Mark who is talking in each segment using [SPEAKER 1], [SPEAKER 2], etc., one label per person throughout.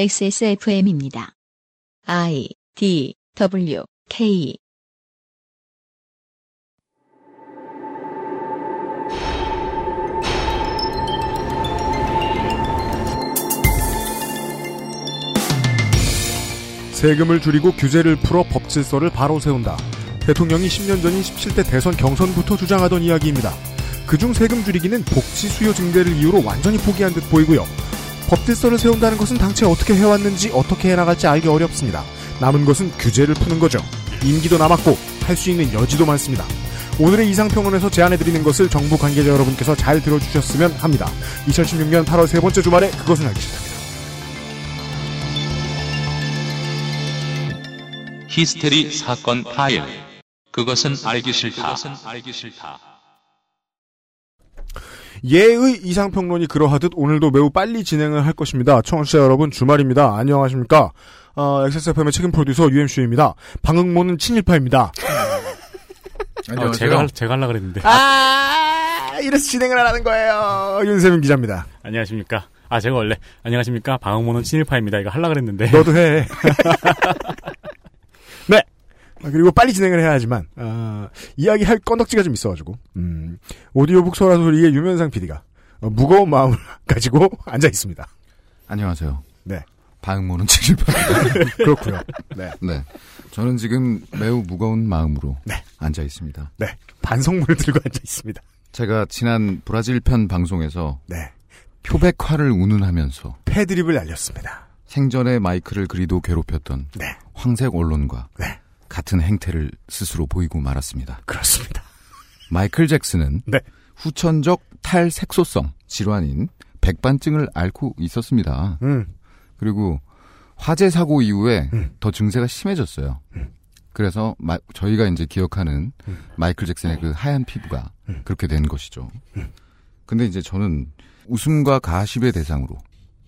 [SPEAKER 1] XSFM입니다. I D W K
[SPEAKER 2] 세금을 줄이고 규제를 풀어 법 질서를 바로 세운다. 대통령이 10년 전인 17대 대선 경선부터 주장하던 이야기입니다. 그중 세금 줄이기는 복지 수요 증대를 이유로 완전히 포기한 듯 보이고요. 법 질서를 세운다는 것은 당최 어떻게 해왔는지 어떻게 해나갈지 알기 어렵습니다. 남은 것은 규제를 푸는 거죠. 임기도 남았고 할 수 있는 여지도 많습니다. 오늘의 이상평론에서 제안해드리는 것을 정부 관계자 여러분께서 잘 들어주셨으면 합니다. 2016년 8월 세 번째 주말에 그것은 알기 싫다.
[SPEAKER 3] 히스테리 사건 파일. 그것은 알기 싫다.
[SPEAKER 2] 예의 이상평론이 그러하듯 오늘도 매우 빨리 진행을 할 것입니다. 청취자 여러분 주말입니다. 안녕하십니까? 어, XSFM의 책임 프로듀서 UMC입니다. 방응모는 친일파입니다.
[SPEAKER 4] 어, 제가 할- 제가 하려 그랬는데.
[SPEAKER 2] 아 이래서 진행을 하는 거예요. 윤세민 기자입니다.
[SPEAKER 4] 안녕하십니까? 아 제가 원래 안녕하십니까? 방어모는 친일파입니다. 이거 하려 그랬는데.
[SPEAKER 2] 너도 해. 네. 아, 그리고 빨리 진행을 해야 하지만 아, 이야기할 건덕지가 좀 있어가지고 음, 오디오북 소라소리의 유면상 PD가 어, 무거운 마음을 가지고 앉아 있습니다.
[SPEAKER 5] 안녕하세요.
[SPEAKER 2] 네.
[SPEAKER 5] 방문은 칠일파입니다.
[SPEAKER 2] 그렇고요. 네.
[SPEAKER 5] 네. 저는 지금 매우 무거운 마음으로
[SPEAKER 2] 네.
[SPEAKER 5] 앉아 있습니다.
[SPEAKER 2] 네. 반성문을 들고 앉아 있습니다.
[SPEAKER 5] 제가 지난 브라질 편 방송에서
[SPEAKER 2] 네.
[SPEAKER 5] 표백화를 운운하면서
[SPEAKER 2] 패드립을 날렸습니다.
[SPEAKER 5] 생전에 마이크를 그리도 괴롭혔던
[SPEAKER 2] 네.
[SPEAKER 5] 황색 언론과
[SPEAKER 2] 네.
[SPEAKER 5] 같은 행태를 스스로 보이고 말았습니다.
[SPEAKER 2] 그렇습니다.
[SPEAKER 5] 마이클 잭슨은
[SPEAKER 2] 네.
[SPEAKER 5] 후천적 탈색소성 질환인 백반증을 앓고 있었습니다.
[SPEAKER 2] 음.
[SPEAKER 5] 그리고 화재 사고 이후에
[SPEAKER 2] 음.
[SPEAKER 5] 더 증세가 심해졌어요. 그래서 마- 저희가 이제 기억하는
[SPEAKER 2] 음.
[SPEAKER 5] 마이클 잭슨의 그 하얀 피부가 그렇게 된 것이죠.
[SPEAKER 2] 음.
[SPEAKER 5] 근데 이제 저는 웃음과 가십의 대상으로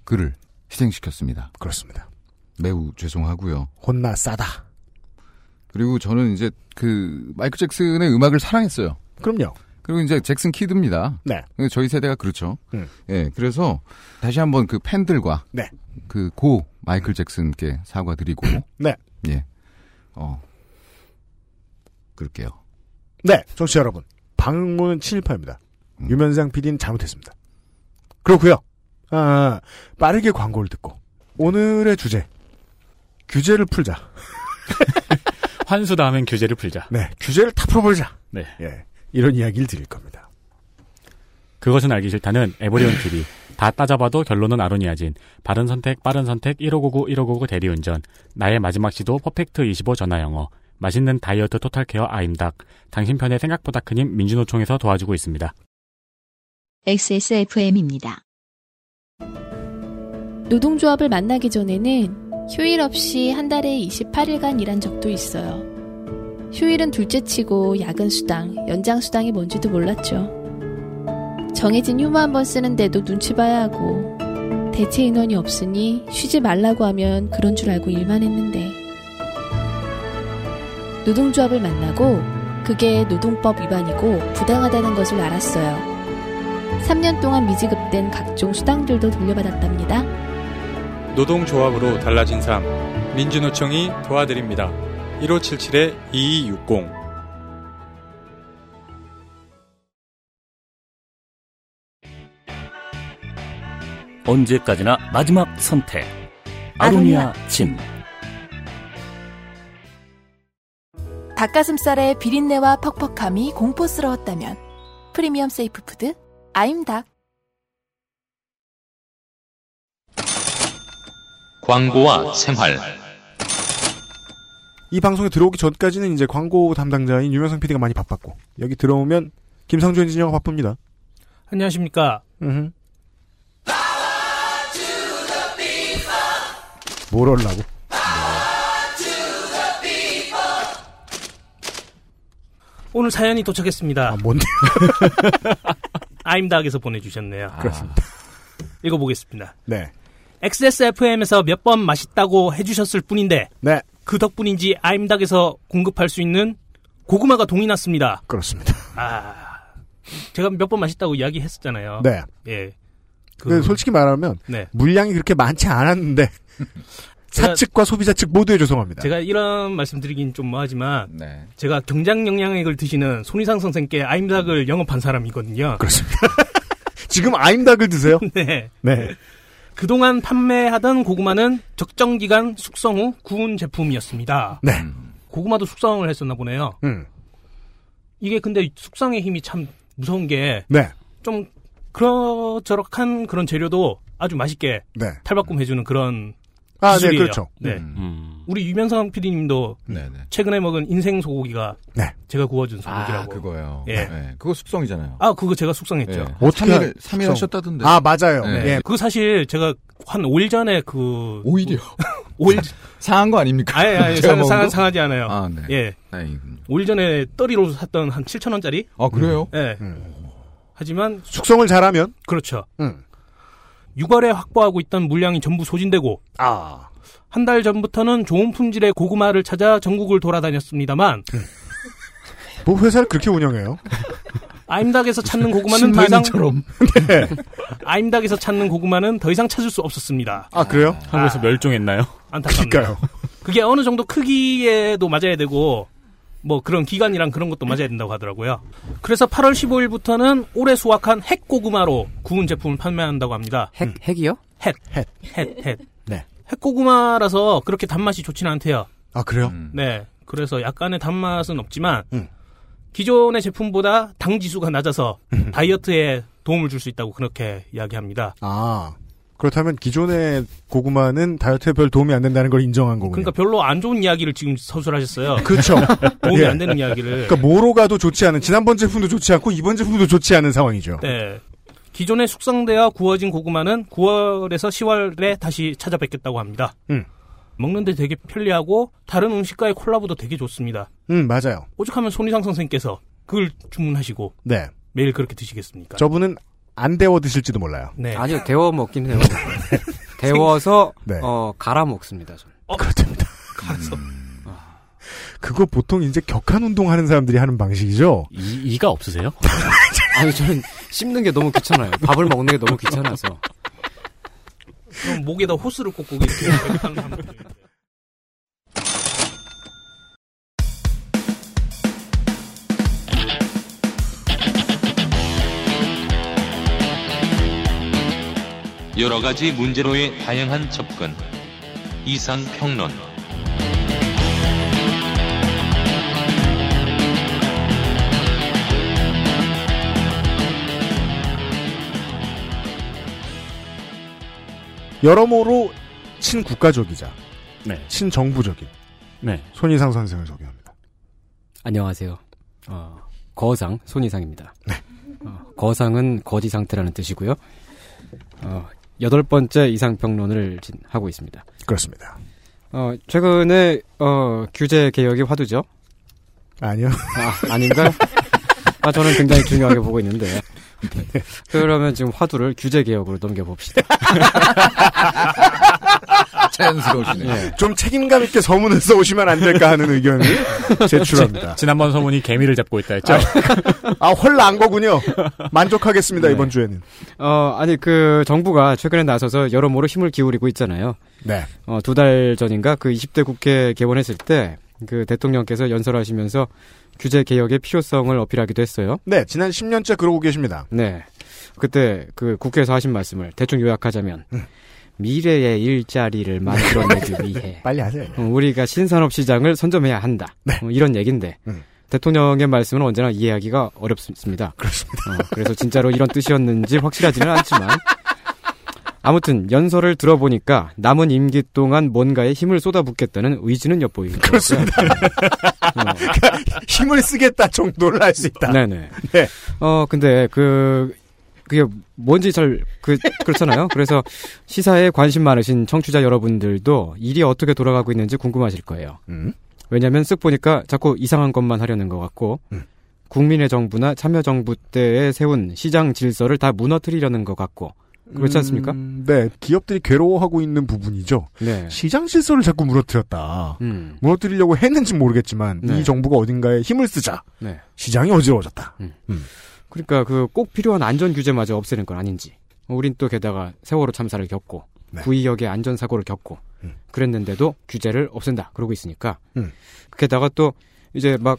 [SPEAKER 5] 그를 희생시켰습니다.
[SPEAKER 2] 그렇습니다.
[SPEAKER 5] 매우 죄송하고요.
[SPEAKER 2] 혼나 싸다.
[SPEAKER 5] 그리고 저는 이제 그 마이클 잭슨의 음악을 사랑했어요.
[SPEAKER 2] 그럼요.
[SPEAKER 5] 그리고 이제 잭슨 키드입니다.
[SPEAKER 2] 네.
[SPEAKER 5] 저희 세대가 그렇죠.
[SPEAKER 2] 음.
[SPEAKER 5] 예, 그래서 다시 한번 그 팬들과
[SPEAKER 2] 네.
[SPEAKER 5] 그 고 마이클 잭슨께 사과드리고
[SPEAKER 2] 네.
[SPEAKER 5] 예. 어. 그럴게요.
[SPEAKER 2] 네. 정치 여러분. 방문은 친일파입니다.
[SPEAKER 5] 음.
[SPEAKER 2] 유면상 PD는 잘못했습니다. 그렇고요. 아, 빠르게 광고를 듣고 오늘의 주제. 규제를 풀자.
[SPEAKER 4] 환수 다음엔 규제를 풀자.
[SPEAKER 2] 네. 규제를 다 풀어버리자.
[SPEAKER 4] 네.
[SPEAKER 2] 예. 이런 이야기를 드릴 겁니다.
[SPEAKER 4] 그것은 알기 싫다는 에버리온 TV. 다 따져봐도 결론은 아로니아진. 바른 선택, 빠른 선택, 1599, 1599 대리운전. 나의 마지막 시도 퍼펙트 25 전화 영어. 맛있는 다이어트 토탈 케어 아임닭. 당신 편의 생각보다 큰 힘 민주노총에서 도와주고 있습니다.
[SPEAKER 1] XSFM입니다.
[SPEAKER 6] 노동조합을 만나기 전에는 휴일 없이 한 달에 28일간 일한 적도 있어요. 휴일은 둘째 치고 야근 수당, 연장 수당이 뭔지도 몰랐죠. 정해진 휴무 한 번 쓰는데도 눈치 봐야 하고 대체 인원이 없으니 쉬지 말라고 하면 그런 줄 알고 일만 했는데 노동조합을 만나고 그게 노동법 위반이고 부당하다는 것을 알았어요. 3년 동안 미지급된 각종 수당들도 돌려받았답니다.
[SPEAKER 7] 노동조합으로 달라진 삶 민주노총이 도와드립니다. 1577-2260
[SPEAKER 8] 언제까지나 마지막 선택. 아로니아 진.
[SPEAKER 9] 닭가슴살의 비린내와 퍽퍽함이 공포스러웠다면 프리미엄 세이프푸드 아임닭
[SPEAKER 3] 광고와 생활.
[SPEAKER 2] 이 방송에 들어오기 전까지는 이제 광고 담당자인 유면상 PD가 많이 바빴고 여기 들어오면 김상주 엔지니어가 바쁩니다.
[SPEAKER 10] 안녕하십니까.
[SPEAKER 2] 음흠. 뭘 하려고?
[SPEAKER 10] 오늘 사연이 도착했습니다.
[SPEAKER 2] 아, 뭔데?
[SPEAKER 10] 아임닭에서 보내주셨네요.
[SPEAKER 2] 그렇습니다.
[SPEAKER 10] 읽어보겠습니다.
[SPEAKER 2] 네.
[SPEAKER 10] XSFM에서 몇 번 맛있다고 해주셨을 뿐인데
[SPEAKER 2] 네.
[SPEAKER 10] 그 덕분인지 아임닭에서 공급할 수 있는 고구마가 동이 났습니다.
[SPEAKER 2] 그렇습니다.
[SPEAKER 10] 아, 제가 몇 번 맛있다고 이야기했었잖아요.
[SPEAKER 2] 네.
[SPEAKER 10] 예. 그-
[SPEAKER 2] 근데 솔직히 말하면
[SPEAKER 10] 네.
[SPEAKER 2] 물량이 그렇게 많지 않았는데
[SPEAKER 10] 제가-
[SPEAKER 2] 사측과 소비자 측 모두에 죄송합니다.
[SPEAKER 10] 제가 이런 말씀드리긴 좀 뭐하지만
[SPEAKER 5] 네.
[SPEAKER 10] 제가 경장 영향액을 드시는 손희상 선생께 아임닭을 영업한 사람이거든요.
[SPEAKER 2] 그렇습니다. 지금 아임닭을 드세요?
[SPEAKER 10] 네.
[SPEAKER 2] 네.
[SPEAKER 10] 그동안 판매하던 고구마는 적정 기간 숙성 후 구운 제품이었습니다.
[SPEAKER 2] 네.
[SPEAKER 10] 고구마도 숙성을 했었나 보네요.
[SPEAKER 2] 음.
[SPEAKER 10] 이게 근데 숙성의 힘이 참 무서운 게
[SPEAKER 2] 네.
[SPEAKER 10] 좀 그럭저럭한 그런 재료도 아주 맛있게
[SPEAKER 2] 네.
[SPEAKER 10] 탈바꿈 해주는 그런
[SPEAKER 2] 아, 네,
[SPEAKER 10] 기술이에요.
[SPEAKER 2] 그렇죠.
[SPEAKER 10] 네.
[SPEAKER 5] 음.
[SPEAKER 4] 음.
[SPEAKER 10] 우리 유면상 PD님도
[SPEAKER 5] 네, 네.
[SPEAKER 10] 최근에 먹은 인생 소고기가
[SPEAKER 2] 네.
[SPEAKER 10] 제가 구워준
[SPEAKER 5] 아,
[SPEAKER 10] 소고기라고.
[SPEAKER 5] 그거요.
[SPEAKER 10] 예.
[SPEAKER 5] 네. 그거 숙성이잖아요. 예.
[SPEAKER 10] 아, 그거 제가 숙성했죠.
[SPEAKER 2] 그렇죠. 어떻게
[SPEAKER 5] 3일,
[SPEAKER 2] 숙성?
[SPEAKER 5] 3일 하셨다던데.
[SPEAKER 2] 아, 맞아요.
[SPEAKER 5] 네.
[SPEAKER 2] 예.
[SPEAKER 10] 그거 사실 제가 한 5일 전에 그
[SPEAKER 5] 오히려.
[SPEAKER 2] 뭐.
[SPEAKER 10] 5일
[SPEAKER 5] 상한 거 아닙니까?
[SPEAKER 10] 아예 아예
[SPEAKER 5] 제가
[SPEAKER 10] 상,
[SPEAKER 5] 먹은
[SPEAKER 10] 상,
[SPEAKER 5] 거?
[SPEAKER 10] 상하지 않아요.
[SPEAKER 5] 아, 네.
[SPEAKER 10] 예.
[SPEAKER 5] 다행이군요.
[SPEAKER 10] 5일 전에 떨이로 샀던 한 7,000원짜리?
[SPEAKER 5] 아, 그래요?
[SPEAKER 2] 음.
[SPEAKER 10] 예.
[SPEAKER 5] 음.
[SPEAKER 10] 하지만
[SPEAKER 2] 숙성을 잘하면
[SPEAKER 10] 그렇죠.
[SPEAKER 2] 음.
[SPEAKER 10] 6월에 확보하고 있던 물량이 전부 소진되고
[SPEAKER 2] 아,
[SPEAKER 10] 한 달 전부터는 좋은 품질의 고구마를 찾아 전국을 돌아다녔습니다만
[SPEAKER 2] 뭐 회사를 그렇게 운영해요?
[SPEAKER 10] 아임닭에서 찾는 고구마는 더 이상 네.
[SPEAKER 5] 신만이처럼.
[SPEAKER 10] 아임닭에서 찾는 고구마는 더 이상 찾을 수 없었습니다.
[SPEAKER 2] 아, 그래요?
[SPEAKER 4] 한국에서 멸종했나요?
[SPEAKER 10] 안타깝네요.
[SPEAKER 2] 그러니까요.
[SPEAKER 10] 그게 어느 정도 크기에도 맞아야 되고 뭐 그런 기간이랑 그런 것도 맞아야 된다고 하더라고요. 그래서 8월 15일부터는 올해 수확한 핵 고구마로 구운 제품을 판매한다고 합니다.
[SPEAKER 8] 핵, 핵이요?
[SPEAKER 10] 핵,
[SPEAKER 2] 음. 핵.
[SPEAKER 10] 핵, 핵.
[SPEAKER 2] 네.
[SPEAKER 10] 핵 고구마라서 그렇게 단맛이 좋지는 않대요.
[SPEAKER 2] 아, 그래요?
[SPEAKER 5] 음.
[SPEAKER 10] 네. 그래서 약간의 단맛은 없지만
[SPEAKER 2] 음.
[SPEAKER 10] 기존의 제품보다 당 지수가 낮아서
[SPEAKER 2] 음.
[SPEAKER 10] 다이어트에 도움을 줄 수 있다고 그렇게 이야기합니다.
[SPEAKER 2] 아. 그렇다면 기존의 고구마는 다이어트에 별 도움이 안 된다는 걸 인정한 거군요.
[SPEAKER 10] 그러니까 별로 안 좋은 이야기를 지금 서술하셨어요.
[SPEAKER 2] 그렇죠.
[SPEAKER 10] 도움이
[SPEAKER 2] 예.
[SPEAKER 10] 안 되는 이야기를.
[SPEAKER 2] 그러니까 뭐로 가도 좋지 않은 지난번 제품도 좋지 않고 이번 제품도 좋지 않은 상황이죠.
[SPEAKER 10] 네. 기존에 숙성되어 구워진 고구마는 9월에서 10월에 다시 찾아뵙겠다고 합니다.
[SPEAKER 2] 음.
[SPEAKER 10] 먹는데 되게 편리하고 다른 음식과의 콜라보도 되게 좋습니다.
[SPEAKER 2] 음 맞아요.
[SPEAKER 10] 오죽하면 손희상 선생께서 그걸 주문하시고
[SPEAKER 2] 네
[SPEAKER 10] 매일 그렇게 드시겠습니까?
[SPEAKER 2] 저분은 안 데워 드실지도 몰라요.
[SPEAKER 10] 네.
[SPEAKER 8] 아니요, 데워 먹긴 해요. 데워서,
[SPEAKER 2] 네.
[SPEAKER 8] 어, 갈아 먹습니다, 저는.
[SPEAKER 10] 어?
[SPEAKER 8] 음.
[SPEAKER 2] 그렇습니다.
[SPEAKER 10] 아.
[SPEAKER 2] 그거 보통 이제 격한 운동하는 사람들이 하는 방식이죠.
[SPEAKER 4] 이, 이가 없으세요?
[SPEAKER 8] 아니, 저는 씹는 게 너무 귀찮아요. 밥을 먹는 게 너무 귀찮아서.
[SPEAKER 10] 그럼 목에다 호스를 꽂고 이렇게 하는 사람들.
[SPEAKER 7] 여러 가지 문제로의 다양한 접근. 이상 평론.
[SPEAKER 2] 여러모로 친국가적이자
[SPEAKER 4] 네.
[SPEAKER 2] 친정부적인
[SPEAKER 4] 네.
[SPEAKER 2] 손희상 선생을 소개합니다.
[SPEAKER 8] 안녕하세요. 어, 거상 손이상입니다. 어, 거상은 거지 상태라는 뜻이고요. 어, 여덟 번째 이상 평론을 진- 하고 있습니다.
[SPEAKER 2] 그렇습니다.
[SPEAKER 8] 어, 최근에 어, 규제 개혁이 화두죠.
[SPEAKER 2] 아니요.
[SPEAKER 8] 아, 아닌가요? 아, 저는 굉장히 중요하게 보고 있는데. 그러면 지금 화두를 규제 개혁으로 넘겨봅시다.
[SPEAKER 5] 자연스러우시네요.
[SPEAKER 2] 예. 좀 책임감 있게 서문을 써오시면 안 될까 하는 의견을 제출합니다.
[SPEAKER 4] 지난번 서문이 개미를 잡고 있다 했죠?
[SPEAKER 2] 아, 헐 난 거군요. 만족하겠습니다,
[SPEAKER 8] 네.
[SPEAKER 2] 이번 주에는.
[SPEAKER 8] 어, 아니 그 정부가 최근에 나서서 여러모로 힘을 기울이고 있잖아요.
[SPEAKER 2] 네.
[SPEAKER 8] 어, 두 달 전인가 그 20대 국회 개원했을 때 그 대통령께서 연설하시면서 규제 개혁의 필요성을 어필하기도 했어요.
[SPEAKER 2] 네, 지난 10년째 그러고 계십니다.
[SPEAKER 8] 네. 그때 그 국회에서 하신 말씀을 대충 요약하자면 미래의 일자리를 만들어내기 위해
[SPEAKER 2] 빨리 하세요.
[SPEAKER 8] 어, 우리가 신산업 시장을 선점해야 한다.
[SPEAKER 2] 네.
[SPEAKER 8] 어, 이런 얘기인데
[SPEAKER 2] 음.
[SPEAKER 8] 대통령의 말씀은 언제나 이해하기가 어렵습니다.
[SPEAKER 2] 그렇습니다.
[SPEAKER 8] 어, 그래서 진짜로 이런 뜻이었는지 확실하지는 않지만 아무튼 연설을 들어보니까 남은 임기 동안 뭔가에 힘을 쏟아붓겠다는 의지는 엿보이고 그렇습니다.
[SPEAKER 2] 힘을 쓰겠다 정도를 할 수 있다.
[SPEAKER 8] 네네.
[SPEAKER 2] 네.
[SPEAKER 8] 어 근데 그 그게 뭔지 잘 그 그렇잖아요. 그래서 시사에 관심 많으신 청취자 여러분들도 일이 어떻게 돌아가고 있는지 궁금하실 거예요.
[SPEAKER 2] 음.
[SPEAKER 8] 왜냐하면 쓱 보니까 자꾸 이상한 것만 하려는 것 같고
[SPEAKER 2] 음.
[SPEAKER 8] 국민의 정부나 참여정부 때에 세운 시장 질서를 다 무너뜨리려는 것 같고 그렇지 않습니까?
[SPEAKER 2] 음, 네, 기업들이 괴로워하고 있는 부분이죠.
[SPEAKER 8] 네.
[SPEAKER 2] 시장 실서를 자꾸 무너뜨렸다.
[SPEAKER 8] 음.
[SPEAKER 2] 무너뜨리려고 했는지 모르겠지만 이
[SPEAKER 8] 네.
[SPEAKER 2] 정부가 어딘가에 힘을 쓰자
[SPEAKER 8] 네.
[SPEAKER 2] 시장이 어지러워졌다.
[SPEAKER 8] 그러니까 그 꼭 필요한 안전 규제마저 없애는 건 아닌지.
[SPEAKER 10] 어, 우린 또 게다가 세월호 참사를 겪고 구의역의 안전사고를 겪고 그랬는데도 규제를 없앤다 그러고 있으니까
[SPEAKER 2] 음.
[SPEAKER 10] 게다가 또 이제 막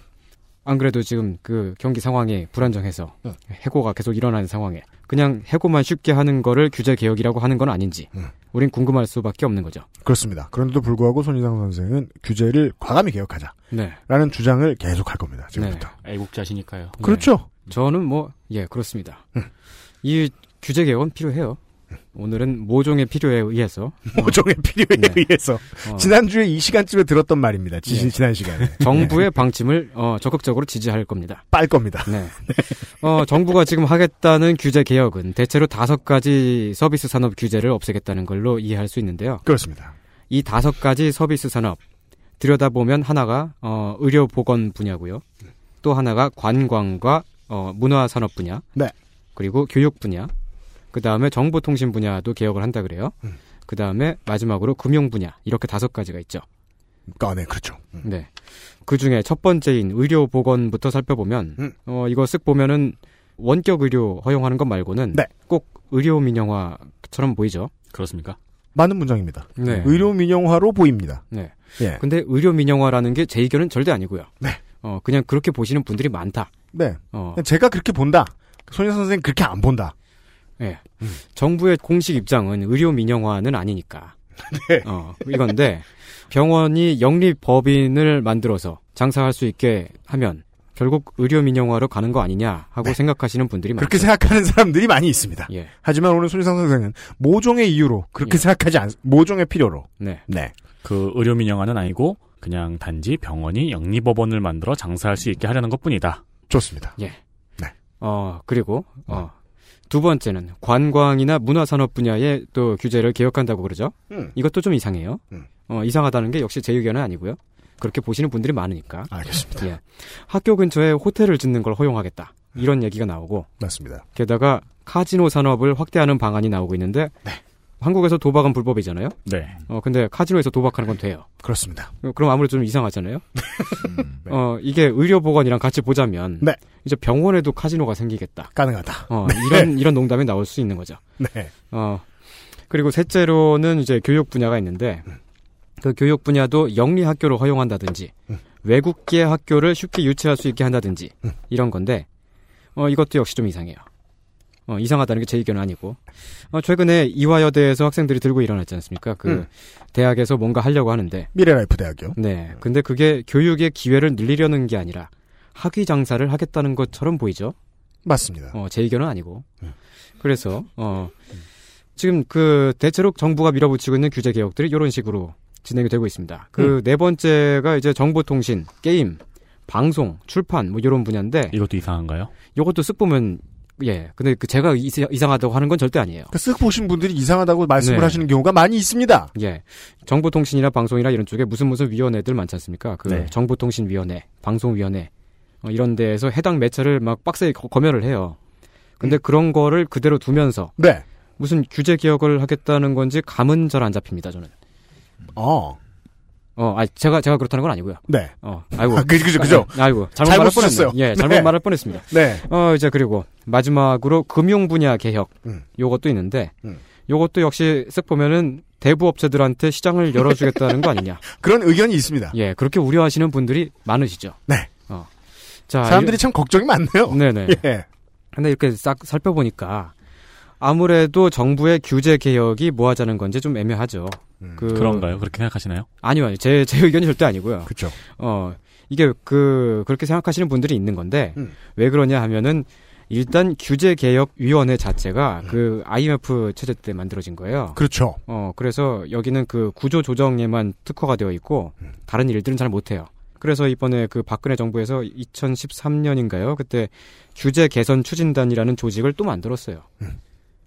[SPEAKER 10] 안 그래도 지금 그 경기 상황이 불안정해서 해고가 계속 일어나는 상황에 그냥 해고만 쉽게 하는 거를 규제 개혁이라고 하는 건 아닌지 우린 궁금할 수밖에 없는 거죠.
[SPEAKER 2] 그렇습니다. 그런데도 불구하고 손희상 선생은 규제를 과감히 개혁하자.
[SPEAKER 10] 네.
[SPEAKER 2] 라는 주장을 계속 할 겁니다. 지금부터.
[SPEAKER 4] 애국자시니까요.
[SPEAKER 2] 그렇죠.
[SPEAKER 10] 저는 뭐, 예, 그렇습니다. 이 규제 개혁은 필요해요. 오늘은 모종의 필요에 의해서. 음.
[SPEAKER 2] 모종의 필요에
[SPEAKER 10] 네.
[SPEAKER 2] 의해서. 지난주에 이 시간쯤에 들었던 말입니다. 지,
[SPEAKER 10] 예.
[SPEAKER 2] 지난 시간에.
[SPEAKER 10] 어.
[SPEAKER 2] 네.
[SPEAKER 10] 정부의 방침을 어, 적극적으로 지지할 겁니다.
[SPEAKER 2] 빨 겁니다.
[SPEAKER 10] 네. 어, 정부가 지금 하겠다는 규제 개혁은 대체로 다섯 가지 서비스 산업 규제를 없애겠다는 걸로 이해할 수 있는데요.
[SPEAKER 2] 그렇습니다.
[SPEAKER 10] 이 다섯 가지 서비스 산업 들여다보면 하나가 어, 의료 보건 분야고요. 또 하나가 관광과 어, 문화 산업 분야.
[SPEAKER 2] 네.
[SPEAKER 10] 그리고 교육 분야. 그 다음에 정보통신 분야도 개혁을 한다 그래요. 그 다음에 마지막으로 금융 분야 이렇게 다섯 가지가 있죠.
[SPEAKER 2] 아, 네, 그렇죠.
[SPEAKER 10] 네. 그 중에 첫 번째인 의료 보건부터 살펴보면 어 이거 쓱 보면은 원격 의료 허용하는 것 말고는 꼭 의료 민영화처럼 보이죠.
[SPEAKER 4] 네, 그렇습니까?
[SPEAKER 2] 많은 문장입니다.
[SPEAKER 10] 네.
[SPEAKER 2] 의료 민영화로 보입니다.
[SPEAKER 10] 네.
[SPEAKER 2] 예.
[SPEAKER 10] 근데 의료 민영화라는 게 제 의견은 절대 아니고요. 어 그냥 그렇게 보시는 분들이 많다.
[SPEAKER 2] 네.
[SPEAKER 10] 어.
[SPEAKER 2] 제가 그렇게 본다. 손희상 선생은 그렇게 안 본다.
[SPEAKER 10] 예. 정부의 공식 입장은 의료 민영화는 아니니까. 어, 이건데 병원이 영리 법인을 만들어서 장사할 수 있게 하면 결국 의료 민영화로 가는 거 아니냐 하고 생각하시는 분들이 많죠.
[SPEAKER 2] 그렇게 생각하는 사람들이 많이 있습니다.
[SPEAKER 10] 예.
[SPEAKER 2] 하지만 오늘 손희상 선생은 모종의 이유로 그렇게 생각하지 않, 모종의 필요로.
[SPEAKER 10] 네.
[SPEAKER 2] 네.
[SPEAKER 4] 그 의료 민영화는 아니고 그냥 단지 병원이 영리법원을 만들어 장사할 수 있게 하려는 것뿐이다.
[SPEAKER 2] 좋습니다.
[SPEAKER 10] 예. 어, 그리고, 어, 두 번째는 관광이나 문화산업 분야에 또 규제를 개혁한다고 그러죠?
[SPEAKER 2] 음.
[SPEAKER 10] 이것도 좀 이상해요. 어, 이상하다는 게 역시 제 의견은 아니고요. 그렇게 보시는 분들이 많으니까.
[SPEAKER 2] 알겠습니다.
[SPEAKER 10] 예. 학교 근처에 호텔을 짓는 걸 허용하겠다. 이런 얘기가 나오고.
[SPEAKER 2] 음. 맞습니다.
[SPEAKER 10] 게다가 카지노 산업을 확대하는 방안이 나오고 있는데. 한국에서 도박은 불법이잖아요?
[SPEAKER 4] 네.
[SPEAKER 10] 어, 근데 카지노에서 도박하는 건 돼요.
[SPEAKER 2] 그렇습니다.
[SPEAKER 10] 어, 그럼 아무래도 좀 이상하잖아요. 어 이게 의료 보건이랑 같이 보자면 이제 병원에도 카지노가 생기겠다.
[SPEAKER 2] 가능하다.
[SPEAKER 10] 어, 이런 이런 농담이 나올 수 있는 거죠.
[SPEAKER 2] 네.
[SPEAKER 10] 어 그리고 셋째로는 이제 교육 분야가 있는데 그 교육 분야도 영리 학교를 허용한다든지 외국계 학교를 쉽게 유치할 수 있게 한다든지 이런 건데 어 이것도 역시 좀 이상해요. 어 이상하다는 게 제 의견은 아니고 어, 최근에 이화여대에서 학생들이 들고 일어났지 않습니까? 그
[SPEAKER 2] 음.
[SPEAKER 10] 대학에서 뭔가 하려고 하는데
[SPEAKER 2] 미래라이프 대학이요.
[SPEAKER 10] 네. 근데 그게 교육의 기회를 늘리려는 게 아니라 학위 장사를 하겠다는 것처럼 보이죠.
[SPEAKER 2] 맞습니다.
[SPEAKER 10] 어, 제 의견은 아니고. 그래서 어 지금 그 대체로 정부가 밀어붙이고 있는 규제 개혁들이 이런 식으로 진행이 되고 있습니다. 그
[SPEAKER 4] 음.
[SPEAKER 10] 네 번째가 이제 정보통신, 게임, 방송, 출판 뭐 이런 분야인데
[SPEAKER 4] 이것도 이상한가요?
[SPEAKER 10] 이것도 쓱 보면 예. 근데 그 제가 이사- 이상하다고 하는 건 절대 아니에요.
[SPEAKER 2] 그쓱 보신 분들이 이상하다고 말씀을
[SPEAKER 10] 네.
[SPEAKER 2] 하시는 경우가 많이 있습니다.
[SPEAKER 10] 예. 정보통신이나 방송이나 이런 쪽에 무슨 무슨 위원회들 많지 않습니까? 그
[SPEAKER 2] 네.
[SPEAKER 10] 정보통신위원회, 방송위원회 어, 이런 데에서 해당 매체를 막 빡세게 거- 검열을 해요. 근데 그런 거를 그대로 두면서
[SPEAKER 2] 네.
[SPEAKER 10] 무슨 규제 개혁을 하겠다는 건지 감은 잘 안 잡힙니다 저는.
[SPEAKER 2] 어.
[SPEAKER 10] 어, 아 제가 제가 그렇다는 건 아니고요.
[SPEAKER 2] 네.
[SPEAKER 10] 어, 아이고.
[SPEAKER 2] 그- 그죠, 그죠.
[SPEAKER 10] 아이고.
[SPEAKER 2] 잘못
[SPEAKER 10] 잘못, 말할
[SPEAKER 2] 쓰셨어요.
[SPEAKER 10] 뻔했어요. 예, 잘못
[SPEAKER 2] 네.
[SPEAKER 10] 말할 뻔했습니다.
[SPEAKER 2] 네.
[SPEAKER 10] 어, 이제 그리고 마지막으로 금융 분야 개혁.
[SPEAKER 2] 음.
[SPEAKER 10] 요것도 있는데
[SPEAKER 2] 음.
[SPEAKER 10] 요것도 역시 쓱 보면은 대부 업체들한테 시장을 열어 주겠다는 거 아니냐.
[SPEAKER 2] 그런 의견이 있습니다.
[SPEAKER 10] 예, 그렇게 우려하시는 분들이 많으시죠.
[SPEAKER 2] 네.
[SPEAKER 10] 어. 자,
[SPEAKER 2] 사람들이
[SPEAKER 10] 이-
[SPEAKER 2] 참 걱정이 많네요.
[SPEAKER 10] 네네.
[SPEAKER 2] 예.
[SPEAKER 10] 근데 이렇게 싹 살펴보니까 아무래도 정부의 규제 개혁이 뭐 하자는 건지 좀 애매하죠. 그,
[SPEAKER 4] 그런가요? 그렇게 생각하시나요?
[SPEAKER 10] 아니요, 아니요. 제, 제 의견이 절대 아니고요.
[SPEAKER 2] 그렇죠.
[SPEAKER 10] 어, 이게 그, 그렇게 생각하시는 분들이 있는 건데, 왜 그러냐 하면은, 일단 규제 개혁 위원회 자체가 그 IMF 체제 때 만들어진 거예요.
[SPEAKER 2] 그렇죠.
[SPEAKER 10] 어, 그래서 여기는 그 구조 조정에만 특화가 되어 있고 다른 일들은 잘 못해요. 그래서 이번에 그 박근혜 정부에서 2013년인가요? 그때 규제 개선 추진단이라는 조직을 또 만들었어요.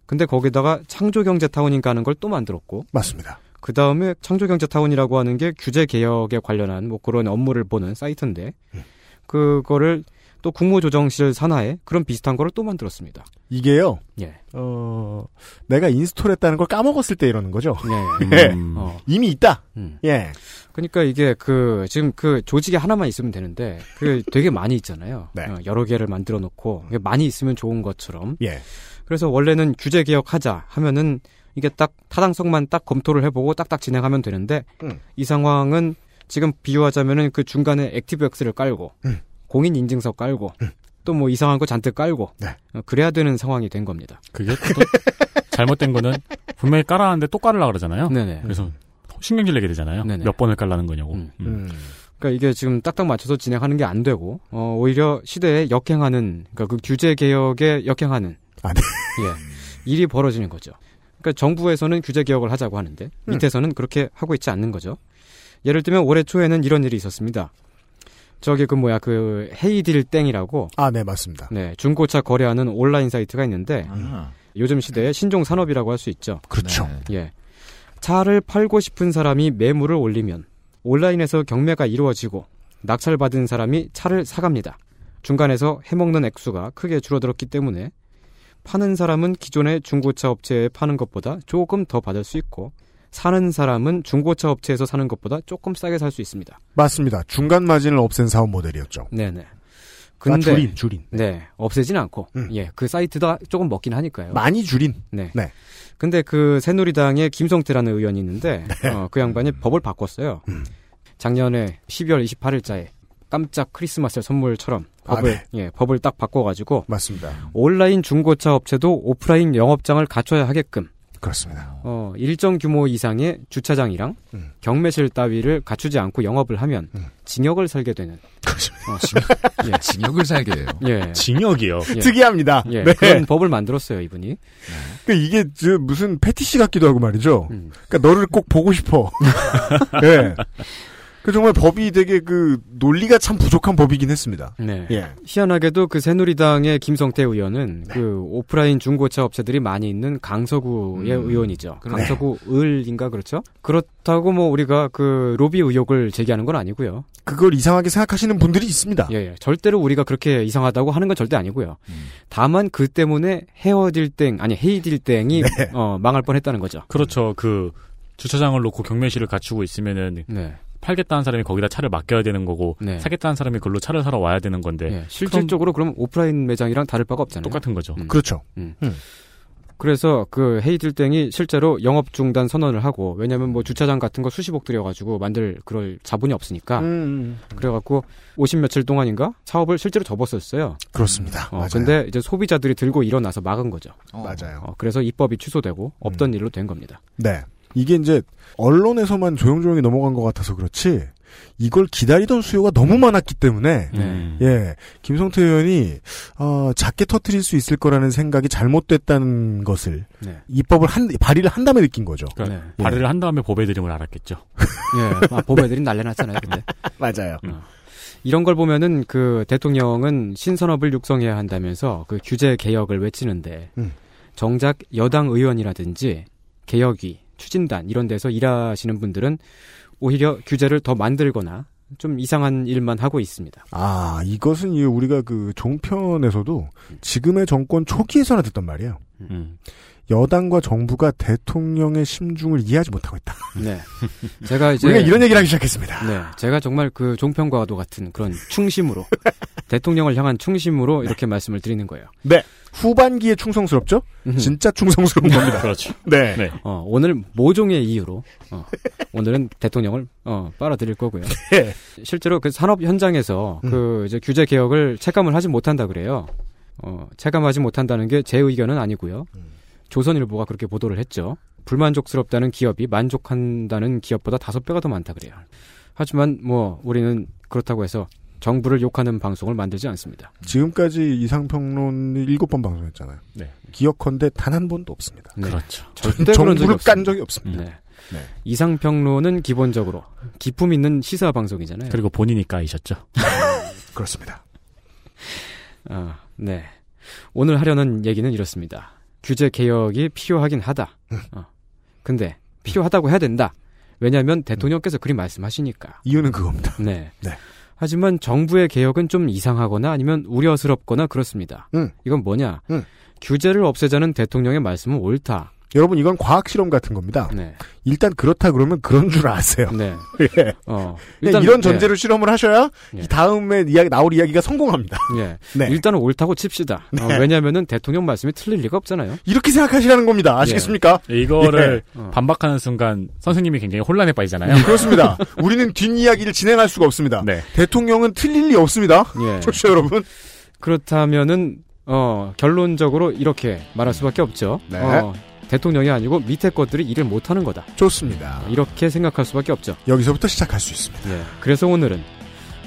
[SPEAKER 10] 근데 거기다가 창조경제타운인가 하는 걸 또 만들었고.
[SPEAKER 2] 맞습니다.
[SPEAKER 10] 그 다음에 창조경제타운이라고 하는 게 규제 개혁에 관련한 뭐 그런 업무를 보는 사이트인데
[SPEAKER 2] 음.
[SPEAKER 10] 그거를 또 국무조정실 산하에 그런 비슷한 거를 또 만들었습니다.
[SPEAKER 2] 이게요.
[SPEAKER 10] 예.
[SPEAKER 2] 어, 내가 인스톨했다는 걸 까먹었을 때 이러는 거죠.
[SPEAKER 10] 네.
[SPEAKER 2] 예.
[SPEAKER 10] 어.
[SPEAKER 2] 이미 있다.
[SPEAKER 10] 음.
[SPEAKER 2] 예.
[SPEAKER 10] 그러니까 이게 그 지금 그 조직이 하나만 있으면 되는데 네. 그 되게 많이 있잖아요. 어, 여러 개를 만들어 놓고 이게 많이 있으면 좋은 것처럼.
[SPEAKER 2] 예.
[SPEAKER 10] 그래서 원래는 규제 개혁하자 하면은 이게 딱 타당성만 딱 검토를 해보고 딱딱 진행하면 되는데
[SPEAKER 2] 음.
[SPEAKER 10] 이 상황은 지금 비유하자면은 그 중간에 액티브엑스를 깔고
[SPEAKER 2] 음.
[SPEAKER 10] 공인 인증서 깔고 또 뭐 이상한 거 잔뜩 깔고 어, 그래야 되는 상황이 된 겁니다.
[SPEAKER 4] 그게 또 잘못된 거는 분명히 깔아놨는데 또 깔으려고 그러잖아요.
[SPEAKER 10] 네네.
[SPEAKER 4] 그래서 신경질 내게 되잖아요. 몇 번을 깔라는 거냐고. 음.
[SPEAKER 10] 그러니까 이게 지금 딱딱 맞춰서 진행하는 게 안 되고 어, 오히려 시대에 역행하는 그러니까 그 규제 개혁에 역행하는 예 일이 벌어지는 거죠. 그러니까 정부에서는 규제 개혁을 하자고 하는데
[SPEAKER 11] 음.
[SPEAKER 10] 밑에서는 그렇게 하고 있지 않는 거죠. 예를 들면 올해 초에는 이런 일이 있었습니다. 저기 그 뭐야 그 헤이딜 땡이라고
[SPEAKER 2] 아 네 맞습니다.
[SPEAKER 10] 네 중고차 거래하는 온라인 사이트가 있는데 네. 요즘 시대의 신종 산업이라고 할 수 있죠.
[SPEAKER 2] 그렇죠.
[SPEAKER 10] 예. 차를 팔고 싶은 사람이 매물을 올리면 온라인에서 경매가 이루어지고 낙찰받은 사람이 차를 사갑니다. 중간에서 해먹는 액수가 크게 줄어들었기 때문에 파는 사람은 기존의 중고차 업체에 파는 것보다 조금 더 받을 수 있고 사는 사람은 중고차 업체에서 사는 것보다 조금 싸게 살 수 있습니다.
[SPEAKER 2] 맞습니다. 중간 마진을 없앤 사업 모델이었죠.
[SPEAKER 10] 네네.
[SPEAKER 2] 아, 음. 줄인, 줄인.
[SPEAKER 10] 네, 없애진 않고. 예, 그 사이트가 조금 먹긴 하니까요.
[SPEAKER 2] 많이 줄인.
[SPEAKER 10] 네.
[SPEAKER 2] 네.
[SPEAKER 10] 근데 그 새누리당의 김성태라는 의원이 있는데
[SPEAKER 2] 네.
[SPEAKER 10] 어, 그 양반이 법을 바꿨어요.
[SPEAKER 2] 음.
[SPEAKER 10] 작년에 12월 28일자에 깜짝 크리스마스 선물처럼
[SPEAKER 2] 아,
[SPEAKER 10] 법을
[SPEAKER 2] 네.
[SPEAKER 10] 예, 법을 딱 바꿔가지고
[SPEAKER 2] 맞습니다.
[SPEAKER 10] 온라인 중고차 업체도 오프라인 영업장을 갖춰야 하게끔
[SPEAKER 2] 그렇습니다.
[SPEAKER 10] 어, 일정 규모 이상의 주차장이랑 경매실 따위를 갖추지 않고 영업을 하면 징역을 살게 되는 어, 징- 예.
[SPEAKER 5] 징역을 아, 살게 해요.
[SPEAKER 10] 예.
[SPEAKER 4] 징역이요.
[SPEAKER 10] 예.
[SPEAKER 2] 특이합니다.
[SPEAKER 10] 예,
[SPEAKER 2] 네.
[SPEAKER 10] 그런 법을 만들었어요 이분이.
[SPEAKER 2] 그 이게 저 무슨 패티시 같기도 하고 말이죠. 그러니까 너를 꼭 보고 싶어. 예. 그 정말 법이 되게 그 논리가 참 부족한 법이긴 했습니다.
[SPEAKER 10] 네.
[SPEAKER 2] 예. 네.
[SPEAKER 10] 희한하게도 그 새누리당의 김성태 의원은 그 오프라인 중고차 업체들이 많이 있는 강서구의
[SPEAKER 5] 음,
[SPEAKER 10] 의원이죠.
[SPEAKER 5] 그러네.
[SPEAKER 10] 강서구 을인가 그렇죠? 그렇다고 뭐 우리가 그 로비 의혹을 제기하는 건 아니고요.
[SPEAKER 2] 그걸 이상하게 생각하시는 분들이 있습니다.
[SPEAKER 10] 예, 예. 절대로 우리가 그렇게 이상하다고 하는 건 절대 아니고요.
[SPEAKER 2] 음.
[SPEAKER 10] 다만 그 때문에 헤어딜땡 아니 헤이딜땡이
[SPEAKER 2] 네.
[SPEAKER 10] 어, 망할 뻔했다는 거죠.
[SPEAKER 4] 그렇죠. 그 주차장을 놓고 경매실을 갖추고 있으면은 팔겠다는 사람이 거기다 차를 맡겨야 되는 거고
[SPEAKER 10] 네.
[SPEAKER 4] 사겠다는 사람이 그걸로 차를 사러 와야 되는 건데
[SPEAKER 10] 실질적으로 그럼 오프라인 매장이랑 다를 바가 없잖아요. 음.
[SPEAKER 4] 똑같은 거죠.
[SPEAKER 2] 그렇죠.
[SPEAKER 10] 그래서 그 헤이들땡이 실제로 영업 중단 선언을 하고 왜냐면 뭐 주차장 같은 거 수십억 들여가지고 만들 그럴 자본이
[SPEAKER 2] 음,
[SPEAKER 10] 없으니까 그래갖고 50 며칠 동안인가 사업을 실제로 접었었어요.
[SPEAKER 2] 그렇습니다.
[SPEAKER 10] 어,
[SPEAKER 2] 맞아요.
[SPEAKER 10] 근데 이제 소비자들이 들고 일어나서 막은 거죠.
[SPEAKER 2] 맞아요. 음.
[SPEAKER 10] 어, 그래서 입법이 취소되고 없던 일로 된 겁니다.
[SPEAKER 2] 네. 이게 이제 언론에서만 조용조용히 넘어간 것 같아서 그렇지 이걸 기다리던 수요가 너무 많았기 때문에
[SPEAKER 4] 네.
[SPEAKER 2] 예 김성태 의원이 어, 작게 터트릴 수 있을 거라는 생각이 잘못됐다는 것을
[SPEAKER 10] 네.
[SPEAKER 2] 입법을 한 발의를 한 다음에 느낀 거죠.
[SPEAKER 4] 그러니까
[SPEAKER 2] 예.
[SPEAKER 4] 발의를 한 다음에 보배드림을 알았겠죠.
[SPEAKER 10] 예, 아, 법애들이 난리났잖아요 그때.
[SPEAKER 2] 맞아요.
[SPEAKER 10] 이런 걸 보면은 그 대통령은 신산업을 육성해야 한다면서 그 규제 개혁을 외치는데
[SPEAKER 2] 음.
[SPEAKER 10] 정작 여당 의원이라든지 개혁위 추진단 이런 데서 일하시는 분들은 오히려 규제를 더 만들거나 좀 이상한 일만 하고 있습니다.
[SPEAKER 2] 아 이것은 이 우리가 그 종편에서도 지금의 정권 초기에서나 듣던 말이에요.
[SPEAKER 4] 음.
[SPEAKER 2] 여당과 정부가 대통령의 심중을 이해하지 못하고 있다.
[SPEAKER 10] 네. 제가 이제
[SPEAKER 2] 우리가 이런 얘기를 하기 시작했습니다.
[SPEAKER 10] 네, 제가 정말 그 종편과도 같은 그런 충심으로 대통령을 향한 충심으로 이렇게 말씀을 드리는 거예요.
[SPEAKER 2] 네. 후반기에 충성스럽죠? 진짜 충성스러운 겁니다.
[SPEAKER 4] 그렇죠.
[SPEAKER 2] 네.
[SPEAKER 10] 음. 어, 오늘 모종의 이유로 어, 오늘은 대통령을 어, 빨아들일 거고요.
[SPEAKER 2] 네. 음.
[SPEAKER 10] 실제로 그 산업 현장에서 그 이제 규제 개혁을 체감을 하지 못한다 그래요. 어, 체감하지 못한다는 게 제 의견은 아니고요.
[SPEAKER 2] 음.
[SPEAKER 10] 조선일보가 그렇게 보도를 했죠. 불만족스럽다는 기업이 만족한다는 기업보다 다섯 배가 더 많다 그래요. 하지만 뭐 우리는 그렇다고 해서 정부를 욕하는 방송을 만들지 않습니다.
[SPEAKER 2] 지금까지 이상평론 일곱 번 방송했잖아요.
[SPEAKER 4] 네.
[SPEAKER 2] 기억컨대 단 한 번도 없습니다.
[SPEAKER 10] 네.
[SPEAKER 4] 그렇죠.
[SPEAKER 10] 절대 그런 적이
[SPEAKER 2] 정부를 깐
[SPEAKER 10] 없습니다.
[SPEAKER 2] 적이 없습니다.
[SPEAKER 10] 네. 이상평론은 기본적으로 기품 있는 시사 방송이잖아요.
[SPEAKER 4] 그리고 본인이 까이셨죠.
[SPEAKER 2] 음. 그렇습니다.
[SPEAKER 10] 아, 네. 오늘 하려는 얘기는 이렇습니다. 규제 개혁이 필요하긴 하다. 어. 근데 필요하다고 해야 된다. 왜냐하면 대통령께서 그리 말씀하시니까.
[SPEAKER 2] 이유는 그겁니다.
[SPEAKER 10] 네.
[SPEAKER 2] 네.
[SPEAKER 10] 하지만 정부의 개혁은 좀 이상하거나 아니면 우려스럽거나 그렇습니다.
[SPEAKER 2] 음.
[SPEAKER 10] 이건 뭐냐? 규제를 없애자는 대통령의 말씀은 옳다. 네.
[SPEAKER 2] 여러분 이건 과학 실험 같은 겁니다. 일단 그렇다 그러면 그런 줄 아세요. 예.
[SPEAKER 10] 어.
[SPEAKER 2] 그냥
[SPEAKER 10] 일단-
[SPEAKER 2] 이런 전제로
[SPEAKER 10] 예.
[SPEAKER 2] 실험을 하셔야
[SPEAKER 10] 예.
[SPEAKER 2] 이 다음에 이야기 나올 이야기가 성공합니다.
[SPEAKER 10] 예. 일단은 옳다고 칩시다. 어,
[SPEAKER 2] 네.
[SPEAKER 10] 왜냐면은 대통령 말씀이 틀릴 리가 없잖아요.
[SPEAKER 2] 이렇게 생각하시라는 겁니다. 아시겠습니까?
[SPEAKER 4] 예. 이거를
[SPEAKER 10] 어.
[SPEAKER 4] 반박하는 순간 선생님이 굉장히
[SPEAKER 2] 네.
[SPEAKER 4] 혼란에
[SPEAKER 10] 음.
[SPEAKER 4] 빠지잖아요.
[SPEAKER 2] 그렇습니다. 우리는 뒷이야기를 진행할 수가 없습니다. 대통령은 틀릴 리 없습니다.
[SPEAKER 10] 예.
[SPEAKER 2] 청취자 여러분.
[SPEAKER 10] 그렇다면은 어, 결론적으로 이렇게 말할 수밖에 없죠.
[SPEAKER 2] 네.
[SPEAKER 10] 어, 대통령이 아니고 밑에 것들이 일을 못하는 거다.
[SPEAKER 2] 좋습니다.
[SPEAKER 10] 이렇게 생각할 수밖에 없죠.
[SPEAKER 2] 여기서부터 시작할 수 있습니다.
[SPEAKER 10] 예. 그래서 오늘은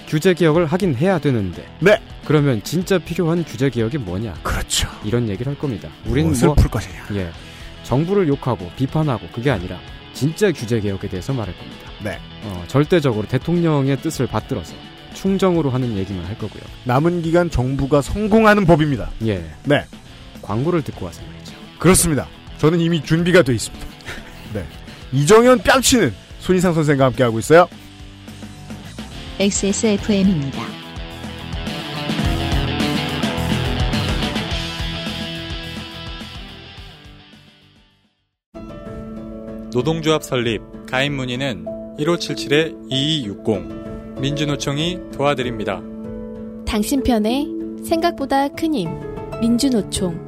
[SPEAKER 10] 규제 개혁을 하긴 해야 되는데.
[SPEAKER 2] 네.
[SPEAKER 10] 그러면 진짜 필요한 규제 개혁이 뭐냐?
[SPEAKER 2] 그렇죠.
[SPEAKER 10] 이런 얘기를 할 겁니다. 우리는
[SPEAKER 2] 무엇을
[SPEAKER 10] 뭐
[SPEAKER 2] 풀 것이냐.
[SPEAKER 10] 예. 정부를 욕하고 비판하고 그게 아니라 진짜 규제 개혁에 대해서 말할 겁니다.
[SPEAKER 2] 네.
[SPEAKER 10] 어, 절대적으로 대통령의 뜻을 받들어서 충정으로 하는 얘기만 할 거고요.
[SPEAKER 2] 남은 기간 정부가 성공하는 법입니다.
[SPEAKER 10] 예.
[SPEAKER 2] 네.
[SPEAKER 10] 광고를 듣고 와서 말이죠.
[SPEAKER 2] 그렇습니다. 저는 이미 준비가 돼 있습니다. 네. 이정현 뺨치는 손희상 선생과 함께하고 있어요.
[SPEAKER 1] XSFM입니다.
[SPEAKER 12] 노동조합 설립, 가입 문의는 1577-2260 민주노총이 도와드립니다.
[SPEAKER 13] 당신 편에 생각보다 큰 힘. 민주노총.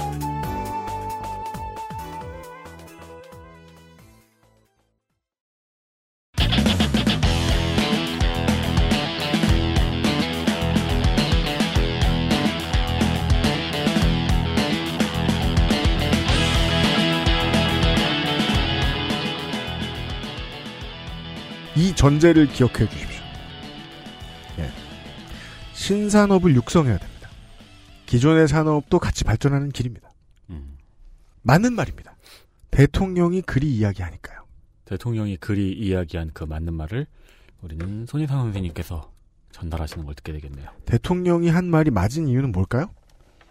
[SPEAKER 2] 이 전제를 기억해 주십시오. 예. 신산업을 육성해야 됩니다. 기존의 산업도 같이 발전하는 길입니다.
[SPEAKER 4] 음,
[SPEAKER 2] 맞는 말입니다. 대통령이 그리 이야기하니까요.
[SPEAKER 4] 대통령이 그리 이야기한 그 맞는 말을 우리는 손희상 선생님께서 전달하시는 걸 듣게 되겠네요.
[SPEAKER 2] 대통령이 한 말이 맞은 이유는 뭘까요?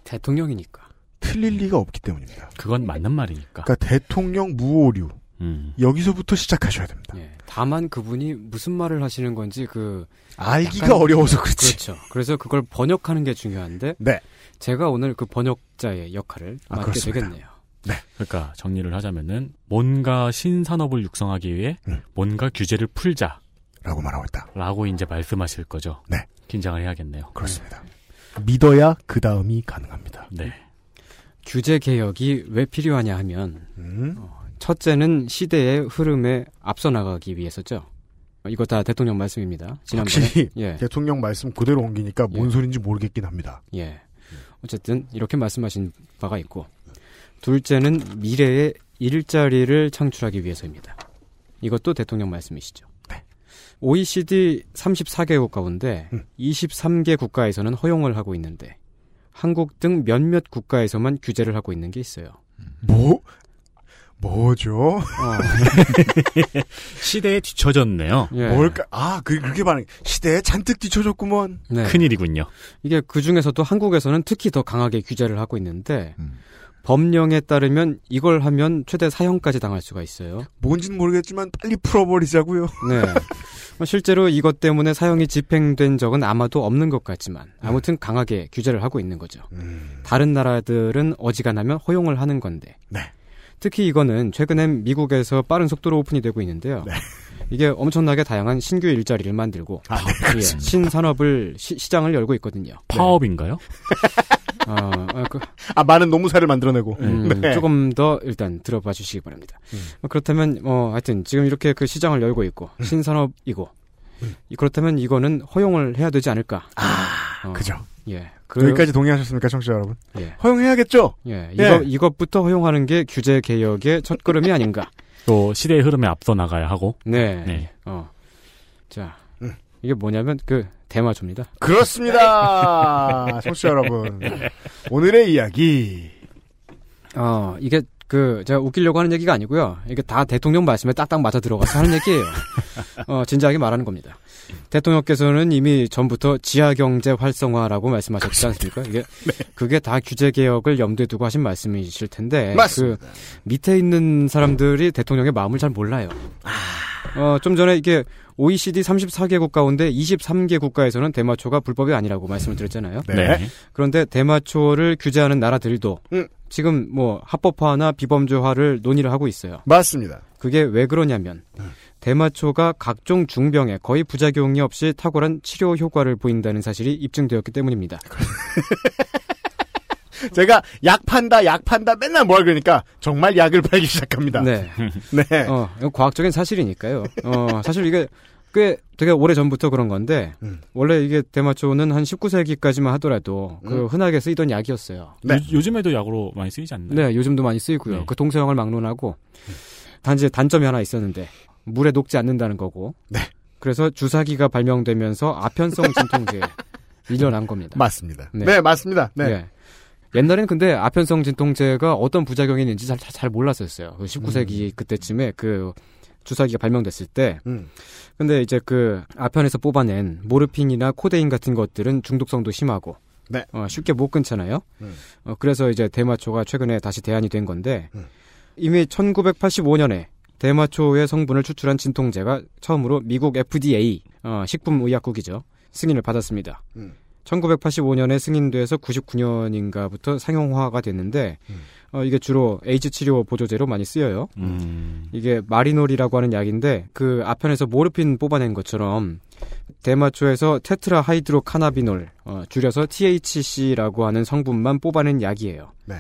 [SPEAKER 10] 대통령이니까.
[SPEAKER 2] 틀릴 리가 없기 때문입니다.
[SPEAKER 4] 그건 맞는 말이니까.
[SPEAKER 2] 그러니까 대통령 무오류.
[SPEAKER 4] 음.
[SPEAKER 2] 여기서부터 시작하셔야 됩니다.
[SPEAKER 10] 예. 다만 그분이 무슨 말을 하시는 건지 그
[SPEAKER 2] 알기가 어려워서 그렇지. 네.
[SPEAKER 10] 그렇죠. 그래서 그걸 번역하는 게 중요한데 제가 오늘 그 번역자의 역할을
[SPEAKER 4] 아,
[SPEAKER 10] 맡게
[SPEAKER 4] 그렇습니다.
[SPEAKER 10] 되겠네요.
[SPEAKER 4] 그러니까 정리를 하자면은 뭔가 신산업을 육성하기 위해 뭔가 규제를 풀자라고
[SPEAKER 2] 말하고
[SPEAKER 10] 네.
[SPEAKER 2] 있다.라고
[SPEAKER 4] 이제 말씀하실 거죠.
[SPEAKER 2] 네.
[SPEAKER 4] 긴장을 해야겠네요.
[SPEAKER 2] 그렇습니다. 믿어야 그 다음이 가능합니다.
[SPEAKER 4] 네.
[SPEAKER 10] 규제 개혁이 왜 필요하냐 하면 어, 첫째는 시대의 흐름에 앞서 나가기 위해서죠. 어, 이거 다 대통령 말씀입니다. 지난번에
[SPEAKER 2] 확실히
[SPEAKER 10] 예.
[SPEAKER 2] 대통령 말씀 그대로 옮기니까 뭔 소린지 모르겠긴 합니다.
[SPEAKER 10] 예. 어쨌든 이렇게 말씀하신 바가 있고 둘째는 미래의 일자리를 창출하기 위해서입니다. 이것도 대통령 말씀이시죠. OECD 34개국 가운데 23개 국가에서는 허용을 하고 있는데 한국 등 몇몇 국가에서만 규제를 하고 있는 게 있어요.
[SPEAKER 2] 뭐 뭐죠?
[SPEAKER 4] 시대에 뒤처졌네요.
[SPEAKER 8] 예.
[SPEAKER 10] 예. 뭐
[SPEAKER 2] 뭘까? 아, 그 그렇게 반응. 시대에 잔뜩 뒤쳐졌구먼.
[SPEAKER 5] 네.
[SPEAKER 4] 큰일이군요.
[SPEAKER 10] 이게 그 중에서도 한국에서는 특히 더 강하게 규제를 하고 있는데 법령에 따르면 이걸 하면 최대 사형까지 당할 수가 있어요.
[SPEAKER 2] 뭔지는 모르겠지만 빨리 풀어버리자고요.
[SPEAKER 10] 네. 뭐 실제로 이것 때문에 사형이 집행된 적은 아마도 없는 것 같지만 아무튼 강하게 규제를 하고 있는 거죠.
[SPEAKER 5] 음.
[SPEAKER 10] 다른 나라들은 어지간하면 허용을 하는 건데.
[SPEAKER 5] 네.
[SPEAKER 10] 특히 이거는 최근엔 미국에서 빠른 속도로 오픈이 되고 있는데요.
[SPEAKER 5] 네.
[SPEAKER 10] 이게 엄청나게 다양한 신규 일자리를 만들고
[SPEAKER 5] 아, 네,
[SPEAKER 10] 예, 신산업을 시, 시장을 열고 있거든요.
[SPEAKER 4] 파업인가요?
[SPEAKER 10] 아, 아, 그-
[SPEAKER 2] 아, 많은 노무사를 만들어내고.
[SPEAKER 10] 음,
[SPEAKER 2] 네.
[SPEAKER 10] 조금 더 일단 들어봐 주시기 바랍니다. 어, 그렇다면 뭐 하여튼 지금 이렇게 그 시장을 열고 있고
[SPEAKER 2] 음.
[SPEAKER 10] 신산업이고 이- 그렇다면 이거는 허용을 해야 되지 않을까? 아,
[SPEAKER 5] 어.
[SPEAKER 2] 그죠.
[SPEAKER 10] 예,
[SPEAKER 2] 여기까지 동의하셨습니까, 청취자 여러분?
[SPEAKER 10] 예.
[SPEAKER 2] 허용해야겠죠?
[SPEAKER 10] 예, 이거 이것부터 허용하는 게 규제 개혁의 첫 걸음이 아닌가?
[SPEAKER 4] 또 시대의 흐름에 앞서 나가야 하고.
[SPEAKER 10] 네.
[SPEAKER 4] 네.
[SPEAKER 10] 어, 자, 이게 뭐냐면 그 대마초입니다.
[SPEAKER 2] 그렇습니다. 청취자 여러분. 오늘의 이야기.
[SPEAKER 10] 어, 이게 그 제가 웃기려고 하는 얘기가 아니고요. 이게 다 대통령 말씀에 딱딱 맞아 들어가서 하는 얘기예요. 어, 진지하게 말하는 겁니다.
[SPEAKER 5] 대통령께서는 이미 전부터 지하 경제 활성화라고 말씀하셨지 않습니까? 이게
[SPEAKER 2] 네.
[SPEAKER 5] 그게 다 규제 개혁을 염두에 두고 하신 말씀이실 텐데
[SPEAKER 2] 맞습니다.
[SPEAKER 5] 그 밑에 있는 사람들이 대통령의 마음을 잘 몰라요.
[SPEAKER 2] 아.
[SPEAKER 5] 어, 좀 전에 이게 OECD 34개국 가운데 23개 국가에서는 대마초가 불법이 아니라고 말씀을 드렸잖아요.
[SPEAKER 2] 네. 네.
[SPEAKER 5] 그런데 대마초를 규제하는 나라들도
[SPEAKER 2] 음.
[SPEAKER 5] 지금 뭐 합법화나 비범죄화를 논의를 하고 있어요.
[SPEAKER 2] 맞습니다.
[SPEAKER 5] 그게 왜 그러냐면 대마초가 각종 중병에 거의 부작용이 없이 탁월한 치료 효과를 보인다는 사실이 입증되었기 때문입니다.
[SPEAKER 2] 제가 약 판다, 약 판다 맨날 뭐라 그러니까 정말 약을 팔기 시작합니다.
[SPEAKER 5] 네.
[SPEAKER 2] 네.
[SPEAKER 5] 어, 이건 과학적인 사실이니까요. 어, 사실 이게 꽤 되게 오래 전부터 그런 건데
[SPEAKER 2] 음.
[SPEAKER 5] 원래 이게 대마초는 한 19세기까지만 하더라도 그
[SPEAKER 4] 음.
[SPEAKER 5] 흔하게 쓰이던 약이었어요.
[SPEAKER 4] 요, 즘에도 약으로 많이 쓰이지 않나요?
[SPEAKER 5] 네, 요즘도 많이 쓰이고요. 그 동서양을 막론하고 단지 단점이 하나 있었는데 물에 녹지 않는다는 거고.
[SPEAKER 2] 네.
[SPEAKER 5] 그래서 주사기가 발명되면서 아편성 진통제에 밀려난 겁니다. 예.
[SPEAKER 2] 맞습니다. 네, 맞습니다. 네.
[SPEAKER 5] 옛날에는 근데 아편성 진통제가 어떤 부작용이 있는지 잘, 잘 몰랐었어요. 그 19세기
[SPEAKER 2] 음.
[SPEAKER 5] 그때쯤에 그 주사기가 발명됐을 때. 근데 이제 그 아편에서 뽑아낸 모르핀이나 코데인 같은 것들은 중독성도 심하고
[SPEAKER 2] 네. 음.
[SPEAKER 5] 어, 쉽게 못 끊잖아요. 어, 그래서 이제 대마초가 최근에 다시 대안이 된 건데 이미 1985년에 대마초의 성분을 추출한 진통제가 처음으로 미국 FDA 어, 식품의약국이죠 승인을 받았습니다. 1985년에 승인돼서 99년인가부터 상용화가 됐는데 어, 이게 주로 에이즈 치료 보조제로 많이 쓰여요.
[SPEAKER 4] 음.
[SPEAKER 5] 이게 마리놀이라고 하는 약인데 그 앞편에서 모르핀 뽑아낸 것처럼 대마초에서 테트라 하이드로 카나비놀 어, 줄여서 THC라고 하는 성분만 뽑아낸 약이에요.
[SPEAKER 2] 네.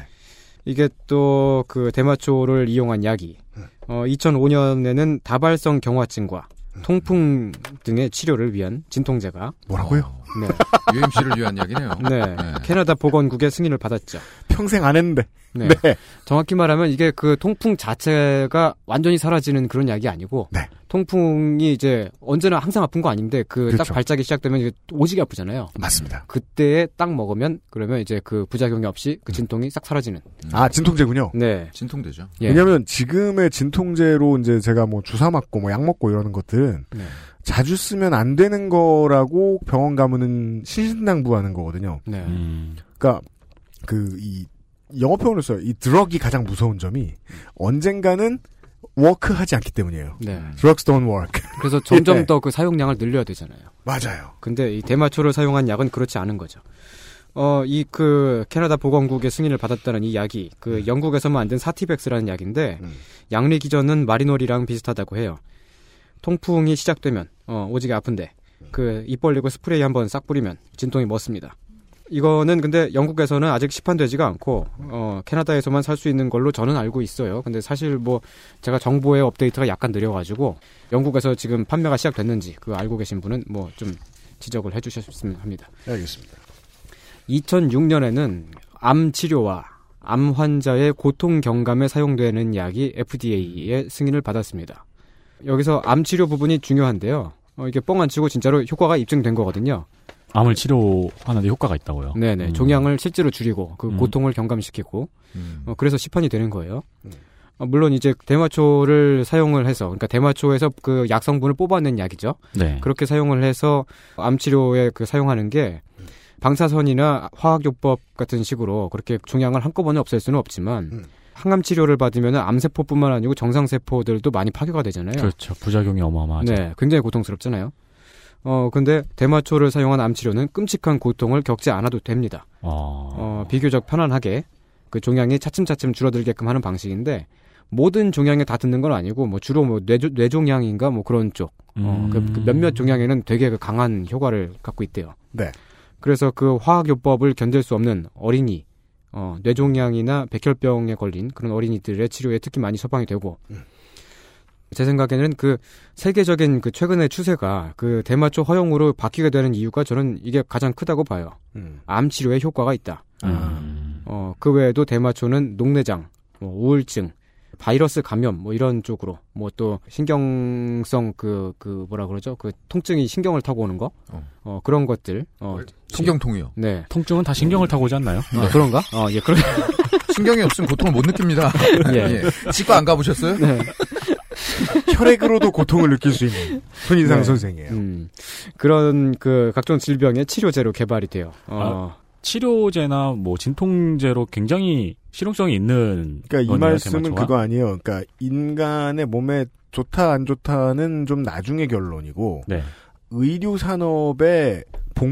[SPEAKER 5] 이게 또 그 대마초를 이용한 약이 어, 2005년에는 다발성 경화증과 통풍 등의 예, 치료를 위한 진통제가
[SPEAKER 2] 뭐라고요?
[SPEAKER 5] 네.
[SPEAKER 14] UMC를 위한 약이네요.
[SPEAKER 5] 네. 캐나다 보건국의 승인을 받았죠.
[SPEAKER 2] 평생 안 했는데.
[SPEAKER 5] 네.
[SPEAKER 2] 네.
[SPEAKER 5] 정확히 말하면 이게 그 통풍 자체가 완전히 사라지는 그런 약이 아니고
[SPEAKER 8] 네.
[SPEAKER 5] 통풍이 이제 언제나 항상 아픈 거 아닌데 그 딱
[SPEAKER 2] 그렇죠.
[SPEAKER 5] 발작이 시작되면 이게 오지게 아프잖아요.
[SPEAKER 2] 맞습니다.
[SPEAKER 5] 그때에 딱 먹으면 그러면 이제 그 부작용이 없이 그 진통이 싹 사라지는.
[SPEAKER 2] 아, 진통제군요.
[SPEAKER 5] 음. 네.
[SPEAKER 14] 진통제죠.
[SPEAKER 5] 예.
[SPEAKER 2] 왜냐면 하 지금의 진통제로 이제 제가 뭐 주사 맞고 뭐 약 먹고 이러는 것들은
[SPEAKER 5] 네.
[SPEAKER 2] 자주 쓰면 안 되는 거라고 병원 가면은 신신당부하는 거거든요.
[SPEAKER 5] 네.
[SPEAKER 4] 음.
[SPEAKER 2] 그러니까 그 이 영어 표현을 써요. 이 드럭이 가장 무서운 점이 언젠가는 워크하지 않기 때문이에요.
[SPEAKER 5] 네.
[SPEAKER 2] Drugs don't work.
[SPEAKER 5] 그래서 점점
[SPEAKER 2] 예.
[SPEAKER 5] 더 그 사용량을 늘려야 되잖아요.
[SPEAKER 2] 맞아요.
[SPEAKER 5] 근데 이 대마초를 사용한 약은 그렇지 않은 거죠. 어, 이 그 캐나다 보건국의 승인을 받았다는 이 약이
[SPEAKER 14] 음.
[SPEAKER 5] 그 영국에서 만든 사티백스라는 약인데 약리 기전은 마리놀이랑 비슷하다고 해요. 통풍이 시작되면 어, 오지게 아픈데 그 입 벌리고 스프레이 한번 싹 뿌리면 진통이 멎습니다. 이거는 근데 영국에서는 아직 시판되지가 않고 어, 캐나다에서만 살 수 있는 걸로 저는 알고 있어요. 근데 사실 뭐 제가 정보의 업데이트가 약간 느려가지고 영국에서 지금 판매가 시작됐는지 그 알고 계신 분은 뭐 좀 지적을 해주셨으면 합니다.
[SPEAKER 2] 알겠습니다.
[SPEAKER 5] 2006년에는 암 치료와 암 환자의 고통 경감에 사용되는 약이 FDA의 승인을 받았습니다. 여기서 암 치료 부분이 중요한데요. 어, 이게 뻥 안 치고 진짜로 효과가 입증된 거거든요.
[SPEAKER 4] 암을 치료하는데 효과가 있다고요?
[SPEAKER 5] 네네.
[SPEAKER 4] 음.
[SPEAKER 5] 종양을 실제로 줄이고 그
[SPEAKER 4] 음.
[SPEAKER 5] 고통을 경감시키고 어, 그래서 시판이 되는 거예요. 어, 물론 이제 대마초를 사용을 해서 그러니까 대마초에서 그 약성분을 뽑아낸 약이죠.
[SPEAKER 4] 네.
[SPEAKER 5] 그렇게 사용을 해서 암 치료에 그 사용하는 게 방사선이나 화학요법 같은 식으로 그렇게 종양을 한꺼번에 없앨 수는 없지만 항암 치료를 받으면 암세포뿐만 아니고 정상 세포들도 많이 파괴가 되잖아요.
[SPEAKER 4] 그렇죠. 부작용이 어마어마하죠.
[SPEAKER 5] 네, 굉장히 고통스럽잖아요. 어, 근데 대마초를 사용한 암치료는 끔찍한 고통을 겪지 않아도 됩니다. 어, 비교적 편안하게 그 종양이 차츰차츰 줄어들게끔 하는 방식인데 모든 종양에 다 듣는 건 아니고 뭐 주로 뭐 뇌조, 뇌종양인가 뭐 그런 쪽 어, 그, 그 몇몇 종양에는 되게 그 강한 효과를 갖고 있대요.
[SPEAKER 2] 네.
[SPEAKER 5] 그래서 그 화학요법을 견딜 수 없는 어린이, 어, 뇌종양이나 백혈병에 걸린 그런 어린이들의 치료에 특히 많이 처방이 되고, 제 생각에는 그 세계적인 그 최근의 추세가 그 대마초 허용으로 바뀌게 되는 이유가 저는 이게 가장 크다고 봐요.
[SPEAKER 2] 음.
[SPEAKER 5] 암 치료에 효과가 있다.
[SPEAKER 4] 음.
[SPEAKER 5] 어, 그 외에도 대마초는 녹내장, 뭐 우울증, 바이러스 감염 뭐 이런 쪽으로 뭐 또 신경성 그 그 뭐라 그러죠 그 통증이 신경을 타고 오는 거 어. 그런 것들 어
[SPEAKER 14] 신경통이요.
[SPEAKER 5] 네
[SPEAKER 4] 통증은 다 신경을 타고 오지 않나요?
[SPEAKER 5] 아, 그런가? 어예 그런
[SPEAKER 14] 신경이 없으면 고통을 못 느낍니다.
[SPEAKER 5] 예.
[SPEAKER 14] 예. 치과 안 가보셨어요?
[SPEAKER 5] 네.
[SPEAKER 2] 혈액으로도 고통을 느낄 수 있는 손인상 선생이에요.
[SPEAKER 8] 음. 그런 그 각종 질병의 치료제로 개발이 돼요.
[SPEAKER 5] 아,
[SPEAKER 8] 어.
[SPEAKER 4] 치료제나 뭐 진통제로 굉장히 실용성이 있는
[SPEAKER 2] 그러니까 이
[SPEAKER 4] 거네요,
[SPEAKER 2] 말씀은
[SPEAKER 4] 대마초가.
[SPEAKER 2] 그거 아니에요. 그러니까 인간의 몸에 좋다 안 좋다는 좀 나중의 결론이고
[SPEAKER 4] 네.
[SPEAKER 2] 의료 산업에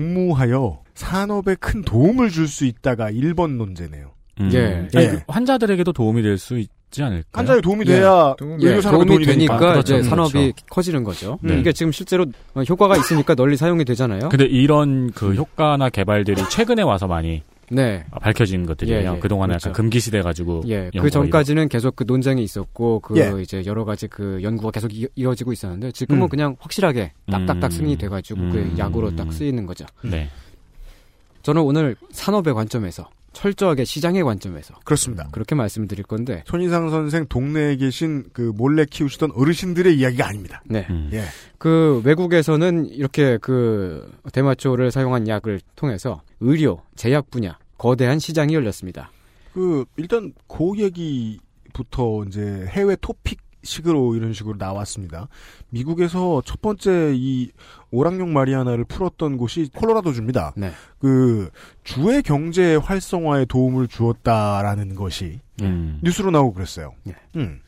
[SPEAKER 2] 복무하여 산업에 큰 도움을 줄 수 있다가 1번 논제네요.
[SPEAKER 4] 음.
[SPEAKER 2] 예.
[SPEAKER 4] 아니,
[SPEAKER 2] 예.
[SPEAKER 4] 그 환자들에게도 도움이 될 수 있지 않을까요?
[SPEAKER 2] 환자에 도움이 돼야 의료 산업에
[SPEAKER 8] 도움이 되니까
[SPEAKER 4] 그렇죠,
[SPEAKER 8] 그러니까 이제 산업이
[SPEAKER 4] 그렇죠.
[SPEAKER 8] 커지는 거죠.
[SPEAKER 4] 네.
[SPEAKER 8] 이게 지금 실제로 어, 효과가 있으니까 널리 사용이 되잖아요.
[SPEAKER 4] 근데 이런 그 효과나 개발들이 최근에 와서 많이
[SPEAKER 8] 네.
[SPEAKER 4] 밝혀진 것들이에요.
[SPEAKER 8] 예, 예.
[SPEAKER 4] 그동안은
[SPEAKER 8] 그렇죠.
[SPEAKER 4] 약간 금기시돼 가지고
[SPEAKER 8] 예, 그 전까지는 계속 그 논쟁이 있었고 그
[SPEAKER 4] 예.
[SPEAKER 8] 이제 여러 가지 그 연구가 계속 이- 이어지고 있었는데 지금은
[SPEAKER 4] 음.
[SPEAKER 8] 그냥 확실하게 딱딱딱 승리돼 가지고 그 약으로 딱 쓰이는 거죠.
[SPEAKER 4] 네.
[SPEAKER 8] 저는 오늘 산업의 관점에서 철저하게 시장의 관점에서
[SPEAKER 2] 그렇습니다.
[SPEAKER 8] 그렇게 말씀드릴 건데
[SPEAKER 2] 손인상 선생 동네에 계신 그 몰래 키우시던 어르신들의 이야기가 아닙니다.
[SPEAKER 8] 네.
[SPEAKER 4] 음.
[SPEAKER 2] 예.
[SPEAKER 8] 그 외국에서는 이렇게 그 대마초를 사용한 약을 통해서 의료, 제약 분야 거대한 시장이 열렸습니다.
[SPEAKER 2] 그 일단 그 얘기부터 이제 해외 토픽 식으로 이런 식으로 나왔습니다. 미국에서 첫 번째 이 오락용 마리아나를 풀었던 곳이 콜로라도주입니다.
[SPEAKER 8] 네.
[SPEAKER 2] 그 주의 경제 활성화에 도움을 주었다라는 것이
[SPEAKER 8] 예.
[SPEAKER 4] 음.
[SPEAKER 2] 뉴스로 나오고 그랬어요. 음.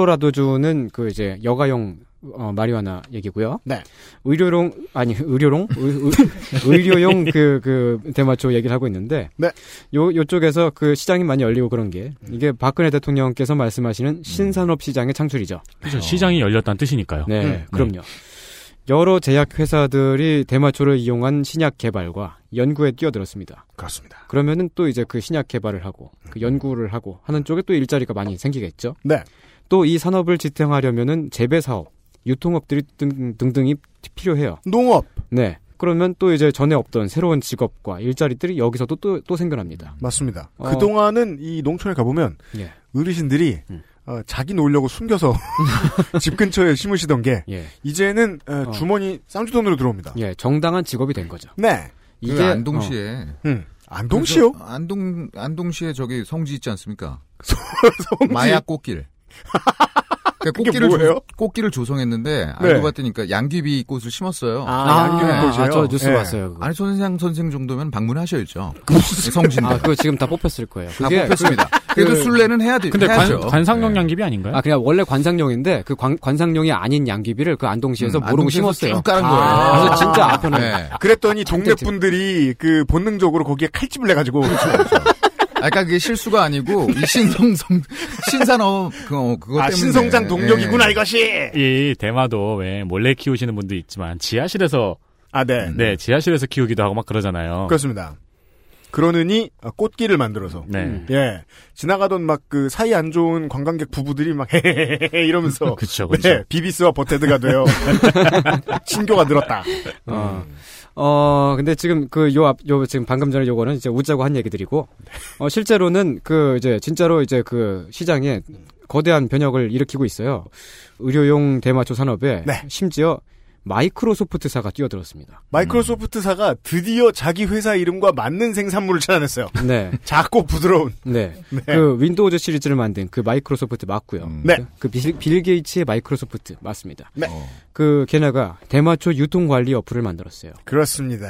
[SPEAKER 8] 콜로라도주는 그 이제 여가용 어, 마리화나 얘기고요.
[SPEAKER 2] 네.
[SPEAKER 8] 의료용 아니 의료용 의, 료용 그 그 대마초 얘기를 하고 있는데
[SPEAKER 2] 네.
[SPEAKER 8] 요 요쪽에서 그 시장이 많이 열리고 그런 게 이게 박근혜 대통령께서 말씀하시는 신산업 시장의 창출이죠.
[SPEAKER 4] 그렇죠. 시장이 열렸다는 뜻이니까요.
[SPEAKER 8] 네, 그럼요. 여러 제약 회사들이 대마초를 이용한 신약 개발과 연구에 뛰어들었습니다.
[SPEAKER 2] 그렇습니다. 음.
[SPEAKER 8] 그러면은 또 이제 그 신약 개발을 하고 그 연구를 하고 하는 쪽에 또 일자리가 많이 생기겠죠.
[SPEAKER 2] 네.
[SPEAKER 8] 또 이 산업을 지탱하려면은 재배 사업, 유통업들이 등, 등등이 필요해요.
[SPEAKER 2] 농업.
[SPEAKER 8] 네. 그러면 또 이제 전에 없던 새로운 직업과 일자리들이 여기서도 또, 또 생겨납니다.
[SPEAKER 2] 맞습니다.
[SPEAKER 8] 어.
[SPEAKER 2] 그동안은 이 농촌에 가보면
[SPEAKER 8] 예. 음.
[SPEAKER 2] 어르신들이 어, 자기 놀려고 숨겨서 집 근처에 심으시던 게
[SPEAKER 8] 예.
[SPEAKER 2] 이제는 어,
[SPEAKER 8] 어.
[SPEAKER 2] 주머니 쌍주돈으로 들어옵니다.
[SPEAKER 8] 예, 정당한 직업이 된 거죠.
[SPEAKER 2] 네.
[SPEAKER 5] 그 안동시에
[SPEAKER 2] 음. 안동시요?
[SPEAKER 5] 그래서 안동 안동시에 저기 성지 있지 않습니까? 마약 꽃길. 그러니까
[SPEAKER 2] 그게
[SPEAKER 5] 꽃길을
[SPEAKER 2] 뭐예요?
[SPEAKER 5] 조, 꽃길을 조성했는데
[SPEAKER 2] 네.
[SPEAKER 5] 알고 봤더니까 양귀비 꽃을 심었어요.
[SPEAKER 8] 아, 양귀비 아, 꽃이에요? 아, 저
[SPEAKER 2] 예.
[SPEAKER 8] 뉴스 봤어요,
[SPEAKER 5] 뭐. 아니 손상 선생 정도면 방문하셔야죠. 성진대.
[SPEAKER 8] 아, 그거 지금 다 아, 뽑혔을 거예요.
[SPEAKER 5] 다 뽑혔습니다. 그래도 술래는 해야 돼-
[SPEAKER 8] 근데 관-
[SPEAKER 5] 해야죠.
[SPEAKER 4] 관상용 양귀비 아닌가요?
[SPEAKER 8] 아, 그냥 원래 관상용인데 그 관, 관상용이 아닌 양귀비를 그 안동시에서
[SPEAKER 5] 음,
[SPEAKER 8] 모르고
[SPEAKER 5] 안동시에서
[SPEAKER 8] 심었어요.
[SPEAKER 5] 쭉 깔은
[SPEAKER 8] 아,
[SPEAKER 5] 거예요.
[SPEAKER 8] 그래서 진짜
[SPEAKER 5] 아.
[SPEAKER 8] 앞에는
[SPEAKER 5] 네.
[SPEAKER 2] 그랬더니 동네 분들이 그 본능적으로 거기에 칼집을 내 가지고
[SPEAKER 8] 그렇죠,
[SPEAKER 5] 아까 그러니까 그게 실수가 아니고 이 신성성 신산업 어, 그거 그거
[SPEAKER 2] 아,
[SPEAKER 5] 때문에
[SPEAKER 2] 신성장 동력이구나,
[SPEAKER 5] 예.
[SPEAKER 2] 이것이.
[SPEAKER 4] 이 대마도 왜 몰래 키우시는 분도 있지만 지하실에서
[SPEAKER 2] 아, 네.
[SPEAKER 4] 네, 지하실에서 키우기도 하고 막 그러잖아요.
[SPEAKER 2] 그렇습니다. 그러느니 아, 꽃길을 만들어서
[SPEAKER 4] 네.
[SPEAKER 8] 음.
[SPEAKER 2] 예 지나가던 막 그 사이 안 좋은 관광객 부부들이 막 헤헤헤헤 이러면서
[SPEAKER 4] 그쵸, 그쵸.
[SPEAKER 2] 네, 비비스와 버테드가 돼요 신교가 늘었다
[SPEAKER 8] 어. 어, 근데 지금 그 요 앞, 요 지금 방금 전에 요거는 이제 웃자고 한 얘기들이고, 어, 실제로는 그 이제 진짜로 이제 그 시장에 거대한 변혁을 일으키고 있어요. 의료용 대마초 산업에
[SPEAKER 2] 네.
[SPEAKER 8] 심지어 마이크로소프트사가 뛰어들었습니다.
[SPEAKER 2] 마이크로소프트사가 드디어 자기 회사 이름과 맞는 생산물을 찾아냈어요
[SPEAKER 8] 네.
[SPEAKER 2] 작고 부드러운
[SPEAKER 8] 네.
[SPEAKER 2] 네.
[SPEAKER 8] 그 윈도우즈 시리즈를 만든 그 마이크로소프트 맞고요.
[SPEAKER 2] 네.
[SPEAKER 8] 그 빌, 빌 게이츠의 마이크로소프트 맞습니다.
[SPEAKER 2] 네.
[SPEAKER 8] 그 걔네가 대마초 유통 관리 어플을 만들었어요.
[SPEAKER 2] 그렇습니다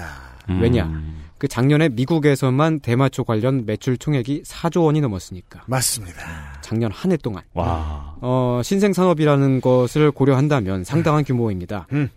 [SPEAKER 4] 음.
[SPEAKER 8] 왜냐? 그 작년에 미국에서만 대마초 관련 매출 총액이 4조 원이 넘었으니까.
[SPEAKER 2] 맞습니다.
[SPEAKER 8] 작년 한 해 동안.
[SPEAKER 4] 와.
[SPEAKER 8] 어, 신생 산업이라는 것을 고려한다면
[SPEAKER 2] 네.
[SPEAKER 8] 상당한 규모입니다.
[SPEAKER 2] 음.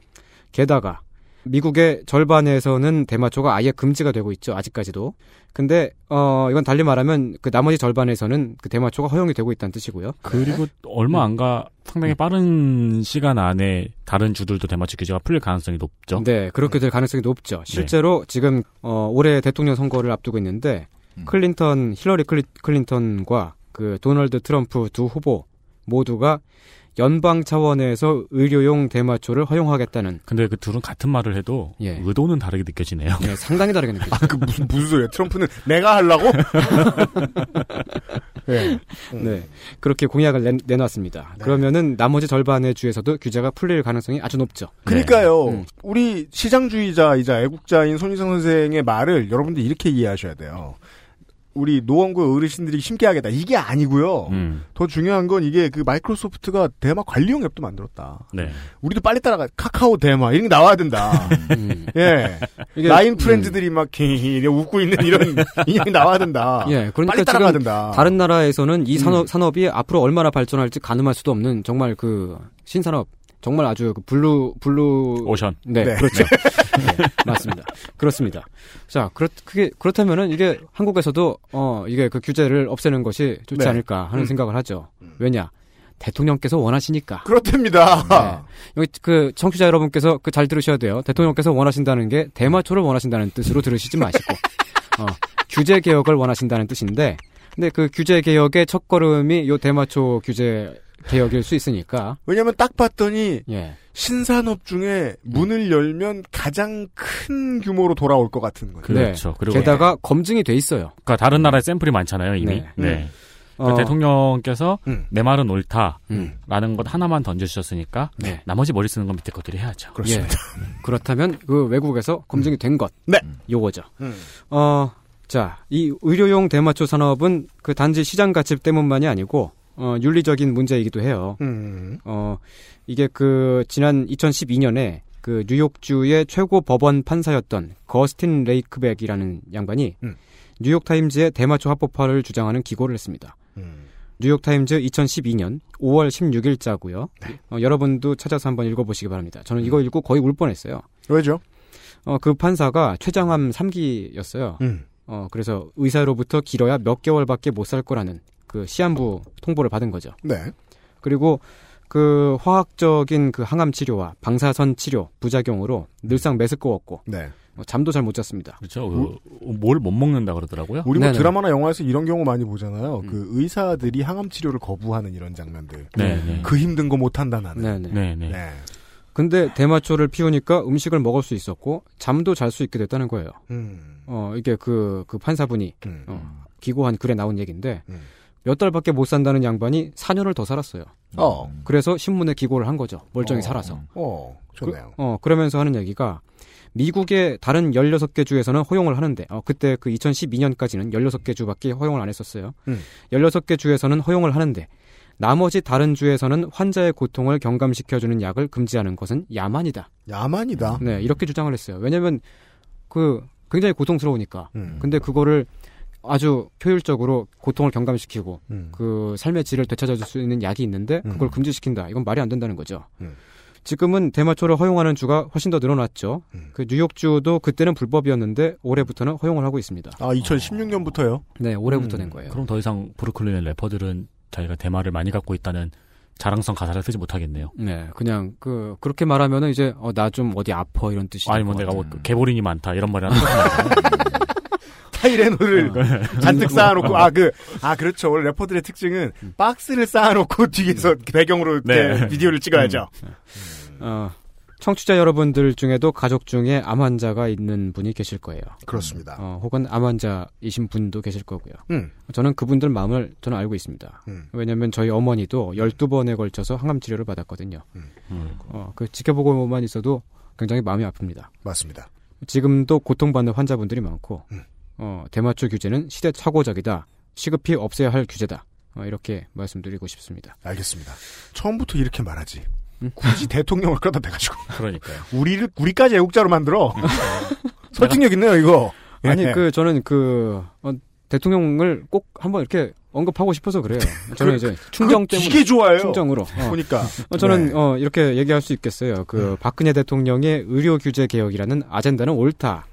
[SPEAKER 8] 게다가 미국의 절반에서는 대마초가 아예 금지가 되고 있죠. 아직까지도. 근데 어, 이건 달리 말하면 그 나머지 절반에서는 그 대마초가 허용이 되고 있다는 뜻이고요.
[SPEAKER 2] 네.
[SPEAKER 8] 음.
[SPEAKER 4] 그리고 얼마 안 가 상당히 빠른 시간 안에 다른 주들도 대마초 규제가 풀릴 가능성이 높죠. 네.
[SPEAKER 8] 네, 그렇게 될 가능성이 높죠. 실제로 지금 어, 올해 대통령 선거를 앞두고 있는데 클린턴 힐러리 클리- 클린턴과 그 도널드 트럼프 두 후보 모두가 연방 차원에서 의료용 대마초를 허용하겠다는.
[SPEAKER 4] 근데 그 둘은 같은 말을 해도
[SPEAKER 5] 예.
[SPEAKER 4] 의도는 다르게 느껴지네요.
[SPEAKER 8] 네, 상당히 다르게 느껴져요.
[SPEAKER 2] 그 무슨 무슨 소리야 트럼프는 네. 내가 하려고 예.
[SPEAKER 8] 네. 그렇게 공약을 내, 내놨습니다.
[SPEAKER 5] 네.
[SPEAKER 8] 그러면은 나머지 절반의 주에서도 규제가 풀릴 가능성이 아주 높죠.
[SPEAKER 2] 그러니까요. 우리 시장주의자이자 애국자인 손희상 선생의 말을 여러분들 이렇게 이해하셔야 돼요. 우리 노원구 어르신들이 심게하겠다 이게 아니고요.
[SPEAKER 4] 음.
[SPEAKER 2] 더 중요한 건 이게 그 마이크로소프트가 대마 관리용 앱도 만들었다.
[SPEAKER 4] 네.
[SPEAKER 2] 우리도 빨리 따라가 카카오 대마 이런 게 나와야 된다. 예,
[SPEAKER 5] 이게-
[SPEAKER 2] 라인
[SPEAKER 5] 음.
[SPEAKER 2] 프렌즈들이 막 히히히 웃고 있는 이런 인형이 나와야 된다.
[SPEAKER 5] 예, 그러니까
[SPEAKER 2] 아. 빨리 따라가야
[SPEAKER 5] 지금
[SPEAKER 2] 된다.
[SPEAKER 5] 다른 나라에서는 이 산업
[SPEAKER 2] 음.
[SPEAKER 5] 산업이 앞으로 얼마나 발전할지 가늠할 수도 없는 정말 그 신산업 정말 아주 그 블루 블루
[SPEAKER 4] 오션.
[SPEAKER 5] 네,
[SPEAKER 4] 네.
[SPEAKER 5] 그렇죠. 네, 맞습니다. 그렇습니다. 자, 그렇 그게 그렇다면은 이게 한국에서도 어 이게 그 규제를 없애는 것이 좋지
[SPEAKER 2] 네.
[SPEAKER 5] 않을까 하는
[SPEAKER 2] 음.
[SPEAKER 5] 생각을 하죠. 왜냐? 대통령께서 원하시니까.
[SPEAKER 2] 그렇답니다.
[SPEAKER 5] 여기 그 청취자 여러분께서 그 잘 들으셔야 돼요. 대통령께서 원하신다는 게 대마초를 원하신다는 뜻으로 들으시지 마시고 어, 규제 개혁을 원하신다는 뜻인데, 근데 그 규제 개혁의 첫 걸음이 요 대마초 규제 개혁일 수 있으니까.
[SPEAKER 2] 왜냐면 딱 봤더니
[SPEAKER 5] 예.
[SPEAKER 2] 신산업 중에 문을 열면 가장 큰 규모로 돌아올 것 같은 거예요.
[SPEAKER 4] 그렇죠. 그리고
[SPEAKER 5] 게다가 검증이 돼 있어요.
[SPEAKER 4] 그러니까 다른 나라에 샘플이 많잖아요 이미.
[SPEAKER 5] 네.
[SPEAKER 4] 네.
[SPEAKER 5] 음.
[SPEAKER 4] 그
[SPEAKER 5] 어.
[SPEAKER 4] 대통령께서
[SPEAKER 5] 음.
[SPEAKER 4] 내 말은 옳다라는
[SPEAKER 5] 음.
[SPEAKER 4] 것 하나만 던져주셨으니까
[SPEAKER 5] 네.
[SPEAKER 4] 나머지 머리 쓰는 건 밑에 것들이 해야죠.
[SPEAKER 8] 음.
[SPEAKER 5] 예. 그렇다면 그 외국에서 검증이 된 것.
[SPEAKER 2] 네.
[SPEAKER 5] 요거죠. 어, 자, 이 의료용 대마초 산업은 그 단지 시장 가치 때문만이 아니고 어, 윤리적인 문제이기도 해요.
[SPEAKER 2] 음.
[SPEAKER 5] 어, 이게 그 지난 2012년에 그 뉴욕주의 최고 법원 판사였던 거스틴 레이크백이라는 양반이
[SPEAKER 2] 음.
[SPEAKER 5] 뉴욕 타임즈에 대마초 합법화를 주장하는 기고를 했습니다. 뉴욕타임즈 2012년 5월 16일자고요. 어, 여러분도 찾아서 한번 읽어보시기 바랍니다. 저는 이거 읽고 거의 울 뻔했어요.
[SPEAKER 2] 왜죠?
[SPEAKER 5] 어, 그 판사가 최장암 3기였어요.
[SPEAKER 2] 음.
[SPEAKER 5] 어, 그래서 의사로부터 길어야 몇 개월밖에 못 살 거라는 그 시한부 통보를 받은 거죠.
[SPEAKER 2] 네.
[SPEAKER 5] 그리고 그 화학적인 그 항암 치료와 방사선 치료 부작용으로 늘상 메스꺼웠고
[SPEAKER 2] 네.
[SPEAKER 5] 어, 잠도 잘 못 잤습니다.
[SPEAKER 4] 그렇죠. 뭘 못 먹는다 그러더라고요.
[SPEAKER 2] 우리 뭐
[SPEAKER 5] 네네. 음.
[SPEAKER 2] 드라마나 영화에서 이런 경우 많이 보잖아요. 그 의사들이 항암 치료를 거부하는 이런 장면들.
[SPEAKER 5] 네, 네.
[SPEAKER 2] 그 힘든 거 못 한다 나는.
[SPEAKER 5] 네네.
[SPEAKER 4] 네네.
[SPEAKER 5] 예. 근데 대마초를 피우니까 음식을 먹을 수 있었고 잠도 잘 수 있게 됐다는 거예요.
[SPEAKER 2] 음.
[SPEAKER 5] 어 이게 그, 그 판사분이 어, 기고한 글에 나온 얘기인데
[SPEAKER 2] 음.
[SPEAKER 5] 몇 달밖에 못 산다는 양반이 4년을 더 살았어요.
[SPEAKER 2] 어.
[SPEAKER 5] 그래서 신문에 기고를 한 거죠. 멀쩡히
[SPEAKER 2] 어.
[SPEAKER 5] 살아서.
[SPEAKER 2] 어, 좋네요.
[SPEAKER 5] 그, 어, 그러면서 하는 얘기가 미국의 다른 16개 주에서는 허용을 하는데 어, 그때 그 2012년까지는 16개 주밖에 허용을 안 했었어요.
[SPEAKER 2] 음.
[SPEAKER 5] 16개 주에서는 허용을 하는데 나머지 다른 주에서는 환자의 고통을 경감시켜주는 약을 금지하는 것은 야만이다.
[SPEAKER 2] 야만이다.
[SPEAKER 5] 네, 이렇게 주장을 했어요. 왜냐면 그 굉장히 고통스러우니까.
[SPEAKER 2] 음.
[SPEAKER 5] 근데 음. 그거를 아주 효율적으로 고통을 경감시키고
[SPEAKER 2] 음.
[SPEAKER 5] 그 삶의 질을 되찾아줄 수 있는 약이 있는데 그걸 금지시킨다. 이건 말이 안 된다는 거죠.
[SPEAKER 2] 음.
[SPEAKER 5] 지금은 대마초를 허용하는 주가 훨씬 더 늘어났죠.
[SPEAKER 2] 음.
[SPEAKER 5] 그 뉴욕주도 그때는 불법이었는데 올해부터는 허용을 하고 있습니다.
[SPEAKER 2] 아, 2016년부터요?
[SPEAKER 5] 네,
[SPEAKER 8] 음.
[SPEAKER 5] 올해부터 된 거예요.
[SPEAKER 4] 그럼 더 이상 브루클린 래퍼들은 자기가 대마를 많이 갖고 있다는 자랑성 가사를 쓰지 못하겠네요.
[SPEAKER 5] 네, 그냥 그 그렇게 말하면은 이제 나 좀 어디 아파 이런 뜻이
[SPEAKER 4] 아니 뭐 내가 뭐
[SPEAKER 2] 음.
[SPEAKER 4] 개보린이 많다 이런 말이 하는 네.
[SPEAKER 2] 타이레놀을 잔뜩 쌓아놓고 아 그 아 그렇죠 원래 래퍼들의 특징은
[SPEAKER 4] 음.
[SPEAKER 2] 박스를 쌓아놓고 뒤에서 배경으로 이렇게
[SPEAKER 5] 네.
[SPEAKER 2] 비디오를 찍어야죠.
[SPEAKER 5] 어, 청취자 여러분들 중에도 가족 중에 암 환자가 있는 분이 계실 거예요.
[SPEAKER 2] 그렇습니다.
[SPEAKER 5] 어, 혹은 암 환자이신 분도 계실 거고요.
[SPEAKER 2] 음.
[SPEAKER 5] 저는 그분들 마음을 저는 알고 있습니다.
[SPEAKER 2] 음.
[SPEAKER 5] 왜냐하면 저희 어머니도 12번에 걸쳐서 항암 치료를 받았거든요. 어, 그 지켜보고만 있어도 굉장히 마음이 아픕니다.
[SPEAKER 2] 맞습니다.
[SPEAKER 5] 지금도 고통받는 환자분들이 많고 어, 대마초 규제는 시대착오적이다. 시급히 없애야 할 규제다. 어, 이렇게 말씀드리고 싶습니다.
[SPEAKER 2] 알겠습니다. 처음부터 이렇게 말하지.
[SPEAKER 5] 음.
[SPEAKER 2] 굳이 대통령을 끌어다 대가지고
[SPEAKER 4] 그러니까요.
[SPEAKER 2] 우리를 우리까지 애국자로 만들어. 설득력 있네요 이거. 예.
[SPEAKER 5] 그러니까. 아니 그 저는 그 어, 대통령을 꼭 한번 이렇게 언급하고 싶어서 그래요. 저는
[SPEAKER 2] 그-
[SPEAKER 5] 이제
[SPEAKER 2] 그거
[SPEAKER 5] 충정 때문에
[SPEAKER 2] 되게 좋아요.
[SPEAKER 5] 충정으로 어.
[SPEAKER 2] 보니까.
[SPEAKER 5] 어, 저는
[SPEAKER 2] 네.
[SPEAKER 5] 어, 이렇게 얘기할 수 있겠어요. 그 박근혜 대통령의 의료 규제 개혁이라는 아젠다는 옳다.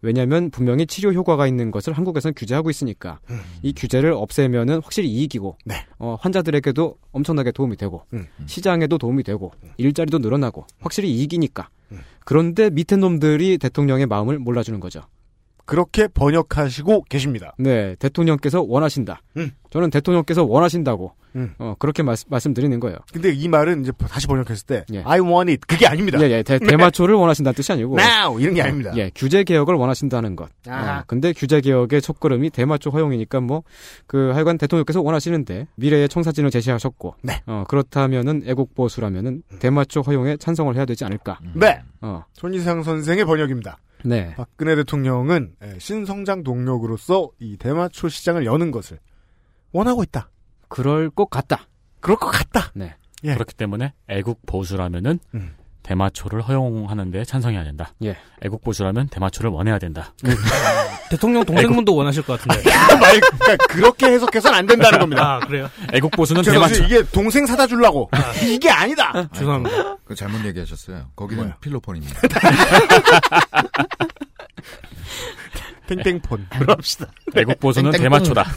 [SPEAKER 5] 왜냐하면 분명히 치료 효과가 있는 것을 한국에서는 규제하고 있으니까 이 규제를 없애면은 확실히 이익이고
[SPEAKER 2] 네.
[SPEAKER 5] 어, 환자들에게도 엄청나게 도움이 되고
[SPEAKER 2] 음.
[SPEAKER 5] 시장에도 도움이 되고 일자리도 늘어나고 확실히 이익이니까
[SPEAKER 2] 음.
[SPEAKER 5] 그런데 밑에 놈들이 대통령의 마음을 몰라주는 거죠.
[SPEAKER 2] 그렇게 번역하시고 계십니다.
[SPEAKER 5] 네, 대통령께서 원하신다. 저는 대통령께서 원하신다고
[SPEAKER 2] 음.
[SPEAKER 5] 어, 그렇게 말씀- 말씀드리는 거예요.
[SPEAKER 2] 근데 이 말은 이제 다시 번역했을 때 I want it 그게 아닙니다. 네.
[SPEAKER 5] 예, 예, 대, 마초를 원하신다는 뜻이 아니고
[SPEAKER 2] Now! 이런 게 아닙니다.
[SPEAKER 5] 어, 예, 규제 개혁을 원하신다는 것.
[SPEAKER 2] 아하.
[SPEAKER 5] 어, 근데 규제 개혁의 첫걸음이 대마초 허용이니까 뭐 그 하여간 대통령께서 원하시는데 미래의 청사진을 제시하셨고
[SPEAKER 2] 네.
[SPEAKER 5] 어, 그렇다면은 애국 보수라면은 대마초 허용에 찬성을 해야 되지 않을까.
[SPEAKER 2] 네.
[SPEAKER 5] 어.
[SPEAKER 2] 손이상 선생의 번역입니다.
[SPEAKER 5] 네.
[SPEAKER 2] 박근혜 대통령은 예, 신성장 동력으로서 이 대마초 시장을 여는 것을 원하고 있다.
[SPEAKER 5] 그럴 것 같다.
[SPEAKER 2] 그럴 것 같다.
[SPEAKER 5] 네.
[SPEAKER 2] 예.
[SPEAKER 4] 그렇기 때문에 애국 보수라면은
[SPEAKER 2] 음.
[SPEAKER 4] 대마초를 허용하는데 찬성해야 된다.
[SPEAKER 5] 예.
[SPEAKER 4] 애국 보수라면 대마초를 원해야 된다.
[SPEAKER 10] 대통령 동생분도 원하실 것 같은데.
[SPEAKER 2] 말, 그러니까 그렇게 해석해서는 안 된다는 겁니다.
[SPEAKER 10] 아, 그래요?
[SPEAKER 4] 애국 보수는
[SPEAKER 2] 그래서
[SPEAKER 4] 대마초.
[SPEAKER 2] 이게 동생 사다 주려고. 이게 아니다.
[SPEAKER 10] 죄송합니다.
[SPEAKER 8] 그 잘못 얘기하셨어요. 거기는
[SPEAKER 2] 뭐야?
[SPEAKER 8] 필로폰입니다.
[SPEAKER 2] 땡땡폰. 그럽시다.
[SPEAKER 4] 애국 보수는
[SPEAKER 5] 네. 땡땡폰.
[SPEAKER 4] 대마초다.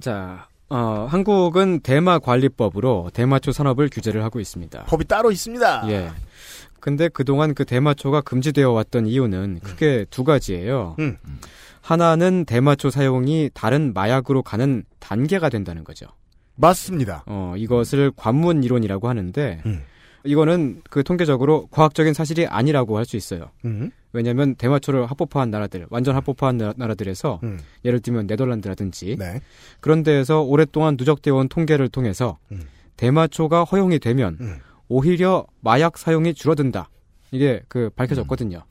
[SPEAKER 5] 자, 어, 한국은 대마 관리법으로 대마초 산업을 규제를 하고 있습니다.
[SPEAKER 2] 법이 따로 있습니다.
[SPEAKER 5] 예. 근데 그동안 그 대마초가 금지되어 왔던 이유는 크게 두 가지예요.
[SPEAKER 2] 음.
[SPEAKER 5] 하나는 대마초 사용이 다른 마약으로 가는 단계가 된다는 거죠.
[SPEAKER 2] 맞습니다.
[SPEAKER 5] 어, 이것을 관문 이론이라고 하는데
[SPEAKER 2] 음.
[SPEAKER 5] 이거는 그 통계적으로 과학적인 사실이 아니라고 할 수 있어요.
[SPEAKER 2] 음.
[SPEAKER 5] 왜냐하면 대마초를 합법화한 나라들, 완전 합법화한 나- 나라들에서
[SPEAKER 2] 음.
[SPEAKER 5] 예를 들면 네덜란드라든지
[SPEAKER 2] 네.
[SPEAKER 5] 그런 데에서 오랫동안 누적되어 온 통계를 통해서 대마초가 허용이 되면
[SPEAKER 2] 음.
[SPEAKER 5] 오히려 마약 사용이 줄어든다. 이게 그 밝혀졌거든요.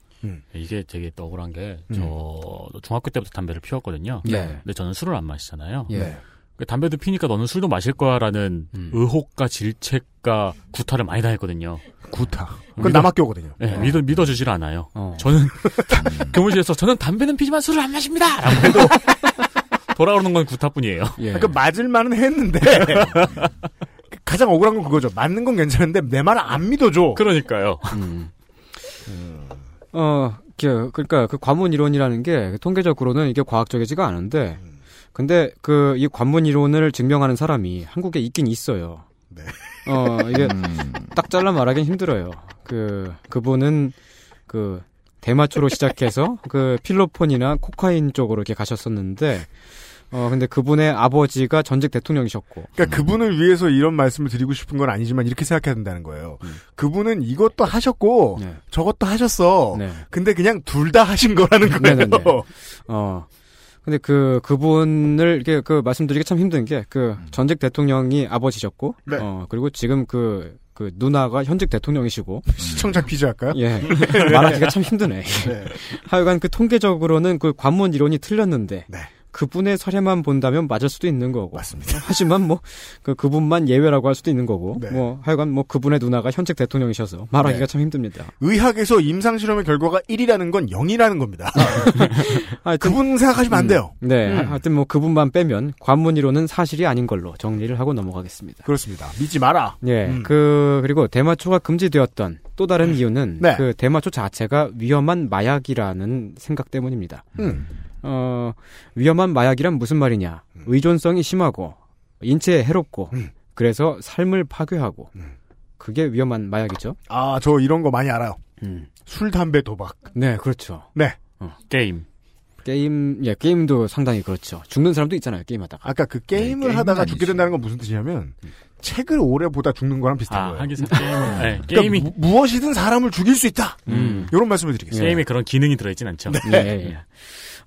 [SPEAKER 4] 이게 되게 억울한 게, 저, 중학교 때부터 담배를 피웠거든요.
[SPEAKER 5] 네.
[SPEAKER 4] 근데 저는 술을 안 마시잖아요.
[SPEAKER 5] 예.
[SPEAKER 4] 그 담배도 피니까 너는 술도 마실 거야라는 의혹과 질책과 구타를 많이 당했거든요.
[SPEAKER 2] 구타. 그건
[SPEAKER 4] 믿어-
[SPEAKER 2] 남학교거든요.
[SPEAKER 4] 네, 믿어, 믿어주질 않아요.
[SPEAKER 5] 어.
[SPEAKER 4] 저는, 음. 그 교무실에서 저는 담배는 피지만 술을 안 마십니다! 라고 해도, 돌아오는 건 구타뿐이에요.
[SPEAKER 5] 예. 네.
[SPEAKER 2] 그러니까 맞을만은 했는데 가장 억울한 건 그거죠. 맞는 건 괜찮은데 내 말을 안 믿어줘.
[SPEAKER 4] 그러니까요.
[SPEAKER 5] 음. 어, 그, 그러니까 그 관문 이론이라는 게 통계적으로는 이게 과학적이지가 않은데, 근데 그 이 관문 이론을 증명하는 사람이 한국에 있긴 있어요. 어, 이게 딱 잘라 말하긴 힘들어요. 그 그분은 그 대마초로 시작해서 그 필로폰이나 코카인 쪽으로 이렇게 가셨었는데, 어, 근데 그분의 아버지가 전직 대통령이셨고,
[SPEAKER 2] 그러니까 그분을 위해서 이런 말씀을 드리고 싶은 건 아니지만 이렇게 생각해야 된다는 거예요. 그분은 이것도 하셨고
[SPEAKER 5] 음. 네.
[SPEAKER 2] 저것도 하셨어.
[SPEAKER 5] 네.
[SPEAKER 2] 근데 그냥 둘 다 하신 거라는 거예요.
[SPEAKER 5] 네네네. 어. 근데 그 그분을 이렇게 그 말씀드리기 참 힘든 게 그 전직 대통령이 아버지셨고
[SPEAKER 2] 네.
[SPEAKER 5] 어 그리고 지금 그 그 누나가 현직 대통령이시고
[SPEAKER 2] 시청자 퀴즈 할까요?
[SPEAKER 5] 예 말하기가 참 힘드네
[SPEAKER 2] 네.
[SPEAKER 5] 하여간 그 통계적으로는 그 관문 이론이 틀렸는데
[SPEAKER 2] 네.
[SPEAKER 5] 그분의 사례만 본다면 맞을 수도 있는 거고
[SPEAKER 2] 맞습니다.
[SPEAKER 5] 하지만 뭐 그 그분만 예외라고 할 수도 있는 거고
[SPEAKER 2] 네.
[SPEAKER 5] 뭐 하여간 뭐 그분의 누나가 현직 대통령이셔서
[SPEAKER 2] 네.
[SPEAKER 5] 말하기가 참 힘듭니다
[SPEAKER 2] 의학에서 임상실험의 결과가 1이라는 건 0이라는 겁니다.
[SPEAKER 5] 아, 네. 하여튼
[SPEAKER 2] 그분 생각하시면 안 돼요.
[SPEAKER 5] 네,
[SPEAKER 2] 음.
[SPEAKER 5] 하여튼 뭐 그분만 빼면 관문이론은 사실이 아닌 걸로 정리를 하고 넘어가겠습니다.
[SPEAKER 2] 그렇습니다. 믿지 마라.
[SPEAKER 5] 예,
[SPEAKER 2] 음.
[SPEAKER 5] 그 그리고 대마초가 금지되었던 또 다른 이유는
[SPEAKER 2] 네.
[SPEAKER 5] 그 대마초 자체가 위험한 마약이라는 생각 때문입니다.
[SPEAKER 2] 음.
[SPEAKER 5] 어, 위험한 마약이란 무슨 말이냐? 의존성이 심하고 인체에 해롭고
[SPEAKER 2] 음.
[SPEAKER 5] 그래서 삶을 파괴하고 그게 위험한 마약이죠.
[SPEAKER 2] 아, 저 이런 거 많이 알아요.
[SPEAKER 5] 음.
[SPEAKER 2] 술, 담배, 도박.
[SPEAKER 5] 네, 그렇죠.
[SPEAKER 2] 네.
[SPEAKER 4] 게임.
[SPEAKER 5] 게임, 예, 게임도 상당히 그렇죠. 죽는 사람도 있잖아요, 게임하다가.
[SPEAKER 2] 아까 그
[SPEAKER 8] 네,
[SPEAKER 2] 게임을
[SPEAKER 8] 게임은
[SPEAKER 2] 하다가
[SPEAKER 8] 아니지.
[SPEAKER 2] 죽게 된다는 건 무슨 뜻이냐면 책을 오래 보다 죽는 거랑 비슷한
[SPEAKER 4] 아,
[SPEAKER 2] 거예요.
[SPEAKER 4] 하기사 게임. 네,
[SPEAKER 2] 그러니까
[SPEAKER 4] 게임이, 예.
[SPEAKER 2] 무, 무엇이든 사람을 죽일 수 있다.
[SPEAKER 5] 음.
[SPEAKER 2] 이런 말씀을 드리겠습니다.
[SPEAKER 4] 게임이 그런 기능이 들어있진 않죠.
[SPEAKER 5] 예, 예, 예.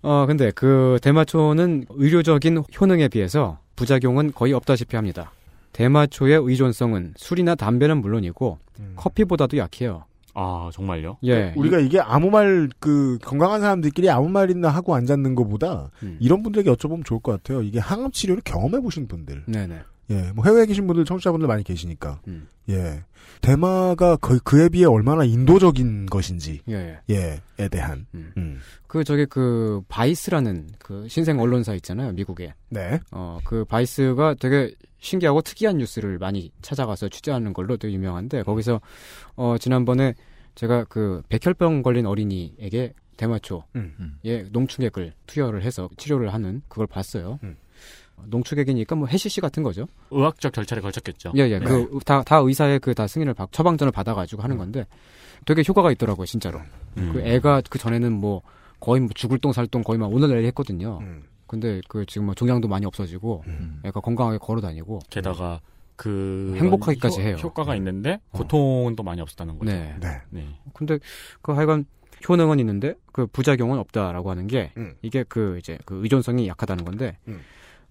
[SPEAKER 5] 어, 근데 그 대마초는 의료적인 효능에 비해서 부작용은 거의 없다시피 합니다. 대마초의 의존성은 술이나 담배는 물론이고
[SPEAKER 2] 음.
[SPEAKER 5] 커피보다도 약해요.
[SPEAKER 4] 아, 정말요?
[SPEAKER 5] 예.
[SPEAKER 2] 우리가 이게 아무 말 그 건강한 사람들끼리 아무 말이나 하고 앉았는 것보다
[SPEAKER 5] 음.
[SPEAKER 2] 이런 분들에게 여쭤보면 좋을 것 같아요. 이게 항암 치료를 경험해 보신 분들,
[SPEAKER 5] 네네.
[SPEAKER 2] 예, 뭐 해외에 계신 분들 청취자분들 많이 계시니까,
[SPEAKER 5] 음.
[SPEAKER 2] 예, 대마가 거의 그에 비해 얼마나 인도적인 것인지,
[SPEAKER 5] 예, 예.
[SPEAKER 2] 예에 대한,
[SPEAKER 5] 음.
[SPEAKER 2] 음.
[SPEAKER 5] 그 저기 그 바이스라는 그 신생 언론사 있잖아요, 미국에.
[SPEAKER 2] 네,
[SPEAKER 5] 어, 그 바이스가 되게 신기하고 특이한 뉴스를 많이 찾아가서 취재하는 걸로 되게 유명한데 거기서 어, 지난번에 제가 그 백혈병 걸린 어린이에게 대마초
[SPEAKER 2] 음,
[SPEAKER 8] 음.
[SPEAKER 5] 예 농축액을 투여를 해서 치료를 하는 그걸 봤어요.
[SPEAKER 2] 음.
[SPEAKER 5] 농축액이니까 뭐 해시시 같은 거죠.
[SPEAKER 4] 의학적 절차를 걸쳤겠죠.
[SPEAKER 5] 예예. 그 다 다 의사의 그 다 승인을 받 처방전을 받아가지고 하는 건데 되게 효과가 있더라고요 진짜로.
[SPEAKER 4] 음.
[SPEAKER 5] 그 애가 그 전에는 뭐 거의 뭐 죽을 똥살똥 거의 막 오늘 내일 했거든요.
[SPEAKER 2] 음.
[SPEAKER 5] 근데 그 지금 뭐 종양도 많이 없어지고 애가 건강하게 걸어 다니고.
[SPEAKER 4] 게다가 그
[SPEAKER 5] 행복하기까지
[SPEAKER 4] 효-
[SPEAKER 5] 해요.
[SPEAKER 4] 효과가 있는데 고통은 또 많이 없었다는 거죠.
[SPEAKER 5] 네.
[SPEAKER 2] 네,
[SPEAKER 4] 어. 네.
[SPEAKER 5] 근데 그 하여간 효능은 있는데 그 부작용은 없다라고 하는 게
[SPEAKER 2] 음.
[SPEAKER 5] 이게 그 이제 그 의존성이 약하다는 건데
[SPEAKER 2] 음.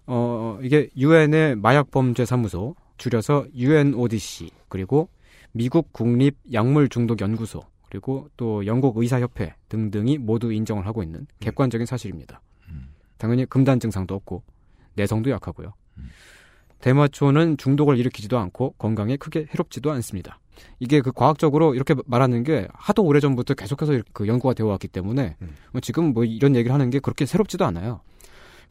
[SPEAKER 5] 어 이게 유엔의 마약 범죄 사무소 줄여서 UNODC 그리고
[SPEAKER 8] 미국 국립 약물 중독 연구소 그리고 또 영국 의사협회 등등이 모두 인정을 하고 있는 객관적인 사실입니다. 당연히 금단 증상도 없고 내성도 약하고요. 대마초는 중독을 일으키지도 않고 건강에 크게 해롭지도 않습니다. 이게 그 과학적으로 이렇게 말하는 게 하도 오래전부터 계속해서 이렇게 그 연구가 되어 왔기 때문에
[SPEAKER 2] 음.
[SPEAKER 8] 지금 뭐 이런 얘기를 하는 게 그렇게 새롭지도 않아요.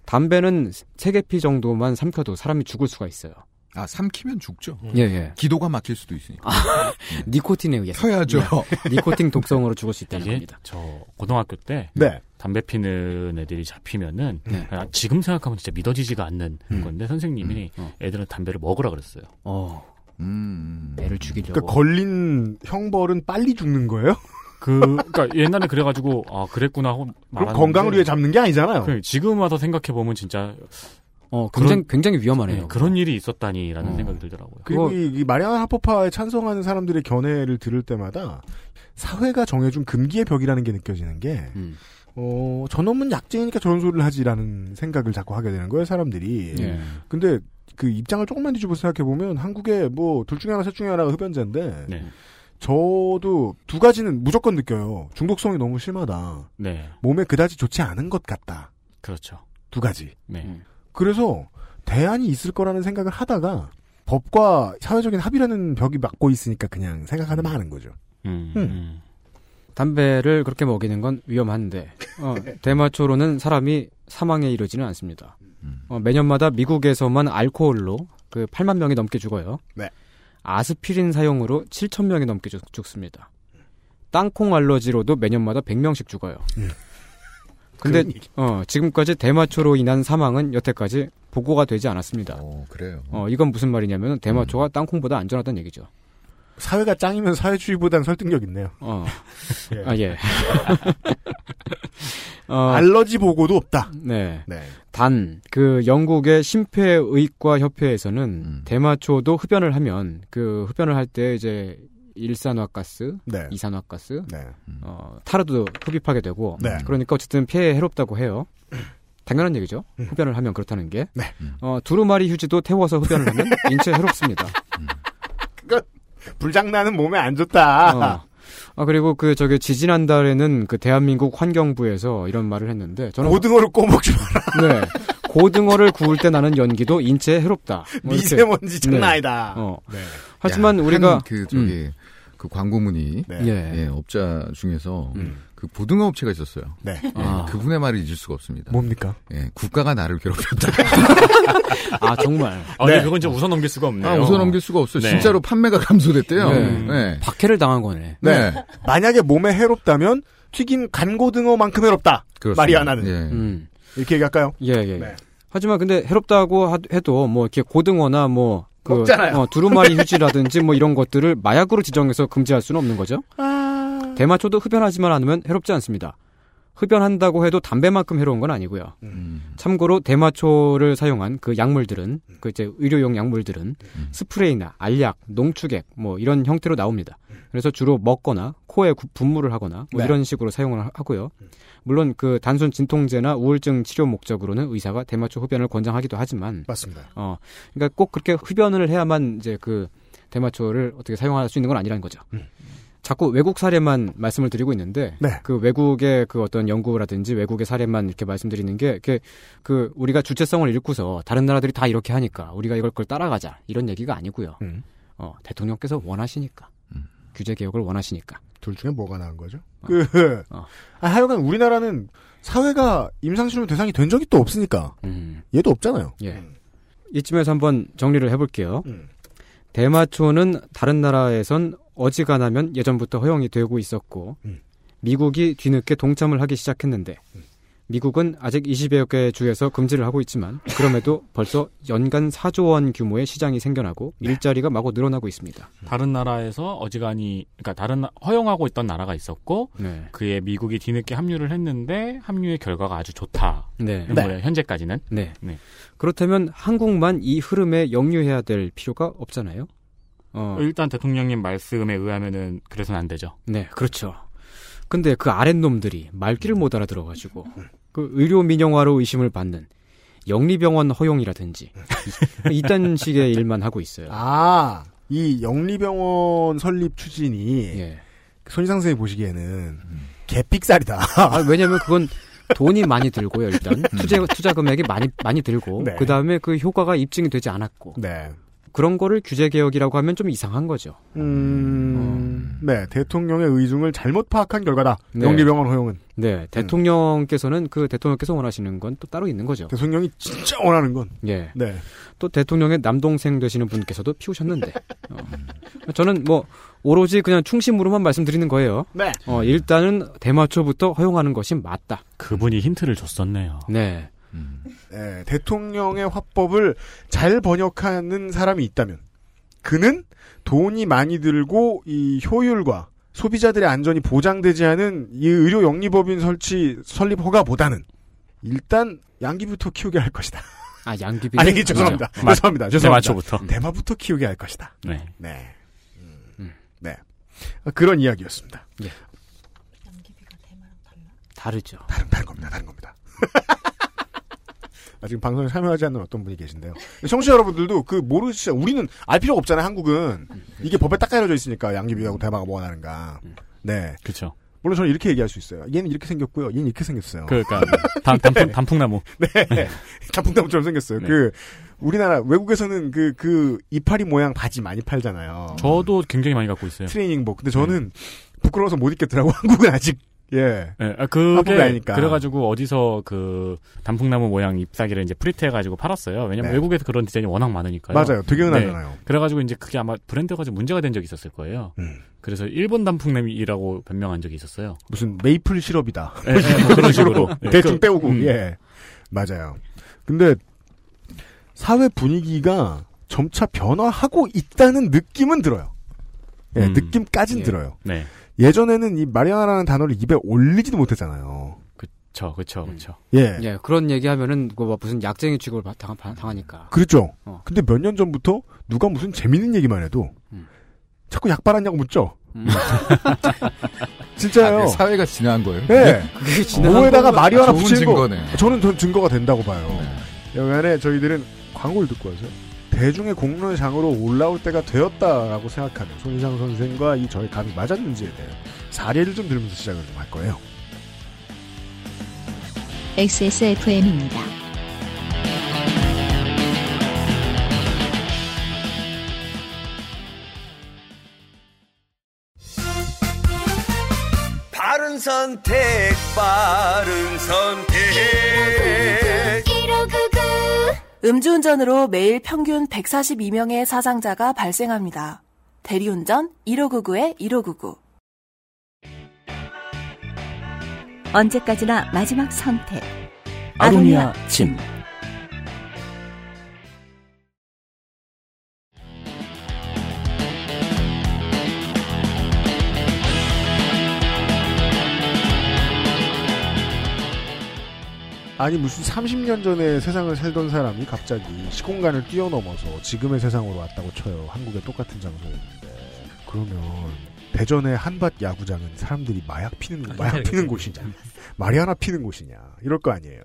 [SPEAKER 8] 담배는 세계피 정도만 삼켜도 사람이 죽을 수가 있어요.
[SPEAKER 5] 아, 삼키면 죽죠.
[SPEAKER 2] 음.
[SPEAKER 8] 예, 예.
[SPEAKER 5] 기도가 막힐 수도 있으니까. 아,
[SPEAKER 8] 니코틴에 의해서.
[SPEAKER 5] 펴야죠.
[SPEAKER 8] 네. 니코틴 독성으로 죽을 수 있다는
[SPEAKER 2] 예.
[SPEAKER 4] 이게
[SPEAKER 8] 겁니다.
[SPEAKER 4] 저 고등학교 때
[SPEAKER 8] 네.
[SPEAKER 4] 담배 피는 애들이 잡히면은
[SPEAKER 8] 네.
[SPEAKER 4] 아, 지금 생각하면 진짜 믿어지지가 않는 건데 선생님이 애들은 담배를 먹으라 그랬어요.
[SPEAKER 8] 어.
[SPEAKER 5] 음, 네.
[SPEAKER 4] 애를
[SPEAKER 8] 죽이려고.
[SPEAKER 2] 그러니까 걸린 형벌은 빨리 죽는 거예요?
[SPEAKER 4] 그, 그러니까 옛날에 그래가지고 아 그랬구나 하고 말하는
[SPEAKER 2] 건강을 위해 잡는 게
[SPEAKER 5] 그렇죠.
[SPEAKER 2] 아니잖아요.
[SPEAKER 4] 지금 와서 생각해 보면 진짜
[SPEAKER 8] 어
[SPEAKER 2] 굉장히-
[SPEAKER 8] 굉장히
[SPEAKER 2] 예,
[SPEAKER 8] 위험하네요.
[SPEAKER 4] 그런 일이 있었다니라는 생각이 들더라고요.
[SPEAKER 2] 그리고 이, 이 마리아나 합법화에 찬성하는 사람들의 견해를 들을 때마다 사회가 정해준 금기의 벽이라는 게 느껴지는 게 어, 저놈은 약쟁이니까 저런 소리를 하지라는 생각을 자꾸 하게 되는 거예요, 사람들이.
[SPEAKER 4] 네.
[SPEAKER 8] 예.
[SPEAKER 2] 근데 그 입장을 조금만 뒤집어 생각해보면 한국에 뭐 둘 중에 하나, 셋 중에 하나가 흡연자인데
[SPEAKER 4] 네.
[SPEAKER 2] 저도 두 가지는 무조건 느껴요. 중독성이 너무 심하다.
[SPEAKER 4] 네,
[SPEAKER 2] 몸에 그다지 좋지 않은 것 같다.
[SPEAKER 4] 그렇죠.
[SPEAKER 2] 두 가지.
[SPEAKER 4] 네.
[SPEAKER 2] 그래서 대안이 있을 거라는 생각을 하다가 법과 사회적인 합의라는 벽이 막고 있으니까 그냥 생각하다 마는 거죠.
[SPEAKER 4] 음.
[SPEAKER 8] 담배를 그렇게 먹이는 건 위험한데 어, 대마초로는 사람이 사망에 이르지는 않습니다. 어, 매년마다 미국에서만 알코올로 그 8만 명이 넘게 죽어요.
[SPEAKER 2] 네.
[SPEAKER 8] 아스피린 사용으로 7천 명이 넘게 죽, 죽습니다. 땅콩 알러지로도 매년마다 100명씩 죽어요. 근데
[SPEAKER 5] 그런
[SPEAKER 8] 어, 지금까지 대마초로 인한 사망은 여태까지 보고가 되지 않았습니다.
[SPEAKER 5] 그래요.
[SPEAKER 8] 어, 이건 무슨 말이냐면 대마초가 땅콩보다 안전하다는 얘기죠.
[SPEAKER 2] 사회가 짱이면 사회주의보단 설득력 있네요.
[SPEAKER 8] 어.
[SPEAKER 2] 예.
[SPEAKER 8] 아, 예. 어.
[SPEAKER 2] 알러지 보고도 없다.
[SPEAKER 8] 네.
[SPEAKER 2] 네.
[SPEAKER 8] 단, 그 영국의 심폐의과 협회에서는
[SPEAKER 5] 음.
[SPEAKER 8] 대마초도 흡연을 하면 그 흡연을 할 때 이제 일산화가스,
[SPEAKER 2] 네.
[SPEAKER 8] 이산화가스,
[SPEAKER 2] 네.
[SPEAKER 8] 어, 타르도 흡입하게 되고
[SPEAKER 2] 네.
[SPEAKER 8] 그러니까 어쨌든 폐에 해롭다고 해요. 당연한 얘기죠. 흡연을 하면 그렇다는 게. 어, 두루마리 휴지도 태워서 흡연을 하면 인체에 해롭습니다.
[SPEAKER 2] 그건 불장난은 몸에 안 좋다.
[SPEAKER 8] 어. 아 그리고 그 저기 지지난 달에는 그 대한민국 환경부에서 이런 말을 했는데 저는
[SPEAKER 2] 고등어를 꼬먹지
[SPEAKER 8] 마라. 네. 고등어를 구울 때 나는 연기도 인체에 해롭다. 뭐 이렇게.
[SPEAKER 2] 미세먼지 장난
[SPEAKER 8] 네.
[SPEAKER 2] 아니다.
[SPEAKER 8] 어. 하지만
[SPEAKER 5] 야,
[SPEAKER 8] 우리가 음.
[SPEAKER 5] 한 그, 저기, 그 광고문이.
[SPEAKER 8] 예. 음.
[SPEAKER 5] 예, 업자 중에서 그 보등어 업체가 있었어요.
[SPEAKER 2] 네.
[SPEAKER 5] 예,
[SPEAKER 8] 아. 뭐
[SPEAKER 5] 그분의 말을 잊을 수가 없습니다.
[SPEAKER 2] 뭡니까?
[SPEAKER 5] 예, 국가가 나를 괴롭혔다.
[SPEAKER 8] 아 정말.
[SPEAKER 4] 아, 근데 그건 진짜 웃어 넘길 수가 없네요.
[SPEAKER 5] 아, 웃어 넘길 수가 없어.
[SPEAKER 4] 네.
[SPEAKER 5] 진짜로 판매가 감소됐대요.
[SPEAKER 2] 네.
[SPEAKER 5] 네.
[SPEAKER 8] 박해를 당한 거네.
[SPEAKER 5] 네.
[SPEAKER 2] 만약에 몸에 해롭다면 튀긴 간고등어만큼 해롭다.
[SPEAKER 8] 그렇습니다.
[SPEAKER 2] 마리아나는.
[SPEAKER 8] 예. 음.
[SPEAKER 2] 이렇게 얘기할까요?
[SPEAKER 8] 예, 예. 예. 하지만 근데 해롭다고 하- 해도 뭐 이렇게 고등어나 뭐 그,
[SPEAKER 2] 먹잖아요.
[SPEAKER 8] 어, 두루마리 휴지라든지 뭐 이런 것들을 마약으로 지정해서 금지할 수는 없는 거죠. 대마초도 흡연하지만 않으면 해롭지 않습니다. 흡연한다고 해도 담배만큼 해로운 건 아니고요.
[SPEAKER 5] 음.
[SPEAKER 8] 참고로 대마초를 사용한 그 약물들은 그 이제 의료용 약물들은
[SPEAKER 5] 음.
[SPEAKER 8] 스프레이나 알약, 농축액 뭐 이런 형태로 나옵니다. 그래서 주로 먹거나 코에 구- 분무를 하거나 뭐
[SPEAKER 15] 네.
[SPEAKER 8] 이런 식으로 사용을 하- 하고요. 물론 그 단순 진통제나 우울증 치료 목적으로는 의사가 대마초 흡연을 권장하기도 하지만
[SPEAKER 2] 맞습니다.
[SPEAKER 8] 어, 그러니까 꼭 그렇게 흡연을 해야만 이제 그 대마초를 어떻게 사용할 수 있는 건 아니라는 거죠. 자꾸 외국 사례만 말씀을 드리고 있는데
[SPEAKER 2] 네.
[SPEAKER 8] 그 외국의 그 어떤 연구라든지 외국의 사례만 이렇게 말씀드리는 게 이렇게 그 우리가 주체성을 잃고서 다른 나라들이 다 이렇게 하니까 우리가 이걸 걸 따라가자 이런 얘기가 아니고요.
[SPEAKER 4] 음.
[SPEAKER 8] 어, 대통령께서 원하시니까 규제 개혁을 원하시니까
[SPEAKER 2] 둘 중에 뭐가 나은 거죠?
[SPEAKER 8] 어.
[SPEAKER 2] 그, 아, 하여간 우리나라는 사회가 임상실험 대상이 된 적이 또 없으니까.
[SPEAKER 8] 음.
[SPEAKER 2] 얘도 없잖아요.
[SPEAKER 8] 예. 이쯤에서 한번 정리를 해볼게요. 대마초는 다른 나라에선 어지간하면 예전부터 허용이 되고 있었고, 미국이 뒤늦게 동참을 하기 시작했는데, 미국은 아직 20여 개 주에서 금지를 하고 있지만, 그럼에도 벌써 연간 4조 원 규모의 시장이 생겨나고, 일자리가 마구 늘어나고 있습니다.
[SPEAKER 4] 다른 나라에서 어지간히 그러니까 다른 나- 허용하고 있던 나라가 있었고
[SPEAKER 8] 네.
[SPEAKER 4] 그에 미국이 뒤늦게 합류를 했는데 합류의 결과가 아주 좋다.
[SPEAKER 8] 네.
[SPEAKER 4] 이런 거예요, 현재까지는.
[SPEAKER 8] 네. 그렇다면 한국만 이 흐름에 역류해야 될 필요가 없잖아요? 어.
[SPEAKER 4] 일단 대통령님 말씀에 의하면은 그래서는 안 되죠.
[SPEAKER 8] 네, 그렇죠. 근데 그 아랫놈들이 말귀를 못 알아들어가지고 그 의료 민영화로 의심을 받는 영리병원 허용이라든지 이- 이딴 식의 일만 하고 있어요.
[SPEAKER 2] 아, 이 영리병원 설립 추진이
[SPEAKER 8] 예.
[SPEAKER 2] 그 손희상 선생이 보시기에는 개픽살이다.
[SPEAKER 8] 음. 아,
[SPEAKER 2] 음.
[SPEAKER 8] 왜냐하면 그건 돈이 많이 들고요. 일단 투자 투자 금액이 많이 많이 들고
[SPEAKER 2] 네.
[SPEAKER 8] 그 다음에 그 효과가 입증이 되지 않았고 그런 거를 규제 개혁이라고 하면 좀 이상한 거죠. 어.
[SPEAKER 2] 음, 네 대통령의 의중을 잘못 파악한 결과다. 영리병원 허용은
[SPEAKER 8] 네 대통령께서는 그 대통령께서 원하시는 건 또 따로 있는 거죠.
[SPEAKER 2] 대통령이 진짜 원하는 건
[SPEAKER 8] 예.
[SPEAKER 2] 네.
[SPEAKER 8] 또 대통령의 남동생 되시는 분께서도 피우셨는데 어. 저는 뭐 오로지 그냥 충심으로만 말씀드리는 거예요.
[SPEAKER 2] 네.
[SPEAKER 8] 어, 일단은 대마초부터 허용하는 것이 맞다.
[SPEAKER 4] 그분이 힌트를 줬었네요.
[SPEAKER 8] 네.
[SPEAKER 5] 음.
[SPEAKER 2] 네, 대통령의 화법을 잘 번역하는 사람이 있다면 그는 돈이 많이 들고 이 효율과 소비자들의 안전이 보장되지 않은 이 의료 영리법인 설치 설립 허가보다는 일단 양귀부터 키우게 할 것이다.
[SPEAKER 8] 아 양귀비 네.
[SPEAKER 2] 아니 죄송합니다.
[SPEAKER 4] 예, 맞-
[SPEAKER 2] 죄송합니다. 죄송합니다.
[SPEAKER 4] 대마초부터.
[SPEAKER 2] 대마부터 키우게 할 것이다.
[SPEAKER 4] 네.
[SPEAKER 2] 네. 음, 네. 아, 그런 이야기였습니다.
[SPEAKER 8] 다르죠.
[SPEAKER 2] 다른 다른 겁니다. 다른 겁니다. 아, 지금 방송에 참여하지 않는 어떤 분이 계신데요. 청취자 여러분들도 그 모르시, 우리는 알 필요가 없잖아요, 한국은. 이게 법에 딱 가려져 있으니까, 양귀비하고 대마가 뭐가 나는가. 네.
[SPEAKER 4] 그쵸.
[SPEAKER 2] 물론 저는 이렇게 얘기할 수 있어요. 얘는 이렇게 생겼고요. 얘는 이렇게 생겼어요.
[SPEAKER 4] 그렇죠. 그러니까 단, 단풍, 단풍나무.
[SPEAKER 2] 네. 단풍나무처럼 생겼어요. 그, 우리나라, 외국에서는 그, 그, 이파리 모양 바지 많이 팔잖아요.
[SPEAKER 4] 저도 굉장히 많이 갖고 있어요.
[SPEAKER 2] 트레이닝복. 근데 저는 부끄러워서 못 입겠더라고, 한국은 아직. 예.
[SPEAKER 4] 예, 아, 그게
[SPEAKER 2] 한국이 아니까. 그러니까.
[SPEAKER 4] 그래가지고 어디서 그 단풍나무 모양 잎사귀를 이제 프린트해가지고 팔았어요.
[SPEAKER 2] 네.
[SPEAKER 4] 왜냐면 외국에서 그런 디자인이 워낙 많으니까요.
[SPEAKER 2] 맞아요. 네. 되게 흔하잖아요.
[SPEAKER 4] 그래가지고 이제 그게 아마 브랜드가 좀 문제가 된 적이 있었을 거예요.
[SPEAKER 2] 음.
[SPEAKER 4] 그래서 일본 단풍나무이라고 변명한 적이 있었어요.
[SPEAKER 2] 무슨 메이플 시럽이다.
[SPEAKER 4] 예, 예, 뭐 그런 식으로. 예,
[SPEAKER 2] 대충
[SPEAKER 4] 그-
[SPEAKER 2] 빼오고.
[SPEAKER 4] 음.
[SPEAKER 2] 예. 맞아요. 근데 사회 분위기가 점차 변화하고 있다는 느낌은 들어요. 예,
[SPEAKER 4] 음.
[SPEAKER 2] 느낌까진
[SPEAKER 4] 예.
[SPEAKER 2] 들어요.
[SPEAKER 4] 네.
[SPEAKER 2] 예전에는 이 마리아나라는 단어를 입에 올리지도 못했잖아요.
[SPEAKER 4] 그쵸, 그쵸, 그쵸.
[SPEAKER 2] 예.
[SPEAKER 8] 그런 얘기하면은 그거 막 무슨 약쟁이 취급을 받- 당하, 당하니까.
[SPEAKER 2] 그렇죠.
[SPEAKER 8] 어.
[SPEAKER 2] 근데 몇 년 전부터 누가 무슨 재밌는 얘기만 해도
[SPEAKER 4] 음.
[SPEAKER 2] 자꾸 약 발랐냐고 묻죠. 진짜요.
[SPEAKER 5] 아,
[SPEAKER 4] 네,
[SPEAKER 5] 그 사회가 진화한 거예요.
[SPEAKER 2] 예.
[SPEAKER 5] 그게 진화한
[SPEAKER 2] 뭐에다가
[SPEAKER 5] 거구나.
[SPEAKER 2] 말이 하나
[SPEAKER 5] 좋은 네.
[SPEAKER 2] 붙이는 거.
[SPEAKER 5] 증거네.
[SPEAKER 2] 저는 전 증거가 된다고 봐요. 여간에 저희들은 광고를 듣고 와서 대중의 공론장으로 올라올 때가 되었다라고 생각하는 손희상 선생과 이 저의 감이 맞았는지에 대한 사례를 좀 들으면서 시작을 좀 할 거예요.
[SPEAKER 1] XSFM입니다.
[SPEAKER 16] 바른 선택, 바른 선택.
[SPEAKER 9] 음주운전으로 매일 평균 142명의 사상자가 발생합니다. 대리운전 1599-1599
[SPEAKER 17] 언제까지나 마지막 선택.
[SPEAKER 18] 아로니아 침.
[SPEAKER 2] 아니 무슨 30년 전에 세상을 살던 사람이 갑자기 시공간을 뛰어넘어서 지금의 세상으로 왔다고 쳐요. 한국의 똑같은 장소였는데 그러면 대전의 한밭 야구장은 사람들이 마약 피는 마약 아, 피는 곳이냐, 마리아나 피는 곳이냐 이럴 거 아니에요.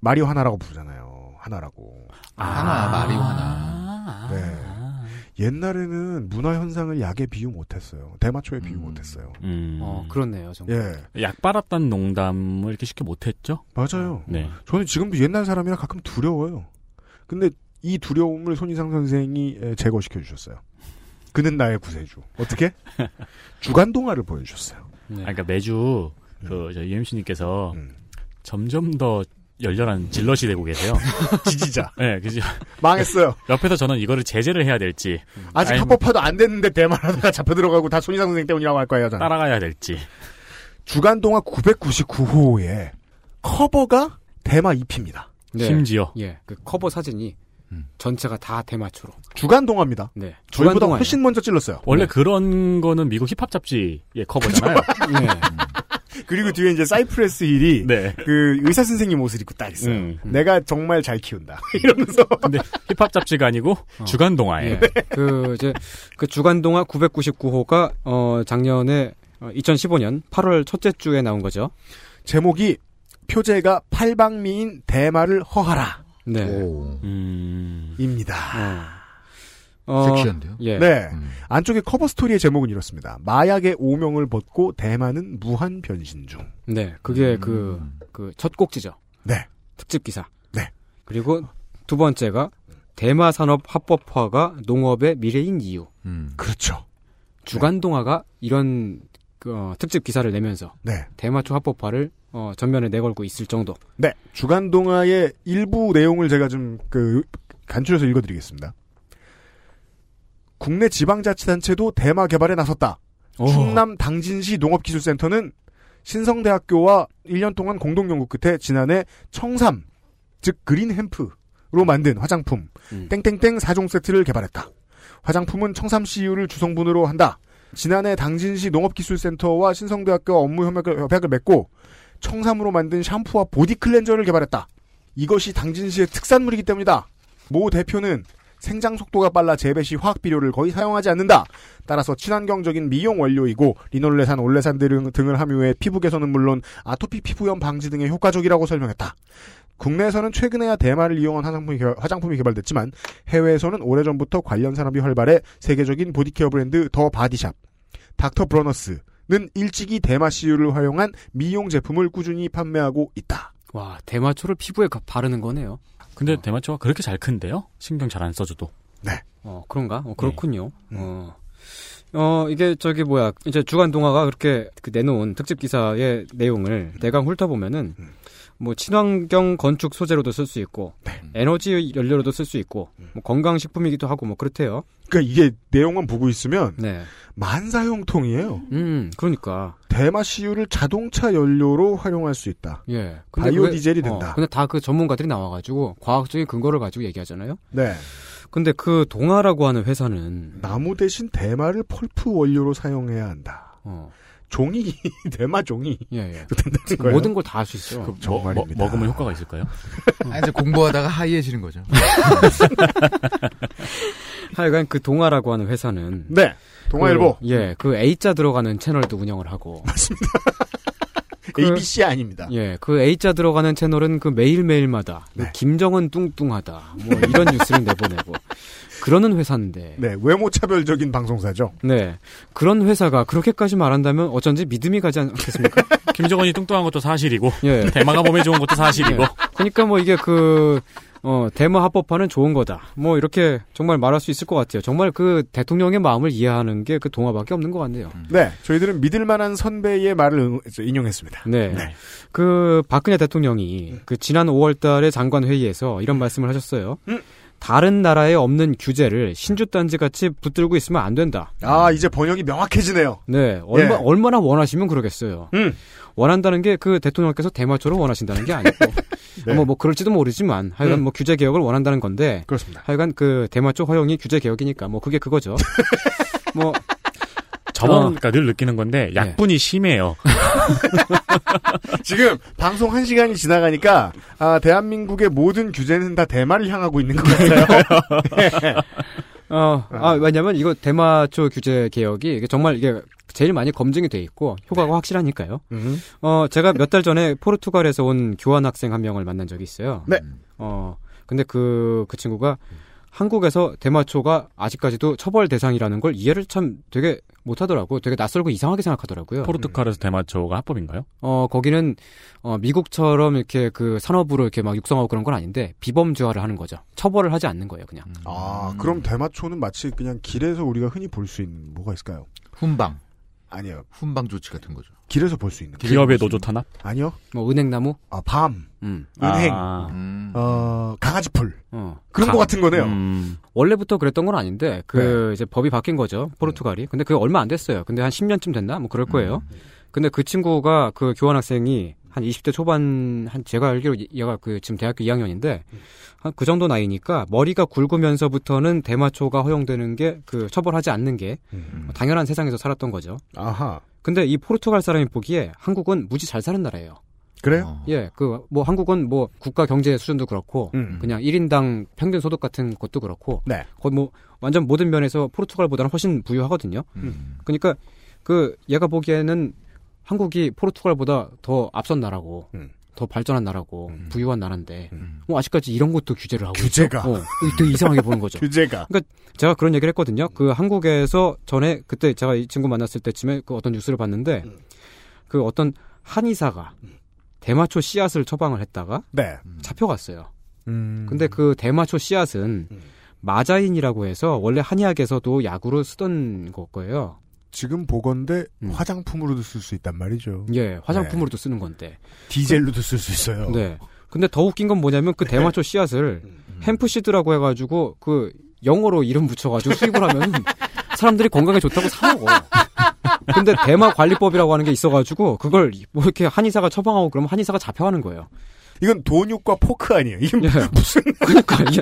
[SPEAKER 2] 마리화나라고 부르잖아요. 하나라고.
[SPEAKER 5] 하나, 마리화나.
[SPEAKER 8] 아,
[SPEAKER 2] 네. 옛날에는 문화 현상을 약에 비유 못했어요. 대마초에 비유 못했어요.
[SPEAKER 4] 어,
[SPEAKER 8] 그렇네요, 정말.
[SPEAKER 2] 예.
[SPEAKER 4] 약 빨았다는 농담을 이렇게 쉽게 못했죠?
[SPEAKER 2] 맞아요.
[SPEAKER 4] 네.
[SPEAKER 2] 저는 지금도 옛날 사람이라 가끔 두려워요. 근데 이 두려움을 손희상 선생이 에, 제거시켜 주셨어요. 그는 나의 구세주. 어떻게? 주간 동화를 보여주셨어요.
[SPEAKER 8] 네.
[SPEAKER 4] 아, 그러니까 매주
[SPEAKER 2] 음.
[SPEAKER 4] 그 저희 UMC님께서 점점 더 열렬한 질럿이 되고 계세요.
[SPEAKER 2] 지지자.
[SPEAKER 4] 네, 그죠.
[SPEAKER 2] 망했어요.
[SPEAKER 4] 옆에서 저는 이거를 제재를 해야 될지
[SPEAKER 2] 아직
[SPEAKER 4] 아니면
[SPEAKER 2] 합법화도 안 됐는데 대만하다가 잡혀 들어가고 다 손희상 선생 때문이라고 할 거예요. 저는.
[SPEAKER 4] 따라가야 될지.
[SPEAKER 2] 주간 동화 999호에 커버가 대마 잎입니다.
[SPEAKER 4] 심지어.
[SPEAKER 8] 예. 그 커버 사진이 전체가 다 대마초로.
[SPEAKER 2] 주간 동화입니다.
[SPEAKER 8] 네.
[SPEAKER 2] 음. 저희보다
[SPEAKER 8] 주간동화예요.
[SPEAKER 2] 훨씬 먼저 찔렀어요.
[SPEAKER 4] 원래 그런 거는 미국 힙합 잡지의 커버잖아요.
[SPEAKER 2] 그리고 뒤에 이제 사이프레스
[SPEAKER 8] 네.
[SPEAKER 2] 힐이
[SPEAKER 4] 네.
[SPEAKER 2] 그 의사 선생님 옷을 입고 딱 있어요. 내가 정말 잘 키운다. 이러면서
[SPEAKER 4] 근데 힙합 잡지가 아니고 주간 동화에
[SPEAKER 8] 예. 그 이제 그 주간 동화 999호가 어 작년에 2015년 8월 첫째 주에 나온 거죠.
[SPEAKER 2] 제목이 표제가 팔방미인 대마를 허하라.
[SPEAKER 8] 네.
[SPEAKER 4] 음.
[SPEAKER 2] 입니다.
[SPEAKER 8] 어,
[SPEAKER 5] 섹시한데요?
[SPEAKER 8] 예.
[SPEAKER 2] 네. 안쪽에 커버 스토리의 제목은 이렇습니다. 마약의 오명을 벗고 대만은 무한 변신 중.
[SPEAKER 8] 네, 그게 그,
[SPEAKER 5] 음.
[SPEAKER 8] 그, 첫 꼭지죠.
[SPEAKER 2] 네.
[SPEAKER 8] 특집 기사.
[SPEAKER 2] 네.
[SPEAKER 8] 그리고 두 번째가, 대마 산업 합법화가 농업의 미래인 이유.
[SPEAKER 5] 음.
[SPEAKER 2] 그렇죠.
[SPEAKER 8] 주간동화가 이런, 그, 어, 특집 기사를 내면서,
[SPEAKER 2] 네.
[SPEAKER 8] 대마초 합법화를, 어, 전면에 내걸고 있을 정도.
[SPEAKER 2] 네. 주간 동화의 일부 내용을 제가 좀 그 간추려서 읽어드리겠습니다. 국내 지방자치단체도 대마 개발에 나섰다.
[SPEAKER 4] 어.
[SPEAKER 2] 충남 당진시 농업기술센터는 신성대학교와 1년 동안 공동 연구 끝에 지난해 청삼 즉 그린 햄프로 만든 화장품 땡땡땡 4종 세트를 개발했다. 화장품은 청삼 CU를 주성분으로 한다. 지난해 당진시 농업기술센터와 신성대학교 업무 협약을, 협약을 맺고 청삼으로 만든 샴푸와 보디 클렌저를 개발했다. 이것이 당진시의 특산물이기 때문이다. 모 대표는 생장 속도가 빨라 재배 시 화학 비료를 거의 사용하지 않는다. 따라서 친환경적인 미용 원료이고 리놀레산, 올레산 등- 등을 함유해 피부 개선은 물론 아토피 피부염 방지 등에 효과적이라고 설명했다. 국내에서는 최근에야 대마를 이용한 화장품이, 개- 화장품이 개발됐지만 해외에서는 오래전부터 관련 산업이 활발해 세계적인 보디케어 브랜드 더 바디샵, 닥터 브러너스는 일찍이 대마 씨유를 활용한 미용 제품을 꾸준히 판매하고 있다.
[SPEAKER 8] 와, 대마초를 피부에 가- 바르는 거네요.
[SPEAKER 4] 근데 대마초가 그렇게 잘 큰데요? 신경 잘 안 써줘도.
[SPEAKER 8] 어, 그런가? 어, 그렇군요.
[SPEAKER 2] 음.
[SPEAKER 8] 어. 어, 이게 저기 뭐야. 이제 주간 동화가 그렇게 그 내놓은 특집 기사의 내용을 대강 훑어보면은 뭐 친환경 건축 소재로도 쓸 수 있고 에너지 연료로도 쓸 수 있고 뭐 건강식품이기도 하고 뭐 그렇대요.
[SPEAKER 2] 그러니까 이게 내용만 보고 있으면
[SPEAKER 8] 네.
[SPEAKER 2] 만사형통이에요.
[SPEAKER 8] 음, 그러니까.
[SPEAKER 2] 대마 씨유를 자동차 연료로 활용할 수 있다.
[SPEAKER 8] 예.
[SPEAKER 2] 바이오디젤이
[SPEAKER 8] 그게-
[SPEAKER 2] 된다.
[SPEAKER 8] 어, 근데 다 그 전문가들이 나와가지고 과학적인 근거를 가지고 얘기하잖아요.
[SPEAKER 2] 네.
[SPEAKER 8] 근데 그 동아라고 하는 회사는
[SPEAKER 2] 나무 대신 대마를 펄프 원료로 사용해야 한다.
[SPEAKER 8] 어.
[SPEAKER 2] 종이 대마 종이
[SPEAKER 8] 예, 예.
[SPEAKER 2] 그렇다는 거예요?
[SPEAKER 8] 모든 걸 다 할 수 있어.
[SPEAKER 2] 그 정말입니다.
[SPEAKER 4] 뭐, 먹으면 효과가 있을까요?
[SPEAKER 5] 아, 이제 공부하다가 하이해지는 거죠.
[SPEAKER 8] 하여간 그 동아라고 하는 회사는
[SPEAKER 2] 네. 동아일보.
[SPEAKER 8] 그, 예, 그 A자 들어가는 채널도 운영을 하고
[SPEAKER 2] 맞습니다. ABC 아닙니다.
[SPEAKER 8] 예, 그 A자 들어가는 채널은 그 매일 매일마다 김정은 뚱뚱하다 뭐 이런 뉴스를 내보내고 그러는 회사인데
[SPEAKER 2] 네, 외모 차별적인 방송사죠.
[SPEAKER 8] 네, 그런 회사가 그렇게까지 말한다면 어쩐지 믿음이 가지 않겠습니까?
[SPEAKER 4] 김정은이 뚱뚱한 것도 사실이고
[SPEAKER 8] 예.
[SPEAKER 4] 대마가 몸에 좋은 것도 사실이고
[SPEAKER 8] 예. 그러니까 뭐 이게 그 어, 대마 합법화는 좋은 거다. 뭐 이렇게 정말 말할 수 있을 것 같아요. 정말 그 대통령의 마음을 이해하는 게 그 동화밖에 없는 것 같네요.
[SPEAKER 2] 네, 저희들은 믿을 만한 선배의 말을 응- 인용했습니다.
[SPEAKER 8] 네. 그 박근혜 대통령이 그 지난 5월 달에 장관 회의에서
[SPEAKER 2] 네.
[SPEAKER 8] 이런 말씀을 하셨어요.
[SPEAKER 2] 음.
[SPEAKER 8] 다른 나라에 없는 규제를 신주 단지 같이 붙들고 있으면 안 된다.
[SPEAKER 2] 아, 이제 번역이 명확해지네요. 음.
[SPEAKER 8] 네. 얼마
[SPEAKER 4] 예.
[SPEAKER 8] 얼마나 원하시면 그러겠어요. 원한다는 게 그 대통령께서 대마초를 원하신다는 게 아니고
[SPEAKER 2] 네.
[SPEAKER 8] 뭐, 뭐 그럴지도 모르지만 하여간
[SPEAKER 2] 음.
[SPEAKER 8] 뭐 규제 개혁을 원한다는 건데
[SPEAKER 2] 그렇습니다.
[SPEAKER 8] 하여간 그 대마초 허용이 규제 개혁이니까 뭐 그게 그거죠. 뭐
[SPEAKER 4] 저번 그러니까 늘 느끼는 건데 약분이 심해요.
[SPEAKER 2] 지금 방송 한 시간이 지나가니까 아, 대한민국의 모든 규제는 다 대마를 향하고 있는 것 같아요. 예.
[SPEAKER 8] 어, 아, 왜냐면 이거 대마초 규제 개혁이 이게 정말 이게 제일 많이 검증이 돼 있고
[SPEAKER 2] 네.
[SPEAKER 8] 효과가 확실하니까요. 어, 제가 몇 달 전에 포르투갈에서 온 교환 학생 한 명을 만난 적이 있어요.
[SPEAKER 2] 네.
[SPEAKER 8] 어, 근데 그, 그 친구가 한국에서 대마초가 아직까지도 처벌 대상이라는 걸 이해를 참 되게 못하더라고. 되게 낯설고 이상하게 생각하더라고요.
[SPEAKER 4] 포르투갈에서 대마초가 합법인가요?
[SPEAKER 8] 어, 거기는, 어, 미국처럼 이렇게 그 산업으로 이렇게 막 육성하고 그런 건 아닌데, 비범주화를 하는 거죠. 처벌을 하지 않는 거예요, 그냥.
[SPEAKER 2] 아, 그럼 대마초는 마치 그냥 길에서 우리가 흔히 볼 수 있는 뭐가 있을까요?
[SPEAKER 5] 훈방.
[SPEAKER 2] 아니요.
[SPEAKER 5] 훈방 조치 같은 거죠.
[SPEAKER 2] 길에서 볼 수 있는 거.
[SPEAKER 4] 기업의 노조 탄압?
[SPEAKER 2] 아니요.
[SPEAKER 8] 뭐, 은행나무?
[SPEAKER 2] 아, 밤,
[SPEAKER 8] 음.
[SPEAKER 2] 은행,
[SPEAKER 4] 아.
[SPEAKER 5] 음.
[SPEAKER 2] 어, 강아지 풀.
[SPEAKER 8] 어.
[SPEAKER 2] 그런
[SPEAKER 8] 가-
[SPEAKER 2] 것 같은 거네요.
[SPEAKER 8] 음.
[SPEAKER 2] 네.
[SPEAKER 8] 원래부터 그랬던 건 아닌데 그 이제 법이 바뀐 거죠 포르투갈이 근데 그게 얼마 안 됐어요 근데 한 10년쯤 됐나 뭐 그럴
[SPEAKER 2] 음.
[SPEAKER 8] 거예요 근데 그 친구가 그 교환학생이 한 20대 초반 한 제가 알기로 얘- 얘가 그 지금 대학교 2학년인데 한 그 정도 나이니까 머리가 굵으면서부터는 대마초가 허용되는 게 그 처벌하지 않는 게
[SPEAKER 2] 음.
[SPEAKER 8] 당연한 세상에서 살았던 거죠
[SPEAKER 2] 아하.
[SPEAKER 8] 근데 이 포르투갈 사람이 보기에 한국은 무지 잘 사는 나라예요
[SPEAKER 5] 어.
[SPEAKER 2] 그래요?
[SPEAKER 8] 예, 그, 뭐, 한국은 뭐, 국가 경제 수준도 그렇고,
[SPEAKER 2] 음.
[SPEAKER 8] 그냥 1인당 평균 소득 같은 것도 그렇고,
[SPEAKER 2] 네.
[SPEAKER 8] 거의 뭐, 완전 모든 면에서 포르투갈보다는 훨씬 부유하거든요.
[SPEAKER 5] 음.
[SPEAKER 8] 그러니까, 그, 얘가 보기에는 한국이 포르투갈보다 더 앞선 나라고,
[SPEAKER 2] 음.
[SPEAKER 8] 더 발전한 나라고 부유한 나라인데 뭐 아직까지 이런 것도 규제를 하고
[SPEAKER 2] 규제가.
[SPEAKER 8] 있죠. 어, 되게 이상하게 보는 거죠.
[SPEAKER 2] 규제가.
[SPEAKER 8] 그러니까 제가 그런 얘기를 했거든요. 그 한국에서 전에 그때 제가 이 친구 만났을 때쯤에 그 어떤 뉴스를 봤는데 그 어떤 한의사가 대마초 씨앗을 처방을 했다가
[SPEAKER 2] 네.
[SPEAKER 8] 잡혀갔어요. 근데 그 대마초 씨앗은 마자인이라고 해서 원래 한의학에서도 약으로 쓰던 걸 거예요.
[SPEAKER 2] 지금 보건데 화장품으로도 쓸 수 있단 말이죠.
[SPEAKER 8] 예, 화장품으로도 쓰는 건데.
[SPEAKER 2] 디젤로도 쓸 수 있어요.
[SPEAKER 8] 네. 근데 더 웃긴 건 뭐냐면 그 대마초 씨앗을 햄프시드라고 해가지고 그 영어로 이름 붙여가지고 수입을 하면 사람들이 건강에 좋다고 사 먹어. 근데 대마 관리법이라고 하는 게 있어가지고 그걸 뭐 이렇게 한의사가 처방하고 그러면 한의사가 잡혀가는 거예요.
[SPEAKER 2] 이건 돈육과 포크 아니에요.
[SPEAKER 8] 네.
[SPEAKER 2] 이게 무슨
[SPEAKER 8] 그러니까 이게,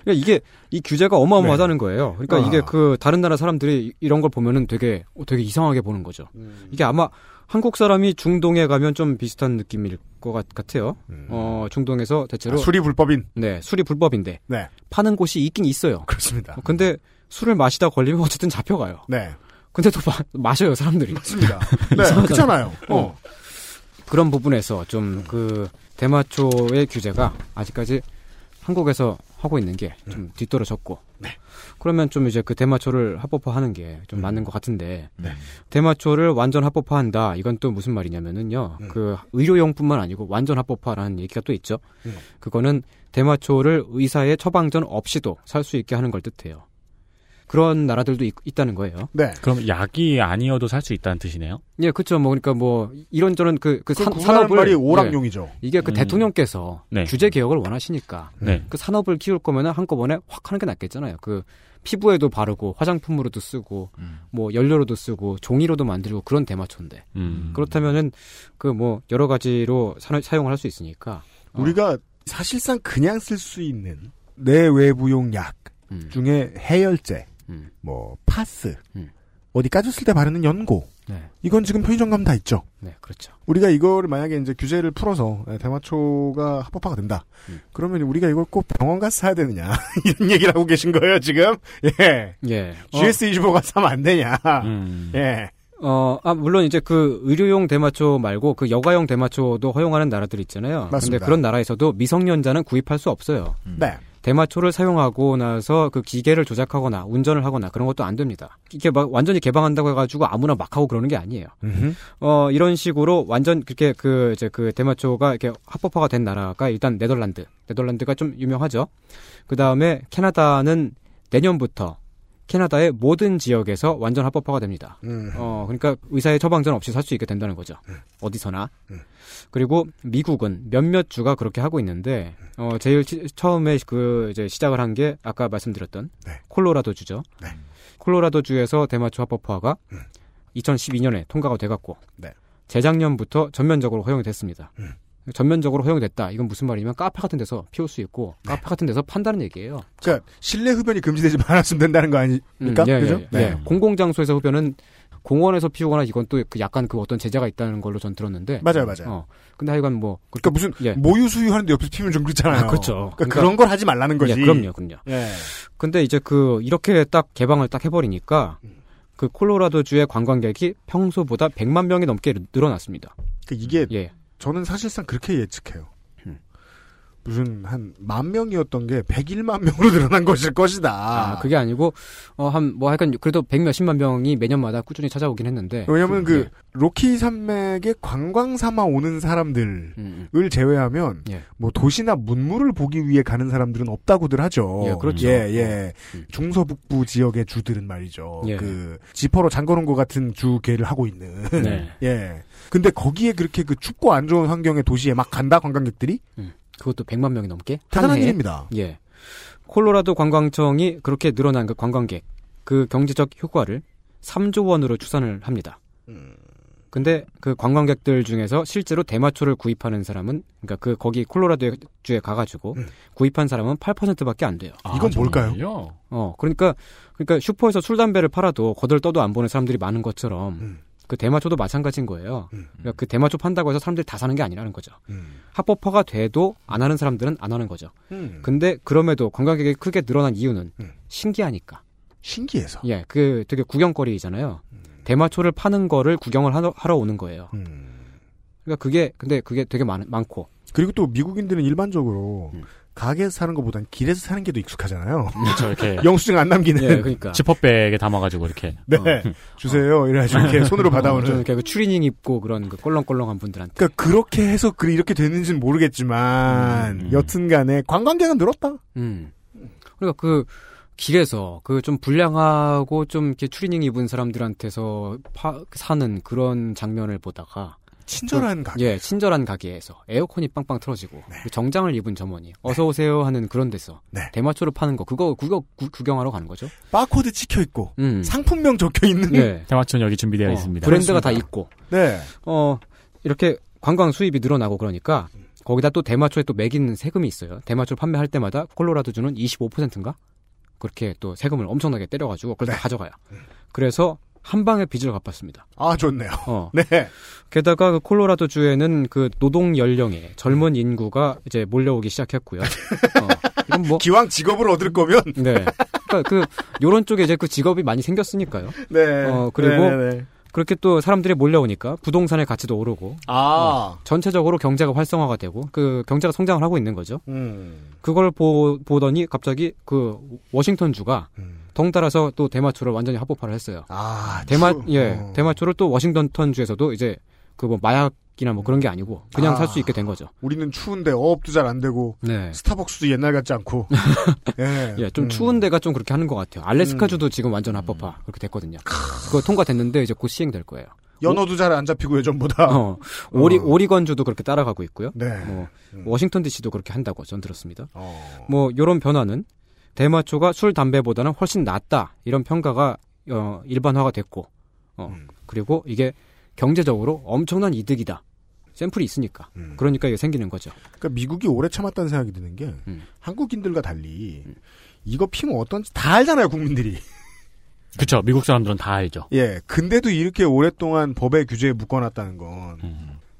[SPEAKER 8] 그러니까 이게 이 규제가 어마어마하다는 거예요. 그러니까
[SPEAKER 2] 아.
[SPEAKER 8] 이게 그 다른 나라 사람들이 이- 이런 걸 보면은 되게 어, 되게 이상하게 보는 거죠. 이게 아마 한국 사람이 중동에 가면 좀 비슷한 느낌일 것 같, 같아요. 어 중동에서 대체로
[SPEAKER 2] 아, 술이 불법인.
[SPEAKER 8] 네 술이 불법인데
[SPEAKER 2] 네.
[SPEAKER 8] 파는 곳이 있긴 있어요.
[SPEAKER 2] 그렇습니다.
[SPEAKER 8] 근데 술을 마시다 걸리면 어쨌든 잡혀가요.
[SPEAKER 2] 네.
[SPEAKER 8] 근데 또 마, 셔요 사람들이.
[SPEAKER 2] 맞습니다. 네,
[SPEAKER 8] 이상하잖아요.
[SPEAKER 2] 그렇잖아요. 어.
[SPEAKER 8] 그런 부분에서 좀 그 대마초의 규제가 아직까지 한국에서 하고 있는 게 좀
[SPEAKER 2] 음.
[SPEAKER 8] 뒤떨어졌고.
[SPEAKER 2] 네.
[SPEAKER 8] 그러면 좀 이제 그 대마초를 합법화하는 게 좀
[SPEAKER 2] 음.
[SPEAKER 8] 맞는 것 같은데
[SPEAKER 2] 네.
[SPEAKER 8] 대마초를 완전 합법화한다 이건 또 무슨 말이냐면은요
[SPEAKER 2] 음.
[SPEAKER 8] 그 의료용뿐만 아니고 완전 합법화라는 얘기가 또 있죠
[SPEAKER 17] 음.
[SPEAKER 8] 그거는 대마초를 의사의 처방전 없이도 살 수 있게 하는 걸 뜻해요 그런 나라들도 있, 있다는 거예요
[SPEAKER 2] 네.
[SPEAKER 4] 그럼 약이 아니어도 살 수 있다는 뜻이네요?
[SPEAKER 8] 예, 그렇죠. 뭐 그러니까 뭐 이런저런 그, 그
[SPEAKER 2] 그
[SPEAKER 8] 산-
[SPEAKER 2] 구라는
[SPEAKER 8] 산업을
[SPEAKER 2] 말이 오락용이죠.
[SPEAKER 8] 예, 이게 그
[SPEAKER 4] 음.
[SPEAKER 8] 대통령께서
[SPEAKER 4] 네.
[SPEAKER 8] 규제 개혁을 원하시니까
[SPEAKER 4] 네.
[SPEAKER 8] 그 산업을 키울 거면 한꺼번에 확 하는 게 낫겠잖아요. 그 피부에도 바르고 화장품으로도 쓰고
[SPEAKER 2] 음.
[SPEAKER 8] 뭐 연료로도 쓰고 종이로도 만들고 그런 대마초인데
[SPEAKER 4] 음.
[SPEAKER 8] 그렇다면은 그 뭐 여러 가지로 사, 용을 할 수 있으니까 어.
[SPEAKER 2] 우리가 사실상 그냥 쓸 수 있는 내외부용 약
[SPEAKER 8] 음.
[SPEAKER 2] 중에 해열제, 뭐 파스, 어디 까졌을 때 바르는 연고.
[SPEAKER 8] 음. 네.
[SPEAKER 2] 이건 지금 편의점 가면 다 있죠.
[SPEAKER 8] 네, 그렇죠.
[SPEAKER 2] 우리가 이거를 만약에 이제 규제를 풀어서 예, 대마초가 합법화가 된다.
[SPEAKER 8] 음.
[SPEAKER 2] 그러면 우리가 이걸 꼭 병원 가서 사야 되느냐 이런 얘기를 하고 계신 거예요 지금. 예.
[SPEAKER 8] 예.
[SPEAKER 2] GS25가 사면 안 되냐.
[SPEAKER 8] 음.
[SPEAKER 2] 예.
[SPEAKER 8] 어, 아, 물론 이제 그 의료용 대마초 말고 그 여가용 대마초도 허용하는 나라들 있잖아요.
[SPEAKER 2] 맞습니다.
[SPEAKER 8] 근데 그런 나라에서도 미성년자는 구입할 수 없어요.
[SPEAKER 2] 네.
[SPEAKER 8] 대마초를 사용하고 나서 그 기계를 조작하거나 운전을 하거나 그런 것도 안 됩니다. 이게 막 완전히 개방한다고 해가지고 아무나 막 하고 그러는 게 아니에요. 어, 이런 식으로 완전 그렇게 그 이제 그 대마초가 이렇게 합법화가 된 나라가 일단 네덜란드. 네덜란드가 좀 유명하죠. 그 다음에 캐나다는 내년부터 캐나다의 모든 지역에서 완전 합법화가 됩니다. 어, 그러니까 의사의 처방전 없이 살 수 있게 된다는 거죠. 어디서나. 그리고 미국은 몇몇 주가 그렇게 하고 있는데, 어, 제일 치- 처음에 그 이제 시작을 한 게 아까 말씀드렸던
[SPEAKER 2] 네.
[SPEAKER 8] 콜로라도 주죠. 콜로라도 주에서 대마초 합법화가 2012년에 통과가 돼갖고,
[SPEAKER 2] 음. 네. 음.
[SPEAKER 8] 재작년부터 전면적으로 허용이 됐습니다. 전면적으로 허용됐다. 이건 무슨 말이냐면 카페 같은 데서 피울 수 있고
[SPEAKER 2] 네.
[SPEAKER 8] 카페 같은 데서 판다는 얘기예요.
[SPEAKER 2] 그러니까 실내 흡연이 금지되지 않았으면 된다는 거 아닙니까?
[SPEAKER 8] 음, 예,
[SPEAKER 2] 그러니까? 그죠? 네.
[SPEAKER 8] 예, 예. 예. 공공장소에서 흡연은 공원에서 피우거나 이건 또 그 약간 그 어떤 제재가 있다는 걸로 전 들었는데
[SPEAKER 2] 맞아요, 맞아요.
[SPEAKER 8] 어, 근데 하여간 뭐
[SPEAKER 2] 그러니까 무슨 모유 수유하는데 옆에서 피면 좀 그렇잖아요.
[SPEAKER 8] 아, 그렇죠.
[SPEAKER 2] 그러니까 그런 걸 하지 말라는 거지.
[SPEAKER 8] 예, 그럼요, 그럼요.
[SPEAKER 2] 예.
[SPEAKER 8] 근데 이제 그 이렇게 딱 개방을 딱 해버리니까
[SPEAKER 2] 음.
[SPEAKER 8] 그 콜로라도 주의 관광객이 평소보다 100만 명이 넘게 늘어났습니다.
[SPEAKER 2] 그 이게
[SPEAKER 8] 예. 음.
[SPEAKER 2] 저는 사실상 그렇게 예측해요. 무슨 한 만 명이었던 게 101만 명으로 늘어난 것일 것이다.
[SPEAKER 8] 아, 그게 아니고 어 한 뭐 하여간 그래도 100몇십만 명이 매년마다 꾸준히 찾아오긴 했는데
[SPEAKER 2] 왜냐면 그
[SPEAKER 8] 예.
[SPEAKER 2] 로키 산맥에 관광 삼아 오는 사람들을
[SPEAKER 8] 음,
[SPEAKER 2] 제외하면
[SPEAKER 8] 예.
[SPEAKER 2] 뭐 도시나 문물을 보기 위해 가는 사람들은 없다고들 하죠.
[SPEAKER 8] 예, 그렇죠.
[SPEAKER 2] 예, 예. 중서북부 지역의 주들은 말이죠.
[SPEAKER 8] 예.
[SPEAKER 2] 그 지퍼로 잠궈놓은 것 같은 주계를 하고 있는.
[SPEAKER 8] 네.
[SPEAKER 2] 예. 근데 거기에 그렇게 그 춥고 안 좋은 환경의 도시에 막 간다 관광객들이
[SPEAKER 8] 그것도 100만 명이 넘게
[SPEAKER 2] 대단한
[SPEAKER 8] 한 해에?
[SPEAKER 2] 일입니다.
[SPEAKER 8] 예. 콜로라도 관광청이 그렇게 늘어난 그 관광객 그 경제적 효과를 3조 원으로 추산을 합니다. 근데 그 관광객들 중에서 실제로 대마초를 구입하는 사람은 그러니까 그 거기 콜로라도 주에 가가지고 구입한 사람은 8%밖에 안 돼요.
[SPEAKER 4] 아,
[SPEAKER 2] 이건 뭘까요?
[SPEAKER 8] 어, 그러니까 그러니까 슈퍼에서 술 담배를 팔아도 거들 떠도 안 보는 사람들이 많은 것처럼 그 대마초도 마찬가지인 거예요. 그러니까 그 대마초 판다고 해서 사람들이 다 사는 게 아니라는 거죠. 합법화가 돼도 안 하는 사람들은 안 하는 거죠. 근데 그럼에도 관광객이 크게 늘어난 이유는 신기하니까.
[SPEAKER 2] 신기해서.
[SPEAKER 8] 예, 그
[SPEAKER 2] 음.
[SPEAKER 8] 되게 구경거리잖아요. 대마초를 파는 거를 구경을 하러, 하러 오는 거예요. 그러니까 그게 근데 그게 되게 많, 많고
[SPEAKER 2] 그리고 또 미국인들은 일반적으로
[SPEAKER 8] 음.
[SPEAKER 2] 가게에서 사는 것보단 길에서 사는 게 더 익숙하잖아요.
[SPEAKER 4] 그렇죠, 이렇게.
[SPEAKER 2] 영수증 안 남기는.
[SPEAKER 8] 네. 예, 어. 그러니까.
[SPEAKER 4] 지퍼백에 담아가지고 이렇게.
[SPEAKER 2] 네. 주세요. 이래가지고 이렇게 손으로 받아오는.
[SPEAKER 8] 좀 이렇게 그 추리닝 입고 그런 그 껄렁껄렁한 분들한테.
[SPEAKER 2] 그러니까 그렇게 해서 그 이렇게 됐는지는 모르겠지만 여튼간에 관광객은 늘었다.
[SPEAKER 8] 음. 그러니까 그 길에서 그 좀 불량하고 좀 이렇게 추리닝 입은 사람들한테서 파- 사는 그런 장면을 보다가
[SPEAKER 2] 친절한 가게.
[SPEAKER 8] 예, 친절한 가게에서 에어컨이 빵빵 틀어지고 그 정장을 입은 점원이 어서 오세요 하는 그런 데서 대마초를 파는 거 그거 그거 구, 구경하러 가는 거죠.
[SPEAKER 2] 바코드 찍혀 있고
[SPEAKER 8] 음.
[SPEAKER 2] 상품명 적혀 있는
[SPEAKER 8] 네.
[SPEAKER 4] 대마초는 여기 준비되어
[SPEAKER 8] 어,
[SPEAKER 4] 있습니다.
[SPEAKER 8] 브랜드가 다 있고.
[SPEAKER 2] 네.
[SPEAKER 8] 어, 이렇게 관광 수입이 늘어나고 그러니까 거기다 또 대마초에 또 매기는 세금이 있어요. 대마초 판매할 때마다 콜로라도주는 25%인가? 그렇게 또 세금을 엄청나게 때려가지고 그걸 다 가져가요. 그래서 한 방에 빚을 갚았습니다.
[SPEAKER 2] 아 좋네요.
[SPEAKER 8] 어.
[SPEAKER 2] 네.
[SPEAKER 8] 게다가 그 콜로라도 주에는 그 노동 연령의 젊은 인구가 이제 몰려오기 시작했고요. 어, 이건 뭐
[SPEAKER 2] 기왕 직업을 얻을 거면
[SPEAKER 8] 네. 그러니까 그 요런 쪽에 이제 그 직업이 많이 생겼으니까요.
[SPEAKER 2] 네.
[SPEAKER 8] 어, 그리고
[SPEAKER 2] 네, 네, 네.
[SPEAKER 8] 그렇게 또 사람들이 몰려오니까 부동산의 가치도 오르고 어.
[SPEAKER 2] 아.
[SPEAKER 8] 전체적으로 경제가 활성화가 되고 그 경제가 성장을 하고 있는 거죠.
[SPEAKER 2] 음.
[SPEAKER 8] 그걸 보, 보더니 갑자기 그 워싱턴 주가 덩달아서 또 대마초를 완전히 합법화를 했어요.
[SPEAKER 2] 음. 아,
[SPEAKER 8] 대마 예 대마초를 또 워싱턴 주에서도 이제 그 뭐 마약이나 뭐 그런 게 아니고 그냥
[SPEAKER 2] 아.
[SPEAKER 8] 살 수 있게 된 거죠.
[SPEAKER 2] 우리는 추운데 어업도 잘 안 되고
[SPEAKER 8] 네.
[SPEAKER 2] 스타벅스도 옛날 같지 않고. 예.
[SPEAKER 8] 예, 좀
[SPEAKER 2] 음.
[SPEAKER 8] 추운 데가 좀 그렇게 하는 것 같아요. 알래스카주도 지금 완전 합법화 그렇게 됐거든요. 그거 통과됐는데 이제 곧 시행될 거예요.
[SPEAKER 2] 연어도 잘 안 잡히고 예전보다.
[SPEAKER 8] 어, 오리, 오리건주도 그렇게 따라가고 있고요.
[SPEAKER 2] 아. 네.
[SPEAKER 8] 뭐, 워싱턴 DC도 그렇게 한다고 전 들었습니다.
[SPEAKER 2] 어.
[SPEAKER 8] 뭐, 요런 변화는 대마초가 술, 담배보다는 훨씬 낫다. 이런 평가가, 어, 일반화가 됐고, 어,
[SPEAKER 4] 음.
[SPEAKER 8] 그리고 이게 경제적으로 엄청난 이득이다. 샘플이 있으니까.
[SPEAKER 4] 음.
[SPEAKER 8] 그러니까 이게 생기는 거죠.
[SPEAKER 2] 그러니까 미국이 오래 참았다는 생각이 드는 게 한국인들과 달리 이거 피면 어떤지 다 알잖아요 국민들이.
[SPEAKER 4] 그쵸, 그렇죠. 미국 사람들은 다 알죠.
[SPEAKER 2] 예. 근데도 이렇게 오랫동안 법의 규제에 묶어놨다는 건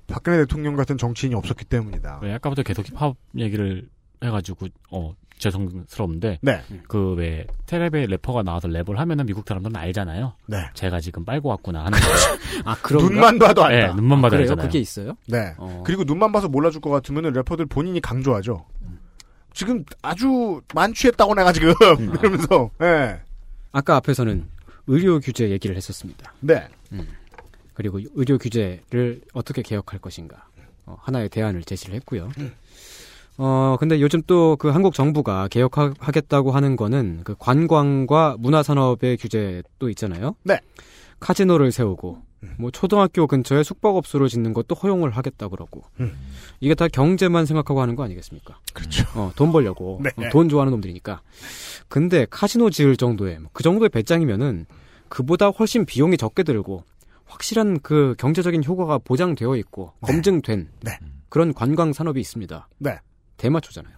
[SPEAKER 2] 박근혜 대통령 같은 정치인이 없었기 때문이다.
[SPEAKER 4] 왜 아까부터 계속 힙합 얘기를 해가지고, 어, 죄송스러운데.
[SPEAKER 2] 네.
[SPEAKER 4] 그 왜, 테레비에 래퍼가 나와서 랩을 하면은 미국 사람들은 알잖아요.
[SPEAKER 2] 네.
[SPEAKER 4] 제가 지금 빨고 왔구나 하는 거죠.
[SPEAKER 8] 아,
[SPEAKER 2] 그런가? 눈만 봐도 안다.
[SPEAKER 4] 네, 눈만 봐도
[SPEAKER 8] 그래요?
[SPEAKER 4] 알잖아요.
[SPEAKER 8] 그게 있어요?
[SPEAKER 2] 네.
[SPEAKER 8] 어.
[SPEAKER 2] 그리고 눈만 봐서 몰라줄 것 같으면 래퍼들 본인이 강조하죠. 지금 아주 만취했다고 내가 지금 이러면서 예.
[SPEAKER 8] 아까 앞에서는 의료 규제 얘기를 했었습니다.
[SPEAKER 2] 네.
[SPEAKER 8] 그리고 의료 규제를 어떻게 개혁할 것인가 어, 하나의 대안을 제시를 했고요. 어 근데 요즘 또 그 한국 정부가 개혁하겠다고 하는 거는 그 관광과 문화 산업의 규제 또 있잖아요.
[SPEAKER 2] 네. 음.
[SPEAKER 8] 카지노를 세우고 뭐 초등학교 근처에 숙박업소를 짓는 것도 허용을 하겠다 그러고 이게 다 경제만 생각하고 하는 거 아니겠습니까?
[SPEAKER 2] 음. 그렇죠.
[SPEAKER 8] 어, 돈 벌려고
[SPEAKER 2] 네.
[SPEAKER 8] 어, 돈 좋아하는 놈들이니까. 근데 카지노 지을 정도의 뭐그 정도의 배짱이면은 그보다 훨씬 비용이 적게 들고 확실한 그 경제적인 효과가 보장되어 있고 검증된
[SPEAKER 2] 네.
[SPEAKER 8] 그런 관광 산업이 있습니다.
[SPEAKER 2] 네.
[SPEAKER 8] 대마초잖아요.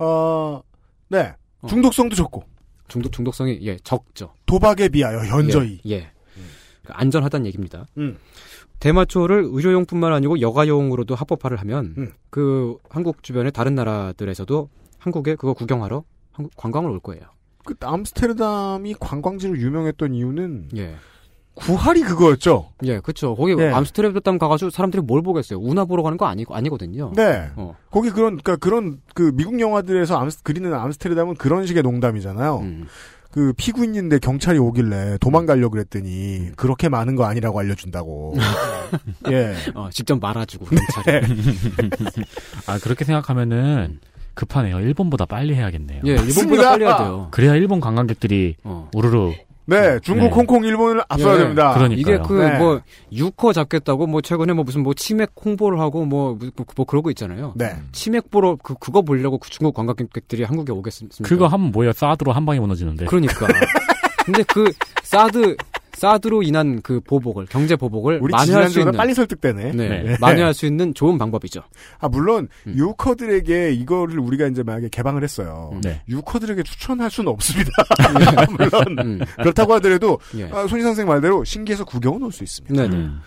[SPEAKER 2] 어, 네. 중독성도 적고.
[SPEAKER 8] 중독 중독성이 예 적죠.
[SPEAKER 2] 도박에 비하여 현저히.
[SPEAKER 8] 예. 예. 그러니까 안전하다는 얘기입니다.
[SPEAKER 2] 음.
[SPEAKER 8] 대마초를 의료용뿐만 아니고 여가용으로도 합법화를 하면
[SPEAKER 2] 음.
[SPEAKER 8] 그 한국 주변의 다른 나라들에서도 한국에 그거 구경하러 한국 관광을 올 거예요.
[SPEAKER 2] 그 암스테르담이 관광지로 유명했던 이유는
[SPEAKER 8] 예.
[SPEAKER 2] 구할이 그거였죠.
[SPEAKER 8] 예, 그렇죠. 거기
[SPEAKER 2] 예.
[SPEAKER 8] 암스테르담 가가지고 사람들이 뭘 보겠어요? 운하 보러 가는 거 아니 아니거든요.
[SPEAKER 2] 네.
[SPEAKER 8] 어.
[SPEAKER 2] 거기 그런 그러니까 그런 그 미국 영화들에서 암스, 그리는 암스테르담은 그런 식의 농담이잖아요.
[SPEAKER 8] 음.
[SPEAKER 2] 그 피구인인데 경찰이 오길래 도망가려 그랬더니 그렇게 많은 거 아니라고 알려준다고. 예.
[SPEAKER 8] 어, 직접 말아주고
[SPEAKER 2] 네.
[SPEAKER 8] 경찰에.
[SPEAKER 4] 아, 그렇게 생각하면은 급하네요. 일본보다 빨리 해야겠네요.
[SPEAKER 8] 음. 예, 일본보다 빨리 해야
[SPEAKER 2] 아,
[SPEAKER 8] 돼요. 어.
[SPEAKER 4] 그래야 일본 관광객들이
[SPEAKER 2] 그
[SPEAKER 4] 우르르.
[SPEAKER 8] 그러니까.
[SPEAKER 2] 네, 중국,
[SPEAKER 4] 네.
[SPEAKER 2] 홍콩, 일본을 앞서야
[SPEAKER 8] 예.
[SPEAKER 2] 됩니다.
[SPEAKER 8] 이게 그
[SPEAKER 2] 네.
[SPEAKER 8] 뭐 유커 잡겠다고 뭐 최근에 뭐 무슨 뭐 치맥 홍보를 하고 뭐 뭐 그러고 있잖아요.
[SPEAKER 2] 네.
[SPEAKER 8] 치맥 보러 그 그거 보려고 그 중국 관광객들이 한국에 오겠습니까?
[SPEAKER 4] 그거 하면 네. 뭐예요? 사드로 한 방에 무너지는데.
[SPEAKER 8] 그러니까. 근데 그 사드 사드로 인한 그 보복을 경제 보복을
[SPEAKER 2] 우리
[SPEAKER 8] 만회할 수
[SPEAKER 2] 지난주에
[SPEAKER 8] 있는
[SPEAKER 2] 빨리 설득되네.
[SPEAKER 8] 네, 만회할 수 있는 좋은 방법이죠.
[SPEAKER 2] 아 물론 유커들에게 이거를 우리가 이제 만약에 개방을 했어요.
[SPEAKER 4] 네.
[SPEAKER 2] 유커들에게 추천할 수는 없습니다. 물론 그렇다고 하더라도
[SPEAKER 8] 음, 예.
[SPEAKER 2] 아, 손희 선생 말대로 신기해서 구경은 올 수 있습니다.
[SPEAKER 8] 네네.
[SPEAKER 4] 음.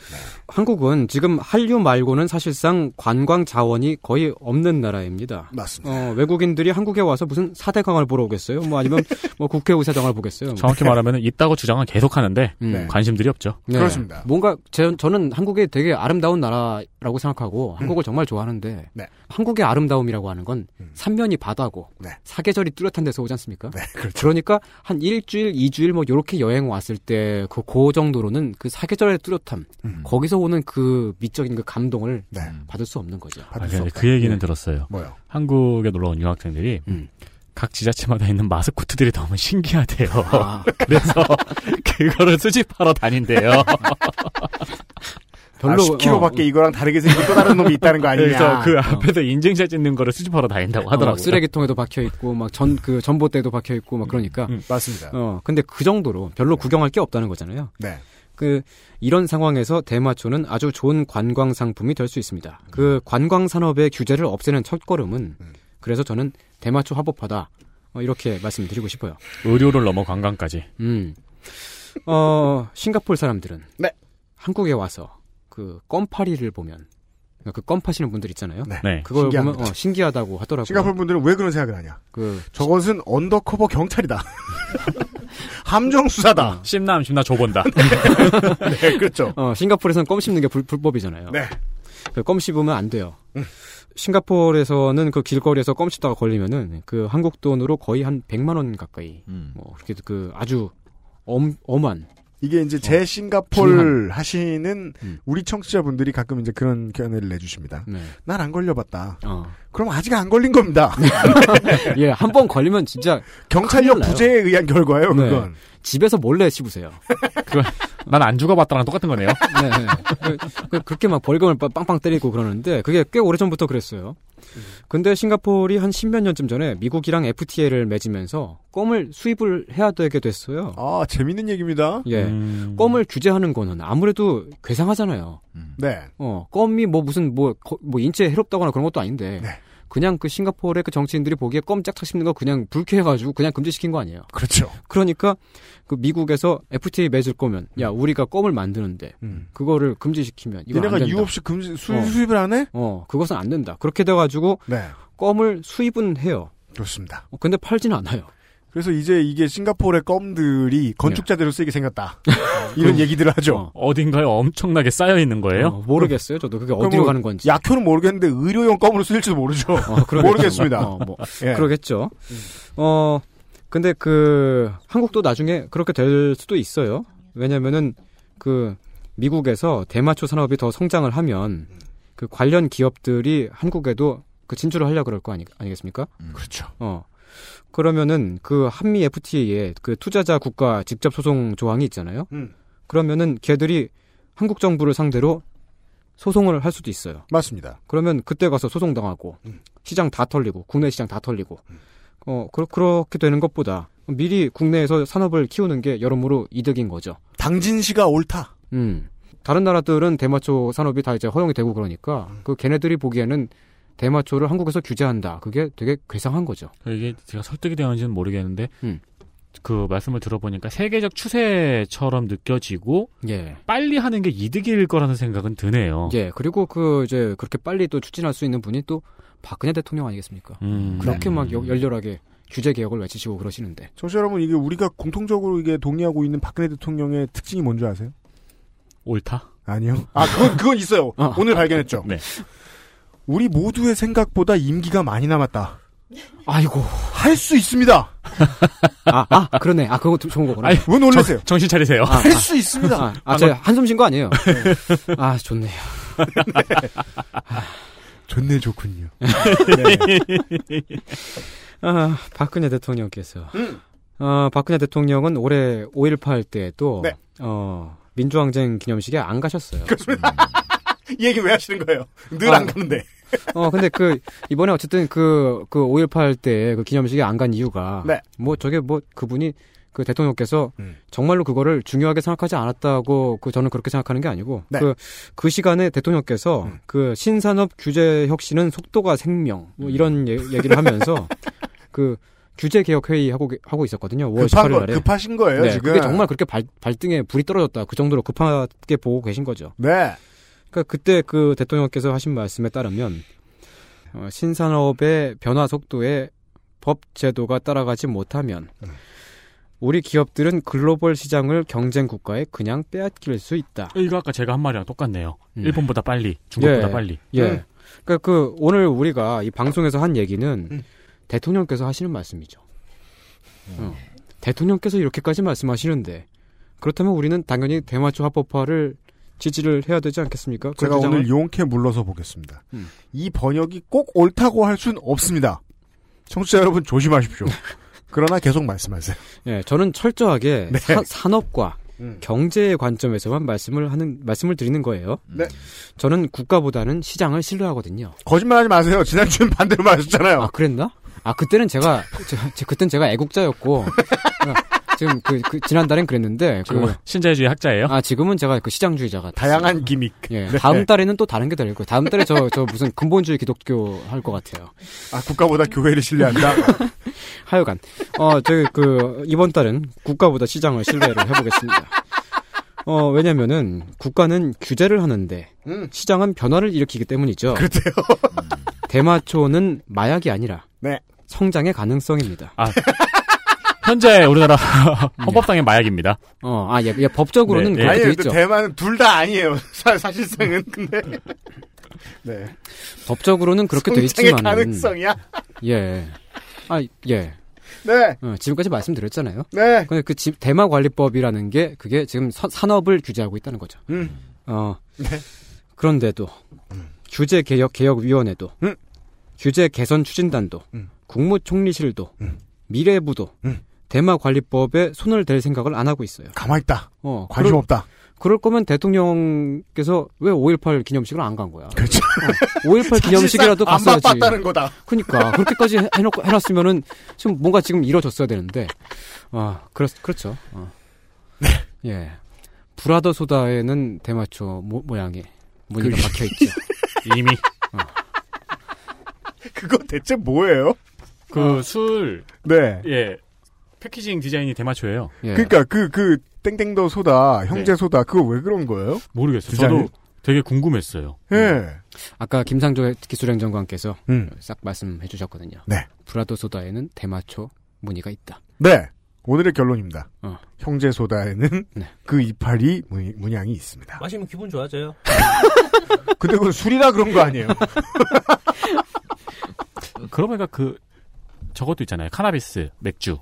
[SPEAKER 8] 한국은 지금 한류 말고는 사실상 관광 자원이 거의 없는 나라입니다.
[SPEAKER 2] 맞습니다.
[SPEAKER 8] 어, 외국인들이 한국에 와서 무슨 사대강을 보러 오겠어요? 뭐 아니면 뭐 국회의사당을 보겠어요?
[SPEAKER 4] 정확히 말하면 있다고 주장은 계속 하는데 네. 관심들이 없죠.
[SPEAKER 8] 네. 그렇습니다. 뭔가 제, 저는 한국이 되게 아름다운 나라라고 생각하고 한국을 정말 좋아하는데 한국의 아름다움이라고 하는 건 음. 삼면이 바다고 사계절이 뚜렷한 데서 오지 않습니까?
[SPEAKER 2] 그렇죠.
[SPEAKER 8] 그러니까한 일주일, 이주일 뭐 요렇게 여행 왔을 때 그 고 정도로는 그 사계절의 뚜렷함 음. 거기서 오는 그 미적인 그 감동을 받을 수 네. 없는 거죠.
[SPEAKER 4] 아, 그 얘기는 들었어요.
[SPEAKER 2] 네. 예. 뭐요?
[SPEAKER 4] 한국에 놀러 온 유학생들이 음. 각 지자체마다 있는 마스코트들이 너무 신기하대요. 아. 그래서 그거를 수집하러 다니는데요
[SPEAKER 2] 별로 아, 10kg밖에 어, 이거랑 다르게 생긴 또 다른 놈이 있다는 거 아니냐?
[SPEAKER 4] 그래서 그 앞에서 어. 인증샷 찍는 거를 수집하러 다닌다고 하더라고요. 어,
[SPEAKER 8] 쓰레기통에도 박혀 있고 막 전 그 전봇대도 박혀 있고 막 그러니까 음, 음.
[SPEAKER 2] 맞습니다.
[SPEAKER 8] 어 근데 그 정도로 별로 네. 구경할 게 없다는 거잖아요.
[SPEAKER 2] 네.
[SPEAKER 8] 그 이런 상황에서 대마초는 아주 좋은 관광 상품이 될 수 있습니다. 음. 그 관광 산업의 규제를 없애는 첫걸음은 그래서 저는 대마초 합법화다 어, 이렇게 말씀드리고 싶어요.
[SPEAKER 4] 의료를 넘어 관광까지.
[SPEAKER 8] 음. 어 싱가폴 사람들은
[SPEAKER 2] 네.
[SPEAKER 8] 한국에 와서 그 껌파리를 보면 그 껌파시는 분들 있잖아요.
[SPEAKER 4] 네.
[SPEAKER 8] 그걸 신기합니다. 보면 어, 신기하다고 하더라고요.
[SPEAKER 2] 싱가포르 분들은 왜 그런 생각을 하냐?
[SPEAKER 8] 그
[SPEAKER 2] 저것은 언더커버 경찰이다. 함정 수사다. 어.
[SPEAKER 4] 심남 심나 줘본다.
[SPEAKER 2] 네, 그렇죠.
[SPEAKER 8] 어, 싱가포르에서는 껌 씹는 게 불, 불법이잖아요.
[SPEAKER 2] 네.
[SPEAKER 8] 그 껌 씹으면 안 돼요. 음. 싱가포르에서는 그 길거리에서 껌 씹다가 걸리면은 그 한국 돈으로 거의 한 100만 원 가까이 음. 뭐 그렇게 그 아주 엄 엄한
[SPEAKER 2] 이게 이제 제 싱가폴 어, 하시는 음. 우리 청취자분들이 가끔 이제 그런 견해를 내주십니다.
[SPEAKER 8] 음.
[SPEAKER 2] 네. 난안 걸려봤다. 어. 그럼 아직 안 걸린 겁니다.
[SPEAKER 8] 예, 한 번 걸리면 진짜
[SPEAKER 2] 경찰력 부재에 의한 결과예요. 그건 네.
[SPEAKER 8] 집에서 몰래 씹으세요.
[SPEAKER 4] 난안 죽어봤다랑 똑같은 거네요.
[SPEAKER 8] 네, 네. 그렇게 막 벌금을 빵빵 때리고 그러는데 그게 꽤 오래 전부터 그랬어요. 근데 싱가폴이 한 십몇 년쯤 전에 미국이랑 FTA를 맺으면서 껌을 수입을 해야 되게 됐어요.
[SPEAKER 2] 아, 재밌는 얘기입니다.
[SPEAKER 8] 예. 음... 껌을 규제하는 거는 아무래도 괴상하잖아요.
[SPEAKER 2] 음. 네.
[SPEAKER 8] 어, 껌이 뭐 무슨 뭐, 뭐 인체에 해롭다거나 그런 것도 아닌데. 네. 그냥 그 싱가포르의 그 정치인들이 보기에 껌 짝짝 씹는 거 그냥 불쾌해가지고 그냥 금지시킨 거 아니에요.
[SPEAKER 2] 그렇죠.
[SPEAKER 8] 그러니까 그 미국에서 FTA 맺을 거면 야
[SPEAKER 2] 음.
[SPEAKER 8] 우리가 껌을 만드는데 음. 그거를 금지시키면 이거
[SPEAKER 2] 얘네가
[SPEAKER 8] 안 된다.
[SPEAKER 2] 이유 없이 금지 수, 어. 수입을 안 해?
[SPEAKER 8] 어 그것은 안 된다. 그렇게 돼가지고
[SPEAKER 2] 네.
[SPEAKER 8] 껌을 수입은 해요.
[SPEAKER 2] 그렇습니다.
[SPEAKER 8] 어, 근데 팔지는 않아요.
[SPEAKER 2] 그래서 이제 이게 싱가포르의 껌들이 건축자대로 쓰이게 생겼다. 이런 얘기들을 하죠.
[SPEAKER 4] 어. 딘가에 엄청나게 쌓여 있는 거예요? 어,
[SPEAKER 8] 모르겠어요. 저도 그게 어디로 뭐 가는 건지.
[SPEAKER 2] 약효는 모르겠는데 의료용 껌으로 쓰일지도 모르죠. 어, 모르겠습니다.
[SPEAKER 8] 어, 뭐. 예. 그러겠죠. 어, 근데 그 한국도 나중에 그렇게 될 수도 있어요. 왜냐면은 그 미국에서 대마초 산업이 더 성장을 하면 그 관련 기업들이 한국에도 그 진출을 하려 그럴 거 아니, 아니겠습니까?
[SPEAKER 2] 음, 그렇죠.
[SPEAKER 8] 어. 그러면은 그 한미 FTA에 그 투자자 국가 직접 소송 조항이 있잖아요.
[SPEAKER 2] 음.
[SPEAKER 8] 그러면은 걔들이 한국 정부를 상대로 소송을 할 수도 있어요.
[SPEAKER 2] 맞습니다.
[SPEAKER 8] 그러면 그때 가서 소송 당하고 음. 시장 다 털리고 국내 시장 다 털리고 음. 어 그러, 그렇게 되는 것보다 미리 국내에서 산업을 키우는 게 여러모로 이득인 거죠.
[SPEAKER 2] 당진시가 옳다.
[SPEAKER 8] 음. 다른 나라들은 대마초 산업이 다 이제 허용이 되고 그러니까 그 걔네들이 보기에는 대마초를 한국에서 규제한다. 그게 되게 괴상한 거죠.
[SPEAKER 4] 이게 제가 설득이 되는지는 모르겠는데 음. 그 말씀을 들어보니까 세계적 추세처럼 느껴지고
[SPEAKER 8] 예.
[SPEAKER 4] 빨리 하는 게 이득일 거라는 생각은 드네요.
[SPEAKER 8] 예. 그리고 그 이제 그렇게 빨리 또 추진할 수 있는 분이 또 박근혜 대통령 아니겠습니까?
[SPEAKER 4] 음,
[SPEAKER 8] 그렇게 네. 막 열렬하게 규제 개혁을 외치시고 그러시는데.
[SPEAKER 2] 청취자 여러분 이게 우리가 공통적으로 이게 동의하고 있는 박근혜 대통령의 특징이 뭔지 아세요?
[SPEAKER 4] 옳다?
[SPEAKER 2] 아니요. 아 그건 그건 있어요. 어. 오늘 발견했죠.
[SPEAKER 4] 네.
[SPEAKER 2] 우리 모두의 생각보다 임기가 많이 남았다.
[SPEAKER 8] 아이고
[SPEAKER 2] 할 수 있습니다.
[SPEAKER 8] 아, 아, 그러네. 아 그거 좋은 거구나.
[SPEAKER 2] 아니, 왜 놀라세요?
[SPEAKER 4] 정, 신 차리세요.
[SPEAKER 2] 아, 할수 아, 있습니다. 아,
[SPEAKER 8] 아 제가 한숨 쉰 거 아니에요. 네. 아 좋네요.
[SPEAKER 2] 네. 좋네 좋군요. 네.
[SPEAKER 8] 아 박근혜 대통령께서 음. 어, 박근혜 대통령은 올해 5.18 때에도
[SPEAKER 2] 네.
[SPEAKER 8] 어, 민주항쟁 기념식에 안 가셨어요.
[SPEAKER 2] 이 얘기 왜 하시는 거예요? 늘안 아, 가는데.
[SPEAKER 8] 어, 근데 그, 이번에 어쨌든 그, 그 5.18 때 그 기념식에 안 간 이유가.
[SPEAKER 2] 네.
[SPEAKER 8] 뭐 저게 뭐 그분이 그 대통령께서 음. 정말로 그거를 중요하게 생각하지 않았다고 그 저는 그렇게 생각하는 게 아니고.
[SPEAKER 2] 네.
[SPEAKER 8] 그, 그 시간에 대통령께서 음. 그 신산업 규제 혁신은 속도가 생명. 뭐 이런 예, 얘기를 하면서 그 규제 개혁 회의 하고 하고 있었거든요. 5월 18일 날에
[SPEAKER 2] 급하신 거예요
[SPEAKER 8] 뭐 네,
[SPEAKER 2] 지금.
[SPEAKER 8] 그게 정말 그렇게 발, 발등에 불이 떨어졌다. 그 정도로 급하게 보고 계신 거죠.
[SPEAKER 2] 네.
[SPEAKER 8] 그러니까 그때 그 대통령께서 하신 말씀에 따르면 어,
[SPEAKER 2] 네.
[SPEAKER 8] 신산업의 변화 속도에 법 제도가 따라가지 못하면 우리 기업들은 글로벌 시장을 경쟁 국가에 그냥 빼앗길 수 있다.
[SPEAKER 4] 이거 아까 제가 한 말이랑 똑같네요. 음. 일본보다 빨리, 중국보다
[SPEAKER 8] 예,
[SPEAKER 4] 빨리.
[SPEAKER 8] 예.
[SPEAKER 2] 네.
[SPEAKER 8] 그러니까 그 오늘 우리가 이 방송에서 한 얘기는
[SPEAKER 2] 음.
[SPEAKER 8] 대통령께서 하시는 말씀이죠. 어. 대통령께서 이렇게까지 말씀하시는데 그렇다면 우리는 당연히 대마초 합법화를 지지를 해야 되지 않겠습니까?
[SPEAKER 2] 제가
[SPEAKER 8] 그 주장을- 음.
[SPEAKER 2] 오늘 용케 물러서 보겠습니다. 이 번역이 꼭 옳다고 할 순 없습니다. 청취자 여러분 조심하십시오. 그러나 계속 말씀하세요.
[SPEAKER 8] 예, 저는 철저하게
[SPEAKER 2] 네.
[SPEAKER 8] 사- 산업과
[SPEAKER 2] 음.
[SPEAKER 8] 경제의 관점에서만 말씀을 하는 말씀을 드리는 거예요.
[SPEAKER 2] 네.
[SPEAKER 8] 저는 국가보다는 시장을 신뢰하거든요.
[SPEAKER 2] 거짓말하지 마세요. 지난주엔 반대로 말하셨잖아요.
[SPEAKER 8] 아 그랬나? 아 그때는 제가 제- 제- 그땐 제가 애국자였고 아, 지금 그, 그 지난달엔 그랬는데
[SPEAKER 4] 지금 신자유주의 학자예요?
[SPEAKER 8] 어. 아 지금은 제가 그 시장주의자가
[SPEAKER 2] 다양한 기믹.
[SPEAKER 8] 예,
[SPEAKER 2] 네.
[SPEAKER 8] 다음 달에는 또 다른 게 될 거예요. 다음 달에 저 저 무슨 근본주의 기독교 할 것 같아요.
[SPEAKER 2] 아, 국가보다 교회를 신뢰한다.
[SPEAKER 8] 하여간 어 저기 그 이번 달은 국가보다 시장을 신뢰를 해보겠습니다. 어 왜냐면은 국가는 규제를 하는데
[SPEAKER 2] 음.
[SPEAKER 8] 시장은 변화를 일으키기 때문이죠.
[SPEAKER 2] 그렇대요.
[SPEAKER 4] 음.
[SPEAKER 8] 대마초는 마약이 아니라
[SPEAKER 2] 네.
[SPEAKER 8] 성장의 가능성입니다.
[SPEAKER 4] 아, 현재 우리나라 헌법상의 마약입니다.
[SPEAKER 8] 어, 아, 예, 예, 법적으로는
[SPEAKER 4] 네, 예.
[SPEAKER 8] 그렇게 돼
[SPEAKER 4] 아니,
[SPEAKER 8] 있죠.
[SPEAKER 2] 대만은 둘 다 아니에요. 사, 사실상은 근데 네.
[SPEAKER 8] 법적으로는 그렇게 돼
[SPEAKER 2] 성장의
[SPEAKER 8] 있지만
[SPEAKER 2] 가능성이야.
[SPEAKER 8] 예, 아, 예.
[SPEAKER 2] 네.
[SPEAKER 8] 어, 지금까지 말씀드렸잖아요.
[SPEAKER 2] 네.
[SPEAKER 8] 근데 그 지- 대마 관리법이라는 게 그게 지금 서- 산업을 규제하고 있다는 거죠.
[SPEAKER 2] 음.
[SPEAKER 8] 어.
[SPEAKER 2] 네.
[SPEAKER 8] 그런데도 규제 개혁 개혁 위원회도 규제 개선 추진단도
[SPEAKER 2] 음.
[SPEAKER 8] 국무총리실도 미래부도 대마 관리법에 손을 댈 생각을 안 하고 있어요.
[SPEAKER 2] 가만히 있다.
[SPEAKER 8] 어,
[SPEAKER 2] 관심
[SPEAKER 8] 그럴-
[SPEAKER 2] 없다.
[SPEAKER 8] 그럴 거면 대통령께서 왜 5.18 기념식을 안 간 거야?
[SPEAKER 2] 그렇죠.
[SPEAKER 8] 5.18 기념식이라도
[SPEAKER 2] 안
[SPEAKER 8] 갔어야지.
[SPEAKER 2] 바빴다는 거다.
[SPEAKER 8] 그러니까 그렇게까지 해- 해놓고 해놨으면은 지금 뭔가 지금 이뤄졌어야 되는데 아 그렇 그렇죠. 어.
[SPEAKER 2] 네.
[SPEAKER 8] 예 브라더 소다에는 대마초 모, 모양의 무늬가
[SPEAKER 4] 그-
[SPEAKER 8] 박혀 있죠.
[SPEAKER 4] 이미.
[SPEAKER 2] 그거 대체 뭐예요?
[SPEAKER 4] 그
[SPEAKER 8] 아.
[SPEAKER 4] 술.
[SPEAKER 2] 네.
[SPEAKER 4] 예. 패키징 디자인이 대마초예요.
[SPEAKER 2] 그러니까 그 그 땡땡더 소다 형제
[SPEAKER 4] 네.
[SPEAKER 2] 소다 그거 왜 그런 거예요?
[SPEAKER 4] 모르겠어요.
[SPEAKER 2] 디자인?
[SPEAKER 4] 저도 되게 궁금했어요.
[SPEAKER 2] 예.
[SPEAKER 8] 아까 김상조 기술행정관께서
[SPEAKER 2] 음.
[SPEAKER 8] 싹 말씀해 주셨거든요.
[SPEAKER 2] 네.
[SPEAKER 8] 브라더 소다에는 대마초 무늬가 있다.
[SPEAKER 2] 네. 오늘의 결론입니다.
[SPEAKER 8] 어.
[SPEAKER 2] 형제 소다에는 그 이파리 문- 문양이 있습니다.
[SPEAKER 19] 마시면 기분 좋아져요.
[SPEAKER 2] 근데 그건 술이라 그런 거 아니에요?
[SPEAKER 4] 그러니까 그 저것도 있잖아요. 카나비스 맥주.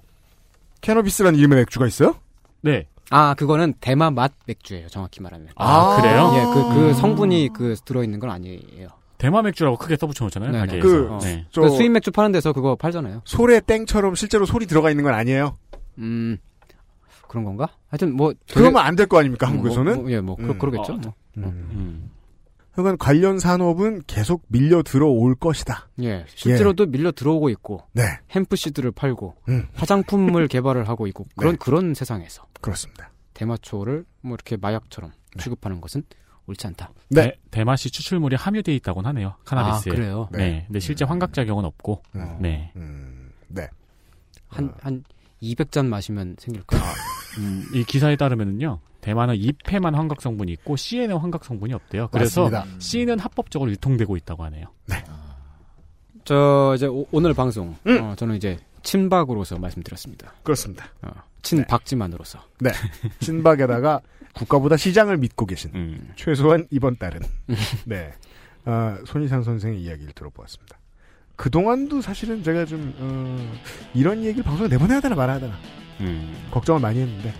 [SPEAKER 2] 캐너비스라는 이름의 맥주가 있어요?
[SPEAKER 4] 네.
[SPEAKER 8] 아 그거는 대마 맛 맥주예요. 정확히 말하면.
[SPEAKER 4] 아, 그래요?
[SPEAKER 8] 예, 그 그
[SPEAKER 4] 음.
[SPEAKER 8] 성분이 그 들어있는 건 아니에요.
[SPEAKER 4] 대마 맥주라고 크게 써붙여놓잖아요.
[SPEAKER 8] 네네.
[SPEAKER 4] 가게에서.
[SPEAKER 2] 그,
[SPEAKER 4] 네.
[SPEAKER 2] 저,
[SPEAKER 8] 그 수입 맥주 파는 데서 그거 팔잖아요.
[SPEAKER 2] 솔의 땡처럼 실제로 솔이 들어가 있는 건 아니에요?
[SPEAKER 8] 음, 그런 건가? 하여튼 뭐 되게-
[SPEAKER 2] 그러면 안 될 거 아닙니까, 한국에서는?
[SPEAKER 8] 뭐, 뭐, 예, 뭐 그러,
[SPEAKER 2] 음.
[SPEAKER 8] 그러겠죠.
[SPEAKER 2] 어.
[SPEAKER 8] 뭐.
[SPEAKER 2] 하여간 관련 산업은 계속 밀려 들어올 것이다.
[SPEAKER 8] 예, 실제로도 밀려 들어오고 있고
[SPEAKER 2] 네.
[SPEAKER 8] 햄프 씨드를 팔고
[SPEAKER 2] 음. 네.
[SPEAKER 8] 화장품을 개발을 하고 있고 그런 그런 세상에서
[SPEAKER 2] 그렇습니다.
[SPEAKER 8] 대마초를 뭐 이렇게 마약처럼
[SPEAKER 2] 네.
[SPEAKER 8] 취급하는 것은 옳지 않다.
[SPEAKER 4] 대- 대마시 추출물이 함유되어 있다곤 하네요. 카나비스에.
[SPEAKER 8] 네. 아, 그래요?
[SPEAKER 4] 네.
[SPEAKER 8] 네.
[SPEAKER 4] 근데 실제 환각작용은 없고. 네.
[SPEAKER 2] 음, 아.
[SPEAKER 8] 한 한 200잔 마시면 생길 거야.
[SPEAKER 4] 음, 이 기사에 따르면은요. 대만은 2패만 환각 성분이 있고 C에는 환각 성분이 없대요. 그래서
[SPEAKER 8] 맞습니다.
[SPEAKER 4] C는 합법적으로 유통되고 있다고 하네요.
[SPEAKER 8] 저 이제 오, 늘 방송
[SPEAKER 2] 음.
[SPEAKER 8] 어, 저는 이제 친박으로서 말씀드렸습니다.
[SPEAKER 2] 그렇습니다.
[SPEAKER 8] 어, 친박지만으로서.
[SPEAKER 2] 네. 친박에다가 국가보다 시장을 믿고
[SPEAKER 8] 네.
[SPEAKER 2] 계신 최소한 이번 달은
[SPEAKER 8] 음.
[SPEAKER 2] 네 아, 손희상 선생의 이야기를 들어보았습니다. 그 동안도 사실은 제가 좀 어, 이런 얘기를 방송에 내보내야 되나 말아야 되나 걱정을 많이 했는데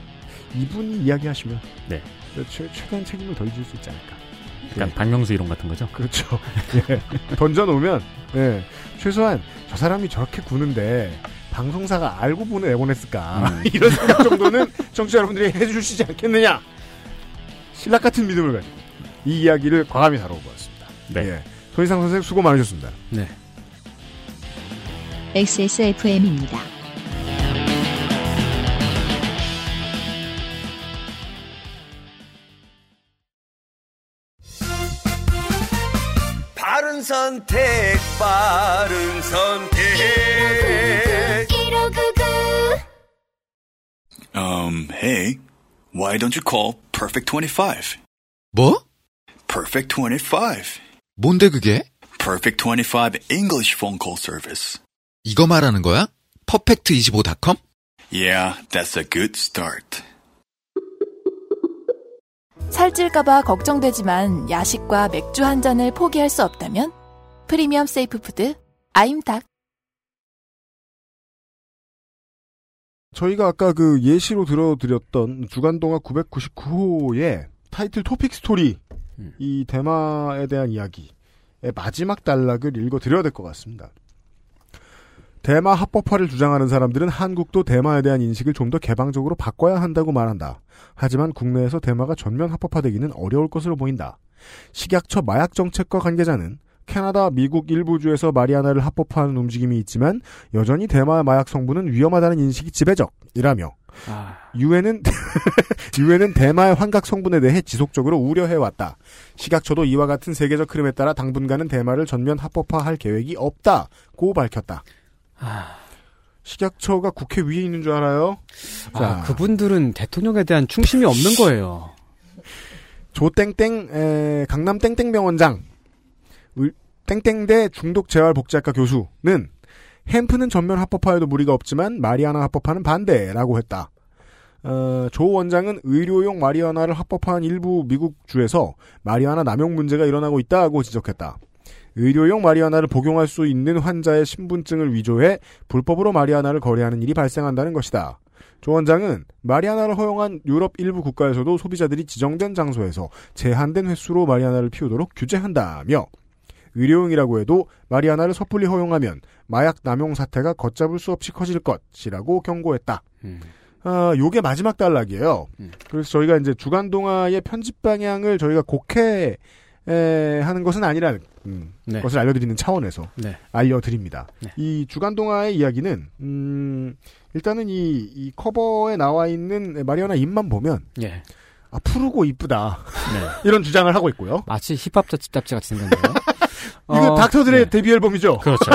[SPEAKER 2] 이분이 이야기하시면
[SPEAKER 4] 네.
[SPEAKER 2] 최, 최대한 책임을 덜 질 수 있지 않을까.
[SPEAKER 4] 약간 그러니까 박명수 이론 같은 거죠?
[SPEAKER 2] 그렇죠. 예. 던져놓으면 예. 최소한 저 사람이 저렇게 구는데 방송사가 알고 보내 내보냈을까 이런 생각 정도는 청취자 여러분들이 해주시지 않겠느냐 신락 같은 믿음을 가지고 이 이야기를 과감히 다뤄보았습니다.
[SPEAKER 4] 네.
[SPEAKER 2] 예. 손희상 선생 수고 많으셨습니다.
[SPEAKER 8] 네.
[SPEAKER 1] XSFM입니다.
[SPEAKER 7] 바른 선택, 바른 선택.
[SPEAKER 10] Um, hey, why don't you call Perfect 25?
[SPEAKER 5] 뭐?
[SPEAKER 10] Perfect 25.
[SPEAKER 5] 뭔데 그게?
[SPEAKER 10] Perfect 25 English phone call service.
[SPEAKER 5] 이거 말하는 거야? 퍼펙트25.com?
[SPEAKER 20] Yeah, that's a good start.
[SPEAKER 9] 살찔까봐 걱정되지만 야식과 맥주 한 잔을 포기할 수 없다면 프리미엄 세이프 푸드 아임닭
[SPEAKER 2] 저희가 아까 그 예시로 들어드렸던 주간동화 999호의 타이틀 토픽 스토리 이 대마에 대한 이야기의 마지막 단락을 읽어드려야 될 것 같습니다. 대마 합법화를 주장하는 사람들은 한국도 대마에 대한 인식을 좀 더 개방적으로 바꿔야 한다고 말한다. 하지만 국내에서 대마가 전면 합법화되기는 어려울 것으로 보인다. 식약처 마약 정책과 관계자는 캐나다, 미국 일부 주에서 마리아나를 합법화하는 움직임이 있지만 여전히 대마 마약 성분은 위험하다는 인식이 지배적이라며
[SPEAKER 4] 아.
[SPEAKER 2] 유엔은 유엔은 대마의 환각 성분에 대해 지속적으로 우려해 왔다. 식약처도 이와 같은 세계적 흐름에 따라 당분간은 대마를 전면 합법화할 계획이 없다고 밝혔다. 아. 식약처가 국회 위에 있는 줄 알아요?
[SPEAKER 8] 아, 그분들은 대통령에 대한 충심이 없는 거예요.
[SPEAKER 2] 조땡땡 에, 강남 땡땡병원장 을- 땡땡대 중독재활복지학과 교수는 햄프는 전면 합법화에도 무리가 없지만 마리아나 합법화는 반대라고 했다. 어, 조 원장은 의료용 마리아나를 합법화한 일부 미국 주에서 마리아나 남용 문제가 일어나고 있다고 지적했다. 의료용 마리아나를 복용할 수 있는 환자의 신분증을 위조해 불법으로 마리아나를 거래하는 일이 발생한다는 것이다. 조 원장은 마리아나를 허용한 유럽 일부 국가에서도 소비자들이 지정된 장소에서 제한된 횟수로 마리아나를 피우도록 규제한다며 의료용이라고 해도 마리아나를 섣불리 허용하면 마약 남용 사태가 걷잡을 수 없이 커질 것이라고 경고했다. 아, 요게 마지막 단락이에요. 그래서 저희가 이제 주간 동화의 편집 방향을 저희가 곡해 에, 하는 것은 아니라는 음,
[SPEAKER 8] 네.
[SPEAKER 2] 것을 알려드리는 차원에서
[SPEAKER 8] 네.
[SPEAKER 2] 알려드립니다. 이 주간 동화의 이야기는 음, 일단은 이, 이 커버에 나와 있는 마리아나 입만 보면
[SPEAKER 8] 예.
[SPEAKER 2] 아, 푸르고 이쁘다 이런 주장을 하고 있고요.
[SPEAKER 8] 마치 힙합 잡지 같이 생겼네요.
[SPEAKER 2] 이거
[SPEAKER 8] 어,
[SPEAKER 2] 닥터들의 데뷔 앨범이죠.
[SPEAKER 4] 그렇죠.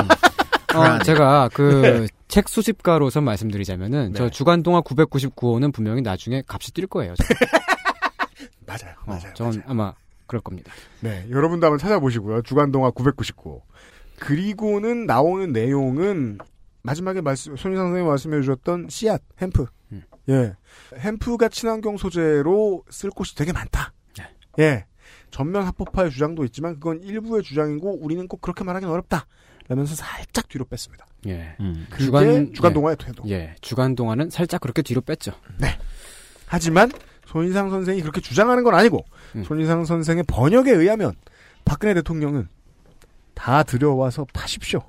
[SPEAKER 8] 어, 제가
[SPEAKER 2] 네.
[SPEAKER 8] 그 책 수집가로서 말씀드리자면은 저 주간 동화 999호는 분명히 나중에 값이 뛸 거예요.
[SPEAKER 2] 맞아요.
[SPEAKER 8] 맞아요. 어, 전 아마 그럴 겁니다.
[SPEAKER 2] 네, 여러분도 한번 찾아보시고요. 주간동화 999. 그리고는 나오는 내용은 마지막에 말씀 손희상 선생님 말씀해 주셨던 씨앗 햄프. 예, 햄프가 친환경 소재로 쓸 곳이 되게 많다. 예, 전면 합법화의 주장도 있지만 그건 일부의 주장이고 우리는 꼭 그렇게 말하기는 어렵다. 라면서 살짝 뒤로 뺐습니다.
[SPEAKER 8] 예.
[SPEAKER 2] 그게 주간 네. 동화의 태도.
[SPEAKER 8] 예. 주간 동화는 살짝 그렇게 뒤로 뺐죠.
[SPEAKER 2] 네. 하지만 손희상 선생이 그렇게 주장하는 건 아니고 손희상 선생의 번역에 의하면 박근혜 대통령은 다 들여와서 파십시오.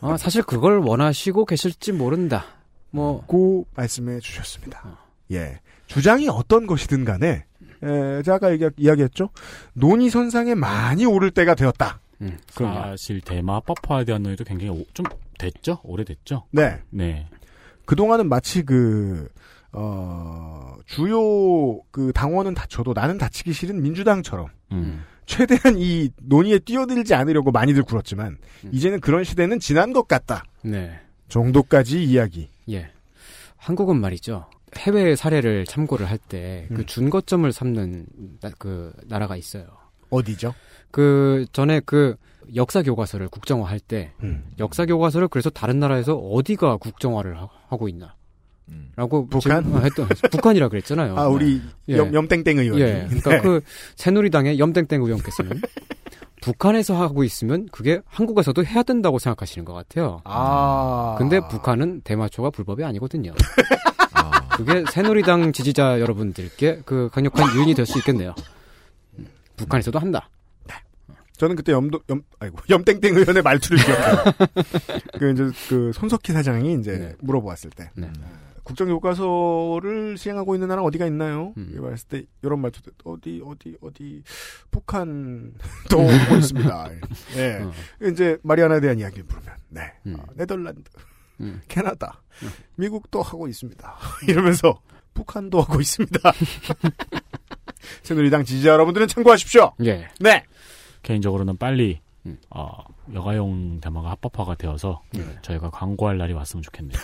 [SPEAKER 8] 아, 사실 그걸 원하시고 계실지 모른다. 뭐.
[SPEAKER 2] 고 말씀해 주셨습니다. 예. 주장이 어떤 것이든 간에 에, 제가 얘기, 이야기했죠. 논의 선상에 많이 오를 때가 되었다.
[SPEAKER 8] 음,
[SPEAKER 4] 아, 사실 대마 합법화에 대한 논의도 굉장히 오- 좀 됐죠? 오래됐죠?
[SPEAKER 2] 네.
[SPEAKER 4] 네.
[SPEAKER 2] 그동안은 마치 그, 어, 주요 그 당원은 다쳐도 나는 다치기 싫은 민주당처럼 최대한 이 논의에 뛰어들지 않으려고 많이들 굴었지만 이제는 그런 시대는 지난 것 같다.
[SPEAKER 8] 네.
[SPEAKER 2] 정도까지 이야기.
[SPEAKER 8] 예. 한국은 말이죠. 해외 사례를 참고를 할 때 그 준거점을 삼는 나- 그 나라가 있어요.
[SPEAKER 2] 어디죠?
[SPEAKER 8] 그 전에 그 역사 교과서를 국정화할 때
[SPEAKER 2] 음.
[SPEAKER 8] 역사 교과서를 그래서 다른 나라에서 어디가 국정화를 하- 하고 있나? 라고
[SPEAKER 2] 북한?
[SPEAKER 8] 질문- 아, 했던 북한이라 그랬잖아요.
[SPEAKER 2] 아, 우리
[SPEAKER 8] 네.
[SPEAKER 2] 염- 염땡땡 의원이.
[SPEAKER 8] 예. 그러니까
[SPEAKER 2] 네.
[SPEAKER 8] 그 새누리당의 염땡땡 의원께서는 북한에서 하고 있으면 그게 한국에서도 해야 된다고 생각하시는 것 같아요.
[SPEAKER 2] 아.
[SPEAKER 8] 근데 북한은 대마초가 불법이 아니거든요. 그게 새누리당 지지자 여러분들께 그 강력한 유인이 될 수 있겠네요. 음, 북한에서도 한다.
[SPEAKER 2] 저는 그때 염도 염 아이고 염땡땡 의원의 말투를 기억해요. 그 이제 그 손석희 사장이 이제 물어보았을 때 국정교과서를 시행하고 있는 나라 어디가 있나요? 이렇게 말했을 때 이런 말투 들 어디 어디 어디 북한도 하고 있습니다. 예 이제 마리아나에 대한 이야기를 부르면 네 아, 네덜란드, 캐나다, 미국도 하고 있습니다. 이러면서 북한도 하고 있습니다. 새누리당 지지자 여러분들은 참고하십시오.
[SPEAKER 8] 예.
[SPEAKER 2] 네.
[SPEAKER 4] 개인적으로는 빨리 어, 여가용 대마가 합법화가 되어서 저희가 광고할 날이 왔으면 좋겠네요.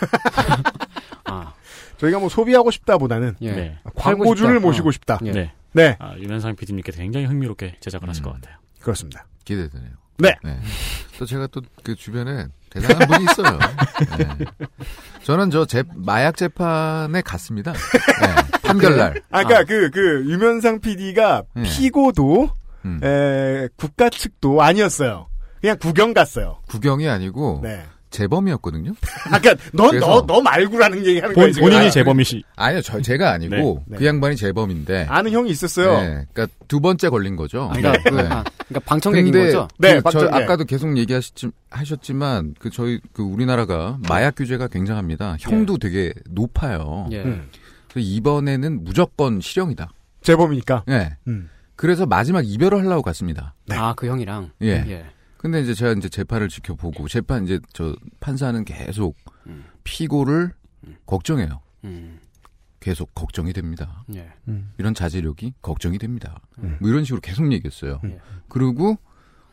[SPEAKER 8] 아.
[SPEAKER 2] 저희가 뭐 소비하고 싶다보다는
[SPEAKER 8] 예.
[SPEAKER 4] 네.
[SPEAKER 2] 광고주를
[SPEAKER 5] 어.
[SPEAKER 8] 어.
[SPEAKER 2] 모시고 싶다.
[SPEAKER 4] 네.
[SPEAKER 2] 네.
[SPEAKER 4] 아, 유면상 PD님께서 굉장히 흥미롭게 제작을 하실 것 같아요.
[SPEAKER 2] 그렇습니다.
[SPEAKER 5] 기대되네요.
[SPEAKER 2] 네.
[SPEAKER 5] 또 제가 또 그 주변에 대단한 분이 있어요. 네. 저는 저 재, 마약 재판에 갔습니다. 네, 판결날.
[SPEAKER 2] 아까 그그 그 유면상 PD가
[SPEAKER 5] 예.
[SPEAKER 2] 피고도
[SPEAKER 5] 음.
[SPEAKER 2] 에, 국가 측도 아니었어요. 그냥 구경 갔어요.
[SPEAKER 5] 구경이 아니고
[SPEAKER 2] 네.
[SPEAKER 5] 재범이었거든요.
[SPEAKER 2] 아까 그러니까
[SPEAKER 5] 그래서-
[SPEAKER 2] 너너너 말고라는 얘기
[SPEAKER 4] 그러니까
[SPEAKER 2] 하는 거예요. 지금. 아,
[SPEAKER 5] 재범이시. 아니요, 저 제가 아니고
[SPEAKER 2] 네.
[SPEAKER 5] 그 양반이 재범인데.
[SPEAKER 2] 아는 형이 있었어요.
[SPEAKER 5] 네, 그러니까 두 번째 걸린 거죠. 네.
[SPEAKER 8] 그러니까 그- 아, 그러니까 방청객인
[SPEAKER 5] 근데
[SPEAKER 8] 거죠?
[SPEAKER 5] 그
[SPEAKER 8] 네,
[SPEAKER 5] 저
[SPEAKER 8] 방청- 네.
[SPEAKER 5] 아까도 계속 얘기하셨지만 하셨지만 그 저희 그 우리나라가
[SPEAKER 8] 네.
[SPEAKER 5] 마약 규제가 굉장합니다. 형도 되게 높아요.
[SPEAKER 8] 예.
[SPEAKER 5] 음. 그래서 이번에는 무조건 실형이다.
[SPEAKER 2] 재범이니까.
[SPEAKER 5] 네.
[SPEAKER 2] 음.
[SPEAKER 5] 그래서 마지막 이별을 하려고 갔습니다.
[SPEAKER 8] 아, 그 형이랑.
[SPEAKER 5] 예. 근데 이제 제가 이제 재판을 지켜보고 재판 이제 저 판사는 계속 피고를 걱정해요.
[SPEAKER 8] 음.
[SPEAKER 5] 계속 걱정이 됩니다.
[SPEAKER 8] 예.
[SPEAKER 5] 이런 자제력이 걱정이 됩니다.
[SPEAKER 8] 음.
[SPEAKER 5] 뭐 이런 식으로 계속 얘기했어요.
[SPEAKER 2] 음.
[SPEAKER 8] 예.
[SPEAKER 5] 그리고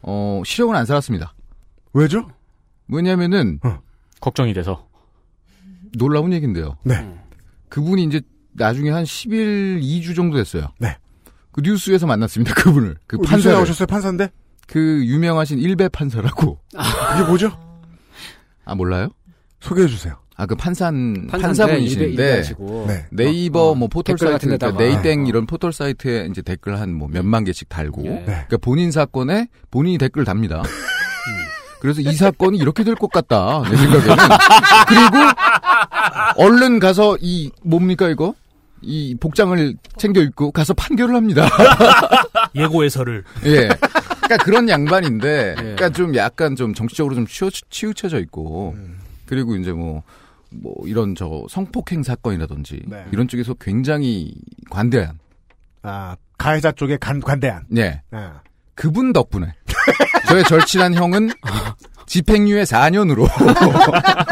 [SPEAKER 5] 어 실형은 안 살았습니다.
[SPEAKER 2] 왜죠?
[SPEAKER 5] 왜냐면은
[SPEAKER 4] 걱정이 돼서
[SPEAKER 5] 놀라운 얘긴데요.
[SPEAKER 2] 네.
[SPEAKER 5] 그분이 이제 나중에 한 10일 2주 정도 됐어요.
[SPEAKER 2] 네.
[SPEAKER 5] 그 뉴스에서 만났습니다. 그분을. 그
[SPEAKER 2] 어, 뉴스에
[SPEAKER 5] 판사
[SPEAKER 2] 나오셨어요, 판사인데?
[SPEAKER 5] 그 유명하신 일배 판사라고.
[SPEAKER 2] 이게 뭐죠?
[SPEAKER 5] 아 몰라요?
[SPEAKER 2] 소개해 주세요.
[SPEAKER 5] 아 그 판산
[SPEAKER 8] 판사인데 일배-
[SPEAKER 5] 판사분이신데
[SPEAKER 8] 네, 일배하시고. 네.
[SPEAKER 5] 네이버 뭐 포털
[SPEAKER 8] 댓글 같은
[SPEAKER 5] 사이트 그러니까
[SPEAKER 8] 데다가. 어,
[SPEAKER 5] 네이땡 이런 포털 사이트에 이제 댓글 한 뭐 몇만 개씩 달고
[SPEAKER 8] 예. 네.
[SPEAKER 5] 그러니까 본인 사건에 본인이 댓글 답니다.
[SPEAKER 8] 음.
[SPEAKER 5] 그래서 이 사건이 이렇게 될 것 같다 내 생각에는 그리고 얼른 가서 이 뭡니까 이거 이 복장을 챙겨 입고 가서 판결을 합니다.
[SPEAKER 10] 예고해서를.
[SPEAKER 5] 예. 그러니까 그런 양반인데, 그러니까 좀 약간 좀 정치적으로 좀 치우, 치우쳐져 있고, 그리고 이제 뭐, 뭐 이런 저 성폭행 사건이라든지
[SPEAKER 2] 네.
[SPEAKER 5] 이런 쪽에서 굉장히 관대한,
[SPEAKER 2] 아 가해자 쪽에 간 관대한.
[SPEAKER 5] 예,
[SPEAKER 2] 아.
[SPEAKER 5] 그분 덕분에 저의 절친한 형은 집행유예 4년으로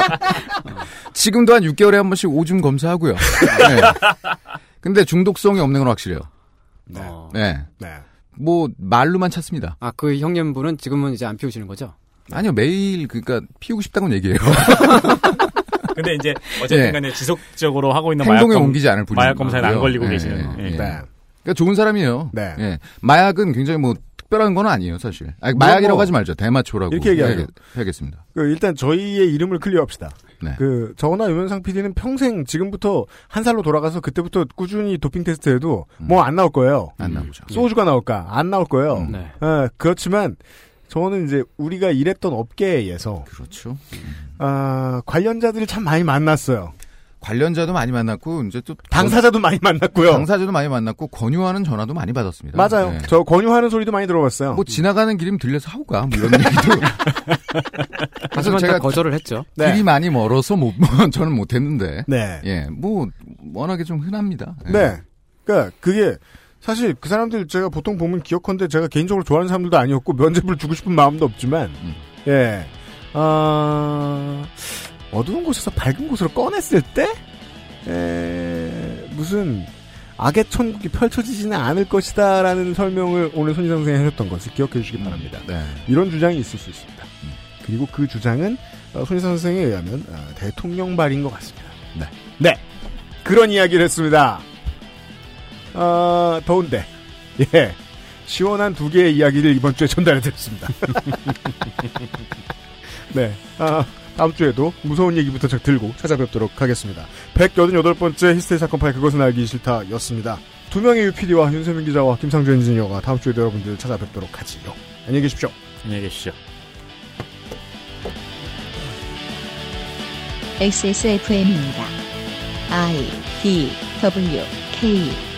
[SPEAKER 5] 지금도 한 6개월에 한 번씩 오줌 검사하고요. 네. 근데 중독성이 없는 건 확실해요.
[SPEAKER 8] 어.
[SPEAKER 5] 네. 뭐 말로만 찾습니다.
[SPEAKER 8] 아, 그 형님분은 지금은 이제 안 피우시는 거죠?
[SPEAKER 5] 아니요 매일 그러니까 피우고 싶다고는 얘기해요.
[SPEAKER 4] 근데 이제
[SPEAKER 5] 예.
[SPEAKER 4] 어쨌든 간에 지속적으로 하고 있는 마약
[SPEAKER 5] 행동에
[SPEAKER 4] 검-
[SPEAKER 5] 옮기지 않을 뿐이죠.
[SPEAKER 4] 마약 검사에 안 걸리고
[SPEAKER 5] 예,
[SPEAKER 4] 계시는.
[SPEAKER 5] 예,
[SPEAKER 4] 예.
[SPEAKER 5] 예. 그러니까 좋은 사람이에요.
[SPEAKER 2] 네.
[SPEAKER 5] 예. 마약은 굉장히 뭐 특별한 건 아니에요, 사실. 아니, 마약이라고
[SPEAKER 2] 뭐-
[SPEAKER 5] 하지 말죠. 대마초라고
[SPEAKER 2] 이렇게 얘기하죠.
[SPEAKER 5] 해야- 해야겠습니다.
[SPEAKER 2] 그 일단 저희의 이름을 클리어합시다.
[SPEAKER 5] 네.
[SPEAKER 2] 그 저나 유면상 PD는 평생 지금부터 한 살로 돌아가서 그때부터 꾸준히 도핑 테스트해도
[SPEAKER 5] 음.
[SPEAKER 2] 뭐 안 나올 거예요.
[SPEAKER 4] 음.
[SPEAKER 5] 안 나오죠.
[SPEAKER 2] 소주가 나올까? 안 나올 거예요.
[SPEAKER 5] 음.
[SPEAKER 8] 네.
[SPEAKER 2] 예, 그렇지만 저는 이제 우리가 일했던 업계에서
[SPEAKER 5] 그렇죠.
[SPEAKER 2] 아, 관련자들을 참 많이 만났어요.
[SPEAKER 5] 관련자도 많이 만났고 이제 또
[SPEAKER 2] 당사자도 많이 만났고요.
[SPEAKER 5] 당사자도 많이 만났고 권유하는 전화도 많이 받았습니다.
[SPEAKER 2] 맞아요.
[SPEAKER 5] 예.
[SPEAKER 2] 저 권유하는 소리도 많이 들어봤어요.
[SPEAKER 5] 뭐 지나가는 길이면 들려서 하고 가. 뭐 이런 얘기도.
[SPEAKER 8] 하지만 다 거절을 했죠.
[SPEAKER 5] 길이
[SPEAKER 8] 네.
[SPEAKER 5] 많이 멀어서 못 저는 못 했는데.
[SPEAKER 2] 네.
[SPEAKER 5] 예. 뭐 워낙에 좀 흔합니다. 예.
[SPEAKER 2] 네. 그러니까 그게 사실 그 사람들 제가 보통 보면 기억컨대 제가 개인적으로 좋아하는 사람들도 아니었고 면접을 주고 싶은 마음도 없지만 예. 아, 어두운 곳에서 밝은 곳으로 꺼냈을 때 에, 무슨 악의 천국이 펼쳐지지는 않을 것이다라는 설명을 오늘 손희상 선생님이 하셨던 것을 기억해 주시기 바랍니다. 이런 주장이 있을 수 있습니다. 그리고 그 주장은 어, 손희상 선생에 의하면 어, 대통령 발인 것 같습니다.
[SPEAKER 5] 네.
[SPEAKER 2] 네. 그런 이야기를 했습니다. 아, 더운데. 예. 시원한 두 개의 이야기를 이번 주에 전달해 드렸습니다. 네. 아, 다음 주에도 무서운 얘기부터 저 들고 찾아뵙도록 하겠습니다. 188번째 히스테리 사건 파일 그것은 알기 싫다 였습니다. 두 명의 UPD와 윤세민 기자와 김상주 엔지니어가 다음 주에도 여러분들을 찾아뵙도록 하지요. 안녕히 계십시오.
[SPEAKER 4] 안녕히 계십시오.
[SPEAKER 1] XSFM입니다. I D W K